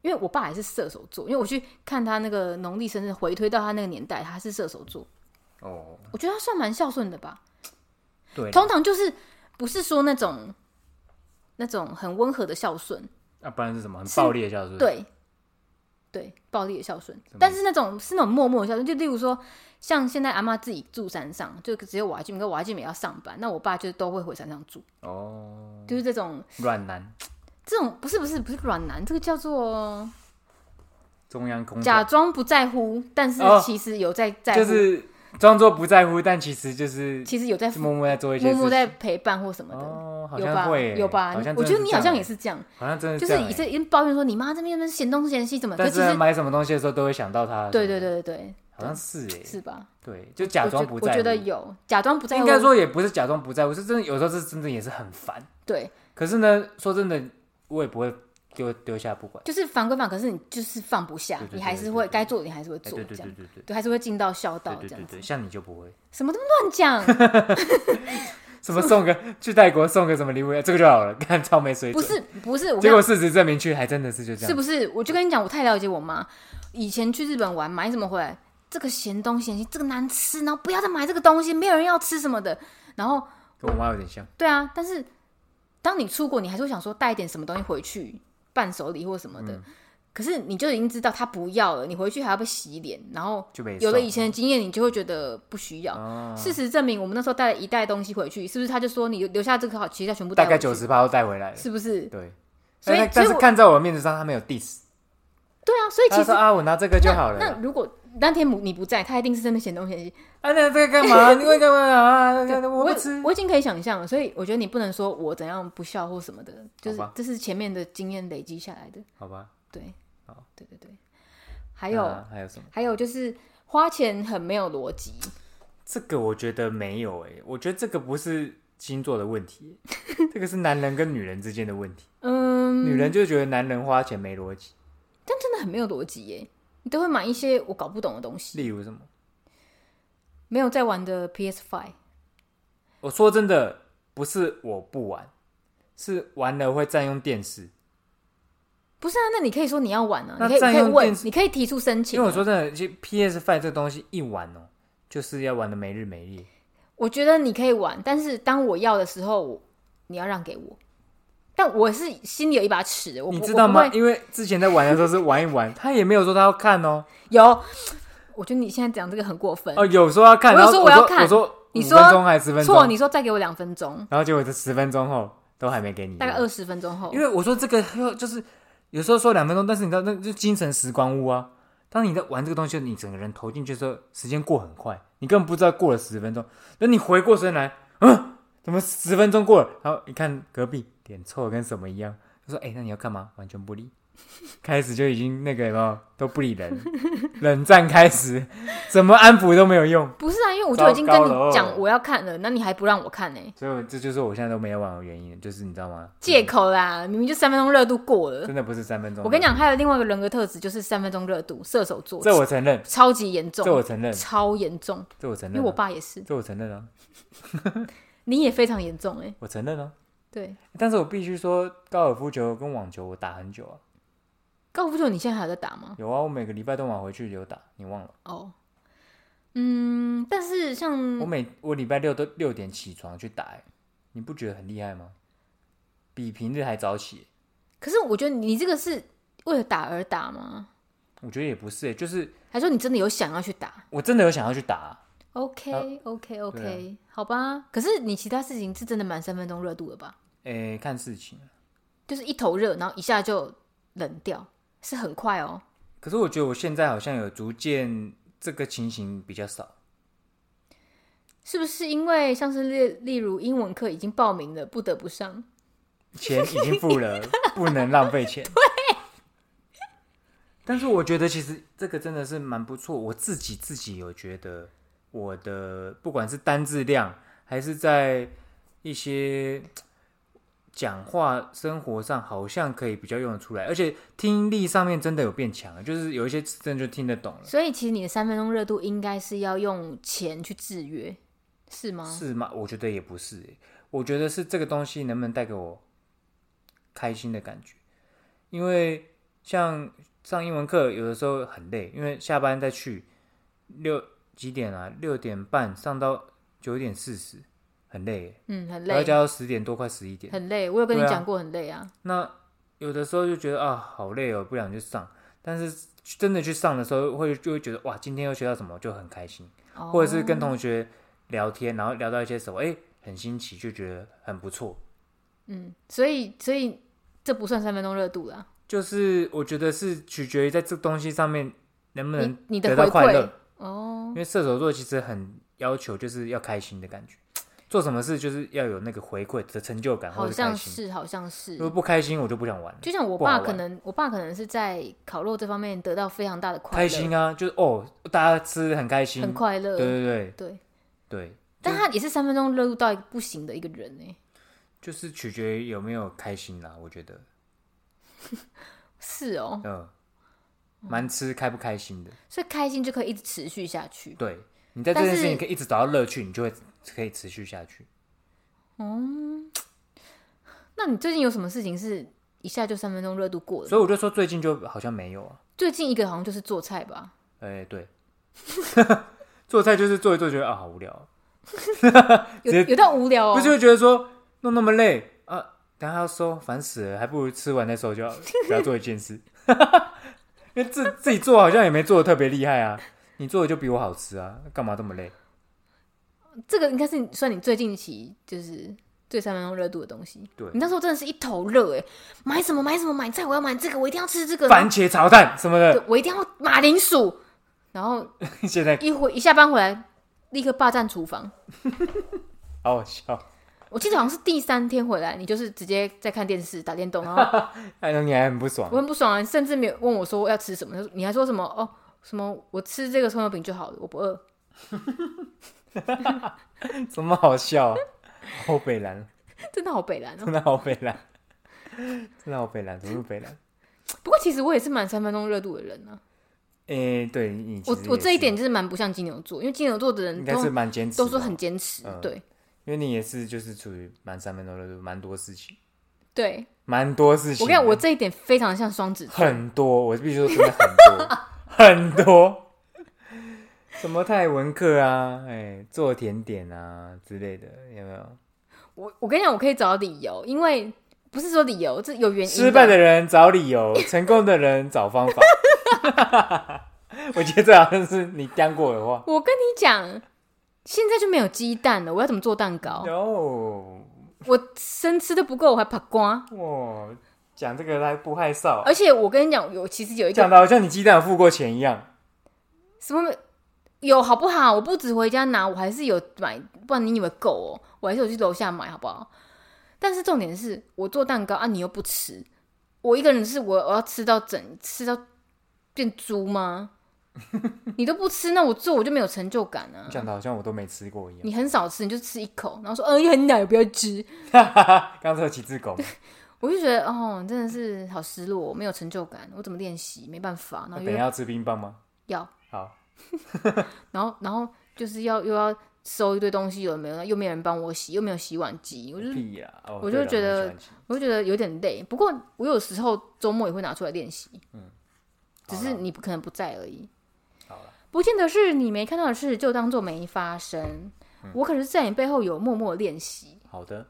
Speaker 1: 因为我爸也是射手座，因为我去看他那个农历生日，回推到他那个年代，他是射手座，
Speaker 2: 哦，
Speaker 1: 我觉得他算蛮孝顺的吧。
Speaker 2: 对，
Speaker 1: 通常就是不是说那种那种很温和的孝顺，
Speaker 2: 那、啊不然是什么？很暴力的叫是不是？，
Speaker 1: 对对，暴力的孝顺
Speaker 2: 什么，
Speaker 1: 但是那种是那种默默的孝顺，就例如说像现在阿妈自己住山上，就只有我阿俊跟我阿俊也要上班，那我爸就都会回山上住，
Speaker 2: 哦，
Speaker 1: 就是这种
Speaker 2: 软男，
Speaker 1: 这种不是不是不是软男，这个叫做
Speaker 2: 中央空
Speaker 1: 假
Speaker 2: 调，
Speaker 1: 装不在乎，但是
Speaker 2: 嗯哦
Speaker 1: 其实有在在乎。
Speaker 2: 就是装作不在乎，但其实就是
Speaker 1: 其实有在
Speaker 2: 就默默在做一些
Speaker 1: 默
Speaker 2: 事情。
Speaker 1: 默在陪伴或什么的，
Speaker 2: 哦，好
Speaker 1: 有
Speaker 2: 像
Speaker 1: 吧？
Speaker 2: 会欸、
Speaker 1: 有吧？
Speaker 2: 好像
Speaker 1: 我觉得你好像也
Speaker 2: 是
Speaker 1: 是这样，
Speaker 2: 这样欸，好像真的
Speaker 1: 就是
Speaker 2: 这样欸
Speaker 1: 也是一直抱怨说你妈这边那边嫌东嫌西怎么，可
Speaker 2: 但
Speaker 1: 其
Speaker 2: 是
Speaker 1: 实
Speaker 2: 买什么东西的时候都会想到他。
Speaker 1: 对
Speaker 2: 是
Speaker 1: 对
Speaker 2: 不是，
Speaker 1: 对对对，
Speaker 2: 好像是哎、
Speaker 1: 是吧？
Speaker 2: 对，就假装不
Speaker 1: 我觉
Speaker 2: 在
Speaker 1: 我觉得
Speaker 2: 乎
Speaker 1: 有假装不在乎，
Speaker 2: 应该说也不是假装不在乎，是真的有时候是真的也是很烦。
Speaker 1: 对，
Speaker 2: 可是呢，说真的，我也不会丢丢下不管。
Speaker 1: 就是烦归烦，可是你就是放不下
Speaker 2: 对，对
Speaker 1: 你
Speaker 2: 对
Speaker 1: 还是
Speaker 2: 对
Speaker 1: 会
Speaker 2: 对
Speaker 1: 该做的你还是会
Speaker 2: 哎，
Speaker 1: 做，
Speaker 2: 对
Speaker 1: 这
Speaker 2: 对
Speaker 1: 样
Speaker 2: 对对对
Speaker 1: 对，还是会尽到孝道
Speaker 2: 对对
Speaker 1: 这
Speaker 2: 对
Speaker 1: 样子
Speaker 2: 对，。像你就不会，
Speaker 1: 什么都乱 讲，
Speaker 2: 什么送个去泰国送个什么礼物， 这个就好了，看超没水
Speaker 1: 不
Speaker 2: 准。
Speaker 1: 是不是，我跟
Speaker 2: 结
Speaker 1: 你
Speaker 2: 果事实证明去还真的是就这
Speaker 1: 是
Speaker 2: 样，
Speaker 1: 不是？我就跟你讲，我太了解我妈。以前去日本玩，买什么回来？这个咸东咸西，这个难吃，然后不要再买这个东西，没有人要吃什么的。然后，
Speaker 2: 跟我妈有点像。
Speaker 1: 对啊，但是当你出国，你还是会想说带一点什么东西回去，伴手礼或什么的。
Speaker 2: 嗯
Speaker 1: 可是你就已经知道他不要了，你回去还要被洗脸，然后
Speaker 2: 就被
Speaker 1: 有了
Speaker 2: 送
Speaker 1: 以前的经验，你就会觉得不需要。
Speaker 2: 哦
Speaker 1: 事实证明，我们那时候带了一袋东西回去，是不是？他就说你留下这个好，其他全部带
Speaker 2: 大概
Speaker 1: 回去
Speaker 2: 九，十趴都带回来了，
Speaker 1: 是不是？
Speaker 2: 对。
Speaker 1: 所以
Speaker 2: 但
Speaker 1: 所以
Speaker 2: 但是
Speaker 1: 我
Speaker 2: 看在我面子上，他没有 diss，
Speaker 1: 对啊，所以
Speaker 2: 他
Speaker 1: 其实
Speaker 2: 说啊，我拿这个就好了
Speaker 1: 那。那如果那天母你不在，他一定是真的嫌东嫌西。
Speaker 2: 啊，那这个干嘛？你会干嘛啊？那个我
Speaker 1: 我
Speaker 2: 不吃。
Speaker 1: 我已经可以想象了，所以我觉得你不能说我怎样不孝或什么的，就是
Speaker 2: 好吧
Speaker 1: 这是前面的经验累积下来的。
Speaker 2: 好吧，
Speaker 1: 对，
Speaker 2: 好
Speaker 1: 对对对，还有、
Speaker 2: 那还有什么？
Speaker 1: 还有就是花钱很没有逻辑，
Speaker 2: 这个我觉得没有诶，我觉得这个不是星座的问题，欸 这个是男人跟女人之间的问题。
Speaker 1: 嗯，
Speaker 2: 女人就觉得男人花钱没逻辑，
Speaker 1: 但真的很没有逻辑耶，你都会买一些我搞不懂的东西，
Speaker 2: 例如什么？
Speaker 1: 没有在玩的 PS Five，
Speaker 2: 我说真的，不是我不玩，是玩了会占用电视。
Speaker 1: 不是啊？那你可以说你要玩啊，
Speaker 2: 那
Speaker 1: 你可以
Speaker 2: 占
Speaker 1: 可以
Speaker 2: 用
Speaker 1: 问
Speaker 2: 电，池
Speaker 1: 你可以提出申请
Speaker 2: 因
Speaker 1: 啊、
Speaker 2: 为我说真的，其实 PS Five 这东西一玩哦，就是要玩的没日没夜。
Speaker 1: 我觉得你可以玩，但是当我要的时候，我你要让给我。但我是心里有一把尺的，我不
Speaker 2: 你知道吗
Speaker 1: 我？不会
Speaker 2: 因为之前在玩的时候是玩一玩，他也没有说他要看 哦，
Speaker 1: 有，我觉得你现在讲这个很过分。
Speaker 2: 哦，有说要看，
Speaker 1: 我
Speaker 2: 然
Speaker 1: 有
Speaker 2: 后
Speaker 1: 说
Speaker 2: 我
Speaker 1: 我要看
Speaker 2: 我说
Speaker 1: 你
Speaker 2: 五
Speaker 1: 说
Speaker 2: 分钟还是十分
Speaker 1: 错，
Speaker 2: 钟，
Speaker 1: 你说再给我两分钟，
Speaker 2: 然后结果这十分钟后都还没给你，
Speaker 1: 大概二十分钟后
Speaker 2: 嗯因，为我说这个就是有时候说两分钟，但是你知道那就精神时光屋啊。当你在玩这个东西，你整个人投进去的时候，时间过很快，你根本不知道过了十分钟。等你回过神来，嗯，怎么十分钟过了？然后一看隔壁脸臭得跟什么一样，就说：“哎、那你要干嘛？”完全不理， 开始就已经那个有没有都不理 人，冷战开始，怎么安抚都没有用。
Speaker 1: 不是啊，因为我就已经跟
Speaker 2: 糟糕了
Speaker 1: 你讲我要看了，那你还不让我看呢、
Speaker 2: 所以我这就是我现在都没有玩的原因，就是你知道吗？
Speaker 1: 借口啦，明明就三分钟热度过了。
Speaker 2: 真的不是三分钟。
Speaker 1: 我跟你讲，，还有另外一个人格特质就是三分钟热度，射手座
Speaker 2: 这我承认，
Speaker 1: 超级严
Speaker 2: 这我
Speaker 1: 重，
Speaker 2: 承认，
Speaker 1: 超严重，
Speaker 2: 这我承
Speaker 1: 因
Speaker 2: 认
Speaker 1: 为
Speaker 2: 啊，
Speaker 1: 我爸也是，
Speaker 2: 这我承认啊。
Speaker 1: 你也非常严重哎、
Speaker 2: 我承认啊，
Speaker 1: 对，
Speaker 2: 但是我必须说，高尔夫球跟网球我打很久啊，
Speaker 1: 高尔夫球你现在还有在打吗？
Speaker 2: 有啊，我每个礼拜都晚回去有打，你忘了？
Speaker 1: 哦，嗯，但是像
Speaker 2: 我每我礼拜六都六点起床去打、欸，你不觉得很厉害吗？比平日还早起欸、
Speaker 1: 可是我觉得你这个是为了打而打吗？
Speaker 2: 我觉得也不是、欸，就是
Speaker 1: 还是说你真的有想要去打
Speaker 2: 我真的有想要去打啊、
Speaker 1: ？OK、
Speaker 2: 啊
Speaker 1: OK OK，、
Speaker 2: 对
Speaker 1: 好吧。可是你其他事情是真的蛮三分钟热度的吧？
Speaker 2: 诶、欸看事情。啊
Speaker 1: 就是一头热，然后一下就冷掉，是很快哦。
Speaker 2: 可是我觉得我现在好像有逐渐这个情形比较少，
Speaker 1: 是不是因为像是例例如英文课已经报名了，不得不
Speaker 2: 嗯
Speaker 1: 上？
Speaker 2: 钱已经付了，不能浪费钱。 但是我觉得其实这个真的是蛮不错，我自己自己有觉得我的不管是单字量，还是在一些讲话生活上，好像可以比较用得出来，而且听力上面真的有变强了，就是有一些字真的就听得懂了，
Speaker 1: 所以其实你的三分钟热度应该是要用钱去制约，是吗？
Speaker 2: 是吗？我觉得也不是欸、我觉得是这个东西能不能带给我开心的感觉，因为像上英文课有的时候很累，因为下班再去六几点啊？六点半上到九点四十，很累耶，
Speaker 1: 嗯，很
Speaker 2: 然后
Speaker 1: 累，
Speaker 2: 加到十点多快十一点。
Speaker 1: 很累。我有跟你
Speaker 2: 对啊
Speaker 1: 讲过很累啊。
Speaker 2: 那有的时候就觉得啊好累哦，不想去上，但是真的去上的时候会就会觉得哇今天又学到什么就很开心。
Speaker 1: 哦
Speaker 2: 或者是跟同学聊天，然后聊到一些什么，哎、很新奇，就觉得很不错。
Speaker 1: 嗯，所以所以这不算三分钟热度啦，
Speaker 2: 就是我觉得是取决于在这东西上面能不
Speaker 1: 你
Speaker 2: 能
Speaker 1: 你
Speaker 2: 得
Speaker 1: 的
Speaker 2: 到
Speaker 1: 回
Speaker 2: 快乐
Speaker 1: 馈，哦
Speaker 2: 因为射手座其实很要求就是要开心的感觉，做什么事就是要有那个回馈的成就感或
Speaker 1: 好
Speaker 2: 者开
Speaker 1: 像
Speaker 2: 心。
Speaker 1: 是，好像是
Speaker 2: 如。果不开心，我就不想玩了。
Speaker 1: 就像我
Speaker 2: 不好
Speaker 1: 爸
Speaker 2: 玩
Speaker 1: 可能，我爸可能是在烤肉这方面得到非常大的快乐，
Speaker 2: 开心啊，就是哦，大家吃得很开心，
Speaker 1: 很快乐，
Speaker 2: 对对对
Speaker 1: 对。
Speaker 2: 对，
Speaker 1: 但他也是三分钟热度到一个不行的一个人哎、
Speaker 2: 就是取决于有没有开心啊啦、我觉得，
Speaker 1: 是哦，
Speaker 2: 嗯，蛮吃开不开心的。
Speaker 1: 所以开心就可以一直持续下去。
Speaker 2: 对你在这
Speaker 1: 但
Speaker 2: 件事情
Speaker 1: 是
Speaker 2: 可以一直找到乐趣，你就会可以持续下去。
Speaker 1: 哦那你最近有什么事情是一下就三分钟热度过的吗？
Speaker 2: 所以我就说最近就好像没有啊，
Speaker 1: 最近一个好像就是做菜吧，
Speaker 2: 哎、对， 做菜就是做一做，觉得啊好无聊啊、
Speaker 1: 有
Speaker 2: 直接
Speaker 1: 有到无聊哦，
Speaker 2: 不是会觉得说弄那么累啊，等下要收，烦死了，还不如吃完再收就好了，不要做一件事。 因为自自己做好像也没做的特别厉害啊，你做的就比我好吃啊，干嘛这么累？
Speaker 1: 这个应该是你算你最近期就是最三分钟热度的东西。
Speaker 2: 对
Speaker 1: 你那时候真的是一头热哎，买什么买什么买菜，我要买这个，我一定要吃这个，然
Speaker 2: 番
Speaker 1: 后
Speaker 2: 茄炒蛋什么的，
Speaker 1: 对我一定要马铃薯，然后
Speaker 2: 现在
Speaker 1: 一回一下班回来立刻霸占厨房。
Speaker 2: 好好笑。
Speaker 1: 我记得好像是第三天回来，你就是直接在看电视打电动，然 后
Speaker 2: 哎，那你还很不爽
Speaker 1: 我？很不爽啊，你甚至没有问我说要吃什么，他说你还说什么哦什么我吃这个葱油饼就好了，我不饿。
Speaker 2: 怎么好笑、啊？好北蓝，啊
Speaker 1: 真的好北蓝哦、
Speaker 2: 真的好北蓝，真的好北蓝，怎么是北蓝？
Speaker 1: 不过其实我也是蛮三分钟热度的人啊，
Speaker 2: 哎、对你其
Speaker 1: 我
Speaker 2: 实
Speaker 1: 我
Speaker 2: 也
Speaker 1: 这一
Speaker 2: 是哦啊
Speaker 1: 点就是蛮不像金牛座，因为金牛座的人
Speaker 2: 应
Speaker 1: 都
Speaker 2: 该是蛮坚持的
Speaker 1: 都
Speaker 2: 啊，
Speaker 1: 说很坚持，
Speaker 2: 嗯
Speaker 1: 对
Speaker 2: 因为你也是就是处于蛮三分钟热度，蛮多事情，
Speaker 1: 对。
Speaker 2: 蛮多事情的。
Speaker 1: 我跟你讲，我这一点非常像双子座，
Speaker 2: 很多，我必须说真的很多 很多，什么泰文课啊，哎、做甜点啊之类的，有没有？
Speaker 1: 我我跟你讲，我可以找到理由，因为不是说理由，这有原因。
Speaker 2: 失败的，人找理由，成功的人找方法。 我觉得这好像是你讲过的话。
Speaker 1: 我跟你讲，现在就没有鸡蛋了，我要怎么做蛋糕？
Speaker 2: 啊
Speaker 1: 哦
Speaker 2: No，
Speaker 1: 我生吃的不够，我还怕瓜。
Speaker 2: 哇，讲这个还不害臊，
Speaker 1: 而且我跟你讲，有其实有一个
Speaker 2: 讲的好像你鸡蛋有付过钱一样。
Speaker 1: 什么有好不好？我不止回家拿，我还是有买，不然你以为够哦、我还是有去楼下买，好不好？但是重点是我做蛋糕啊，你又不吃，我一个人是我我要吃到整吃到变猪 吗？你都不吃，那我做我就没有成就感啊
Speaker 2: 你！讲的好像我都没吃过一样。
Speaker 1: 你很少吃，你就吃一口，然后说嗯，很奶，不要吃。
Speaker 2: 刚才有几只狗吗，
Speaker 1: 我就觉得哦，真的是好失落，我没有成就感，我怎么练习？没办法，然
Speaker 2: 那
Speaker 1: 后
Speaker 2: 等
Speaker 1: 又
Speaker 2: 一下要吃冰棒吗？
Speaker 1: 要
Speaker 2: 好，
Speaker 1: 然后然后就是要又要收一堆东西，有没有？又没人帮我洗，又没有洗碗机，我就
Speaker 2: 屁呀！哦
Speaker 1: 我就
Speaker 2: 对了
Speaker 1: 觉得
Speaker 2: 很喜欢吃
Speaker 1: 我就觉得有点累。不过我有时候周末也会拿出来练习，嗯，只是你不可能不在而已。
Speaker 2: 好了，
Speaker 1: 不见得是你没看到的事，就当做没发生。
Speaker 2: 嗯
Speaker 1: 我可是在你背后有默默练习。
Speaker 2: 好的，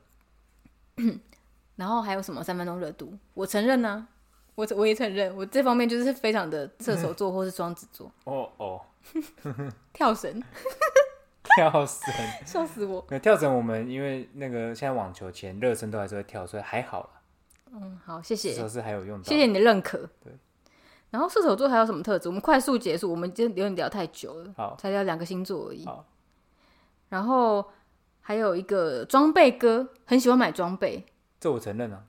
Speaker 1: 然后还有什么三分钟热度？我承认呢、我我也承认，我这方面就是非常的射手座或是双子 座，
Speaker 2: 哦哦，
Speaker 1: 跳绳，
Speaker 2: 跳绳，
Speaker 1: 笑死我。
Speaker 2: 没有跳绳，我们因为那个现在网球前热身都还是会跳，所以还好了，
Speaker 1: 嗯，好，谢谢
Speaker 2: 至。少是还有用到
Speaker 1: 谢。谢你的认可。
Speaker 2: 对。
Speaker 1: 然后射手座还有什么特质？我们快速结束，我们今天有点聊太久了，
Speaker 2: 好，
Speaker 1: 才聊两个星座而已
Speaker 2: 好。
Speaker 1: 然后还有一个装备哥，很喜欢买装备。
Speaker 2: 这我承认啊，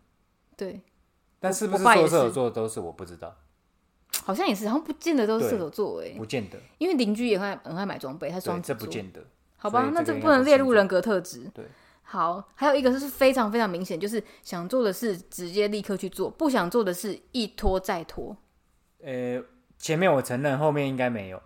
Speaker 1: 对，
Speaker 2: 但是不是
Speaker 1: 我爸
Speaker 2: 所
Speaker 1: 也
Speaker 2: 有
Speaker 1: 是
Speaker 2: 射手座都是我不知道，
Speaker 1: 好像也是，好像不见得都是
Speaker 2: 对
Speaker 1: 射手座哎，
Speaker 2: 不见得，
Speaker 1: 因为邻居也很爱很爱买装备，他是
Speaker 2: 对，
Speaker 1: 双
Speaker 2: 这
Speaker 1: 子
Speaker 2: 不
Speaker 1: 座。
Speaker 2: 见得，
Speaker 1: 好吧，
Speaker 2: 所以
Speaker 1: 那这
Speaker 2: 这个
Speaker 1: 不能
Speaker 2: 应该不是
Speaker 1: 列入
Speaker 2: 星座
Speaker 1: 人格特质。
Speaker 2: 对，
Speaker 1: 好，还有一个就是非常非常明显，就是想做的事直接立刻去做，不想做的事一拖再 拖。
Speaker 2: 呃，前面我承认，后面应该没有。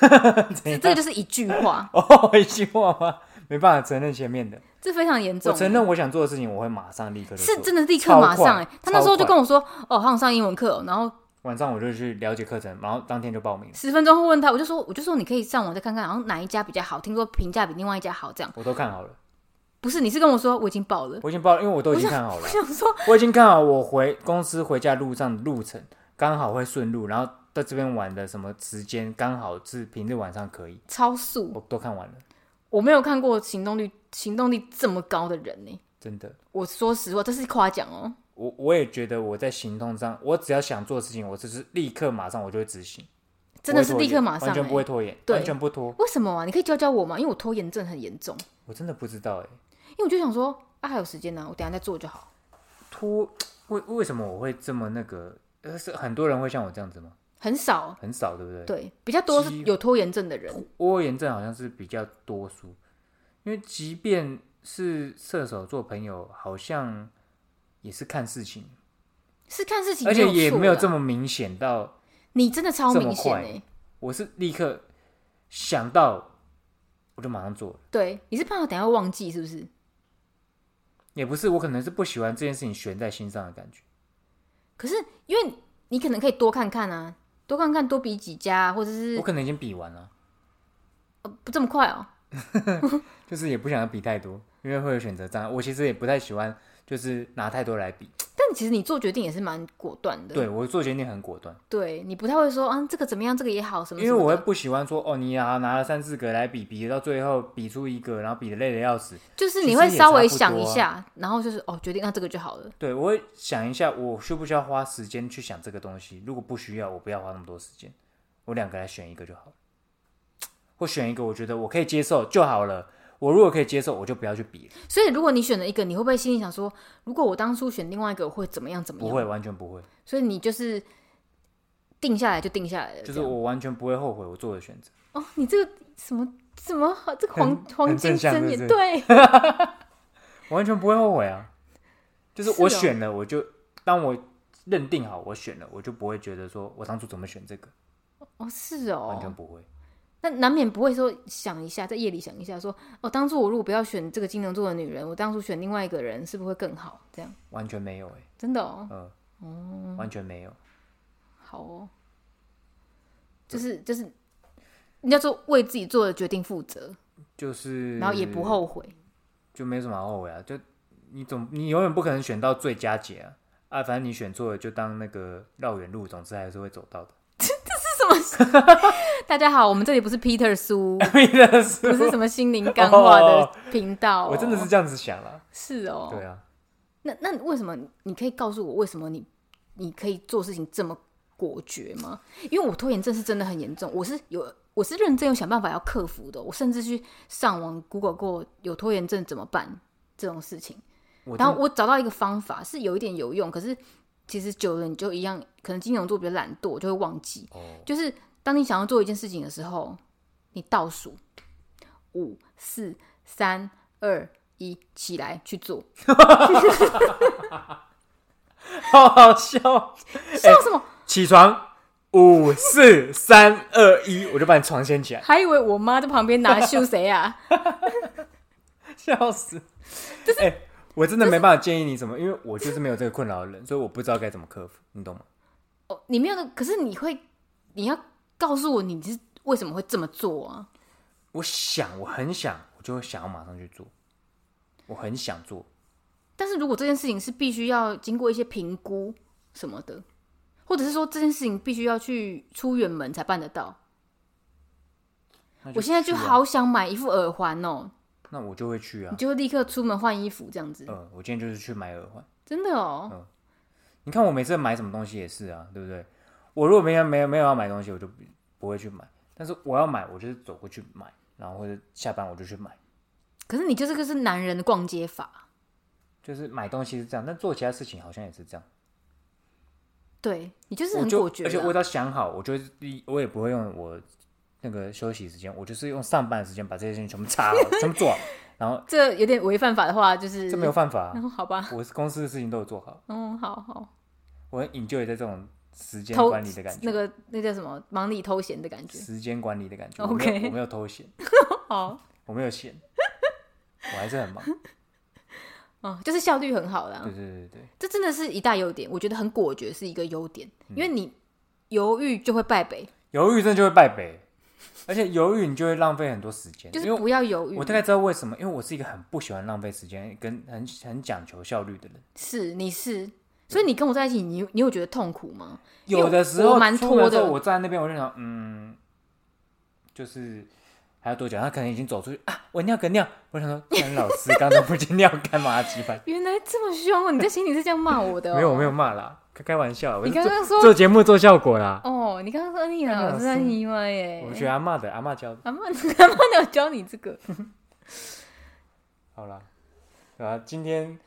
Speaker 2: 怎
Speaker 1: 这
Speaker 2: 样
Speaker 1: 这个就是一句话，
Speaker 2: 哦，一句话吗？没办法承认前面的，
Speaker 1: 这非常严
Speaker 2: 我
Speaker 1: 重。
Speaker 2: 承认我想做的事情，我会马上立刻就是做。
Speaker 1: 真的立刻
Speaker 2: 超
Speaker 1: 马上哎、
Speaker 2: 快
Speaker 1: 他那时候就
Speaker 2: 超快
Speaker 1: 跟我说，哦，好想上英文课哦、然后
Speaker 2: 晚上我就去了解课程，然后当天就报名了，
Speaker 1: 十分钟后问他，我就说，我就说你可以上网再看看，然后哪一家比较好，听说评价比另外一家好，这样
Speaker 2: 我都看好了，
Speaker 1: 不是？你是跟我说我已经报了，
Speaker 2: 我已经报了，因为我都已经看好
Speaker 1: 我
Speaker 2: 了，
Speaker 1: 想说
Speaker 2: 我已经看好我回公司回家路上的路程，刚好会顺路，然后在这边玩的什么时间刚好是平日晚上可以，
Speaker 1: 超速，
Speaker 2: 我都看完了，
Speaker 1: 我没有看过行动力行动力这么高的人呢、
Speaker 2: 真的，
Speaker 1: 我说实话，这是夸奖哦。
Speaker 2: 我我也觉得我在行动上，我只要想做的事情，我就是立刻马上我就会执行，
Speaker 1: 真的是立刻马上、
Speaker 2: 完全不会
Speaker 1: 欸。
Speaker 2: 拖延，
Speaker 1: 对
Speaker 2: 完全不拖，
Speaker 1: 为什么啊？你可以教教我吗？因为我拖延症很严重。
Speaker 2: 我真的不知道哎、
Speaker 1: 因为我就想说啊，还有时间呢、我等一下再做就好。
Speaker 2: 拖为为什么我会这么那个？呃，是很多人会像我这样子吗？
Speaker 1: 很少，
Speaker 2: 很少，对不对？
Speaker 1: 对，比较多是
Speaker 2: 几乎
Speaker 1: 有拖延症的人，
Speaker 2: 拖延症好像是比较多数，因为即便是射手座朋友，好像也是看事情，
Speaker 1: 是看事情，
Speaker 2: 而且也没有这
Speaker 1: 么，
Speaker 2: 么明显到
Speaker 1: 你真的超
Speaker 2: 这么
Speaker 1: 明显哎、
Speaker 2: 快我是立刻想到我就马上做了，
Speaker 1: 对，你是怕我等一下忘记是不是？
Speaker 2: 也不是我可能是不喜欢这件事情悬在心上的感觉。
Speaker 1: 可是因为你可能可以多看看啊，多看看，多比几家啊，或者是
Speaker 2: 我可能已经比完了，
Speaker 1: 呃不这么快哦。
Speaker 2: 就是也不想要比太多，因为会有选择障碍。我其实也不太喜欢，就是拿太多来比。
Speaker 1: 但其实你做决定也是蛮果断的，
Speaker 2: 对我做决定很果断，
Speaker 1: 对你不太会说啊这个怎么样，这个也好什么
Speaker 2: 因
Speaker 1: 什
Speaker 2: 为
Speaker 1: 么的
Speaker 2: 我会不喜欢说哦，你拿拿了三四个来比，比到最后比出一个，然后比的累的要死。
Speaker 1: 就是
Speaker 2: 其
Speaker 1: 你
Speaker 2: 实
Speaker 1: 会
Speaker 2: 也
Speaker 1: 稍
Speaker 2: 差
Speaker 1: 微
Speaker 2: 不
Speaker 1: 想
Speaker 2: 多
Speaker 1: 一
Speaker 2: 啊
Speaker 1: 下，然后就是哦决定那这个就好了。
Speaker 2: 对我会想一下，我需不需要花时间去想这个东西？如果不需要，我不要花那么多时间，我两个来选一个就好了，或选一个我觉得我可以接受就好了。我如果可以接受，我就不要去比了，
Speaker 1: 所以如果你选了一个，你会不会心里想说，如果我当初选另外一个，我会怎么样怎么
Speaker 2: 不
Speaker 1: 样？
Speaker 2: 会，完全不会，
Speaker 1: 所以你就是定下来就定下来了，
Speaker 2: 就是
Speaker 1: 这样
Speaker 2: 我完全不会后悔我做的选择。
Speaker 1: 哦，你这个什么什么这个黄
Speaker 2: 很
Speaker 1: 黄
Speaker 2: 很
Speaker 1: 金
Speaker 2: 正向
Speaker 1: 箴
Speaker 2: 是
Speaker 1: 言，
Speaker 2: 不是
Speaker 1: 对，
Speaker 2: 完全不会后悔啊。就是
Speaker 1: 是
Speaker 2: 我
Speaker 1: 哦
Speaker 2: 选了，我就当我认定好我选了，我就不会觉得说我当初怎么选这个，
Speaker 1: 哦是
Speaker 2: 完全
Speaker 1: 哦，
Speaker 2: 不会。
Speaker 1: 那难免不会说想一下，在夜里想一下说，哦，当初我如果不要选这个金牛座的女人，我当初选另外一个人是不是会更好？这样
Speaker 2: 完全没有哎、
Speaker 1: 真的哦，
Speaker 2: 完全没有。
Speaker 1: 好哦，就是就是。你要做为自己做的决定负责，
Speaker 2: 就是
Speaker 1: 嗯然后也
Speaker 2: 嗯
Speaker 1: 不，后悔。
Speaker 2: 就没什么好后悔啊。就你总你永远不可能选到最佳解啊啊！反正你选错了，就当那个绕远路，总之还是会走到的。
Speaker 1: 大家好，我们这里不是 Peter 苏，
Speaker 2: 真的是
Speaker 1: 不是什么心灵干化的
Speaker 2: 哦
Speaker 1: 频道哦、
Speaker 2: 我真的是这样子想了。
Speaker 1: 是哦。
Speaker 2: 对啊，
Speaker 1: 那那为什么你可以告诉我为什么你你可以做事情这么果决吗？因为我拖延症是真的很严重，我是有我是认真有想办法要克服的，我甚至去上网 Google 过有拖延症怎么办这种事情，
Speaker 2: 我
Speaker 1: 然
Speaker 2: 真
Speaker 1: 后我找到一个方法是有一点有用，可是其实久了你就一样，可能金牛座比较懒惰，就会忘记。
Speaker 2: 哦，
Speaker 1: 就是当你想要做一件事情的时候，你倒数五、四、三、二、一，起来去做。
Speaker 2: 好好笑。
Speaker 1: 笑什么？
Speaker 2: 起床，五四三二一，我就把你床掀起来，
Speaker 1: 还以为我妈在旁边拿秀谁啊？
Speaker 2: 笑死。就是、欸，我真的没办法建议你什么，因为我就是没有这个困扰的人，所以我不知道该怎么克服，你懂吗？
Speaker 1: 哦， 你没有的，可是你会，你要告诉我你是为什么会这么做啊？
Speaker 2: 我想，我很想，我就会想要马上去做，我很想做，
Speaker 1: 但是如果这件事情是必须要经过一些评估什么的，或者是说这件事情必须要去出远门才办得到，
Speaker 2: 那
Speaker 1: 我现在
Speaker 2: 去
Speaker 1: 就
Speaker 2: 啊，
Speaker 1: 好想买一副耳环哦，
Speaker 2: 那我就会去啊
Speaker 1: 你。就会立刻出门换衣服这样子，
Speaker 2: 嗯，我今天就是去买耳环。
Speaker 1: 真的哦。
Speaker 2: 你看我每次买什么东西也是啊，对不对？我如果没有没有没有要买东西，我就不不会去买。但是我要买，我就是走过去买，然后或者下班我就去买。
Speaker 1: 可是你就这个是男人的逛街法，
Speaker 2: 就是买东西是这样，但做其他事情好像也是这样。
Speaker 1: 对你就是
Speaker 2: 我
Speaker 1: 很
Speaker 2: 就
Speaker 1: 果决
Speaker 2: 而且
Speaker 1: 啦。
Speaker 2: 我只要想好，我就是一我也不会用我那个休息时间，我就是用上班的时间把这些事情全部查好，全部做好，然后
Speaker 1: 这有点违犯法的话，就是
Speaker 2: 这没有办法啊、
Speaker 1: 嗯，好吧，
Speaker 2: 我是公司的事情都有做好，
Speaker 1: 嗯，好好
Speaker 2: 我很 enjoy 在这种时间
Speaker 1: 偷
Speaker 2: 管理的感觉，
Speaker 1: 那个那叫什么忙里偷闲的感觉，
Speaker 2: 时间管理的感觉。我
Speaker 1: OK
Speaker 2: 没有我没有偷闲，
Speaker 1: 好，
Speaker 2: 我没有闲， 我还是很 忙。
Speaker 1: 嗯，就是效率很好啦
Speaker 2: 对，对对对对，
Speaker 1: 这真的是一大优点，我觉得很果决是一个优点，
Speaker 2: 嗯
Speaker 1: 因为你犹豫就会败北，
Speaker 2: 犹豫症就会败北，而且犹豫你就会浪费很多时间，
Speaker 1: 就是
Speaker 2: 因为
Speaker 1: 不要犹豫
Speaker 2: 我，大概知道为什么，因为我是一个很不喜欢浪费时间跟很很讲求效率的人。
Speaker 1: 是你
Speaker 2: 嗯
Speaker 1: 是，所以你跟我在一起，你你有觉得痛苦吗？因为
Speaker 2: 有的时候
Speaker 1: 我蛮
Speaker 2: 出门
Speaker 1: 拖
Speaker 2: 时候
Speaker 1: 的
Speaker 2: 我站在那边我就想，嗯，就是还要多久？他可能已经走出去啊，我尿个尿。我想说，干老师刚才不去尿干嘛？鸡 巴，
Speaker 1: 原来这么凶哦，你在心里是这样骂我的、哦？
Speaker 2: 没有我没有骂啦，开开玩笑，我
Speaker 1: 你
Speaker 2: 是
Speaker 1: 刚
Speaker 2: 做
Speaker 1: 刚说
Speaker 2: 做节目做效果啦。
Speaker 1: 哦，你刚刚说你老师在
Speaker 2: 老师
Speaker 1: 意外耶，
Speaker 2: 我学阿嬷的，阿嬷教的。
Speaker 1: 阿妈，阿妈没有教你这个。
Speaker 2: 好啦，对啊，今天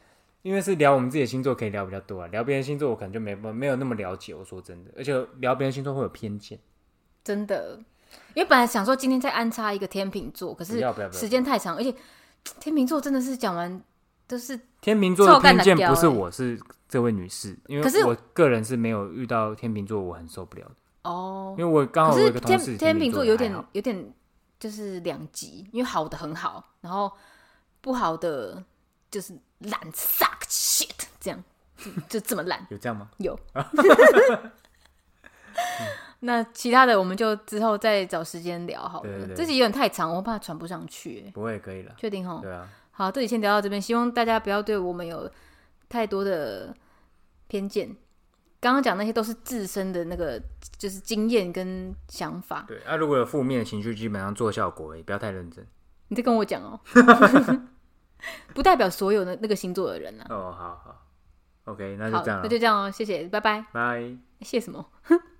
Speaker 2: 因为是聊我们自己的星座，可以聊比较多啊。聊别人星座，我可能就没没有那么了解。我说真的，而且聊别人星座会有偏见。
Speaker 1: 真的，因为本来想说今天再安插一个天秤座，可
Speaker 2: 不
Speaker 1: 是
Speaker 2: 要不要不要
Speaker 1: 时间太长，而且天秤座真的是讲完都是
Speaker 2: 天秤座的偏见
Speaker 1: 臭干辣椒
Speaker 2: 不是我，是这位女士，因
Speaker 1: 可是
Speaker 2: 为我个人是没有遇到天秤座，我很受不了的。
Speaker 1: 哦
Speaker 2: 因，为我刚
Speaker 1: 可
Speaker 2: 好哦我有
Speaker 1: 是
Speaker 2: 一个同
Speaker 1: 天
Speaker 2: 事
Speaker 1: 天秤
Speaker 2: 秤
Speaker 1: 座
Speaker 2: 座
Speaker 1: 有
Speaker 2: 还
Speaker 1: 点
Speaker 2: 好
Speaker 1: 有点就是两极，因为好的很好，然后不好的就是烂 suck shit 这样，就就这么烂。
Speaker 2: 有这样吗？
Speaker 1: 有。那其他的我们就之后再找时间聊好了。
Speaker 2: 对对对
Speaker 1: 这集有点太长，我怕传不上去。欸
Speaker 2: 不会，可以了。
Speaker 1: 确定哈？
Speaker 2: 对啊，
Speaker 1: 好，这里先聊到这边，希望大家不要对我们有太多的偏见。刚刚讲那些都是自身的那个就是经验跟想法。
Speaker 2: 对啊，如果有负面的情绪，基本上做效果也不要太认真。
Speaker 1: 你在跟我讲哦， 不代表所有的那个星座的人啊。
Speaker 2: 哦，好好，OK，那
Speaker 1: 好
Speaker 2: 就这样，了
Speaker 1: 那，就这样哦，谢谢，拜拜。
Speaker 2: 拜。
Speaker 1: 谢什么？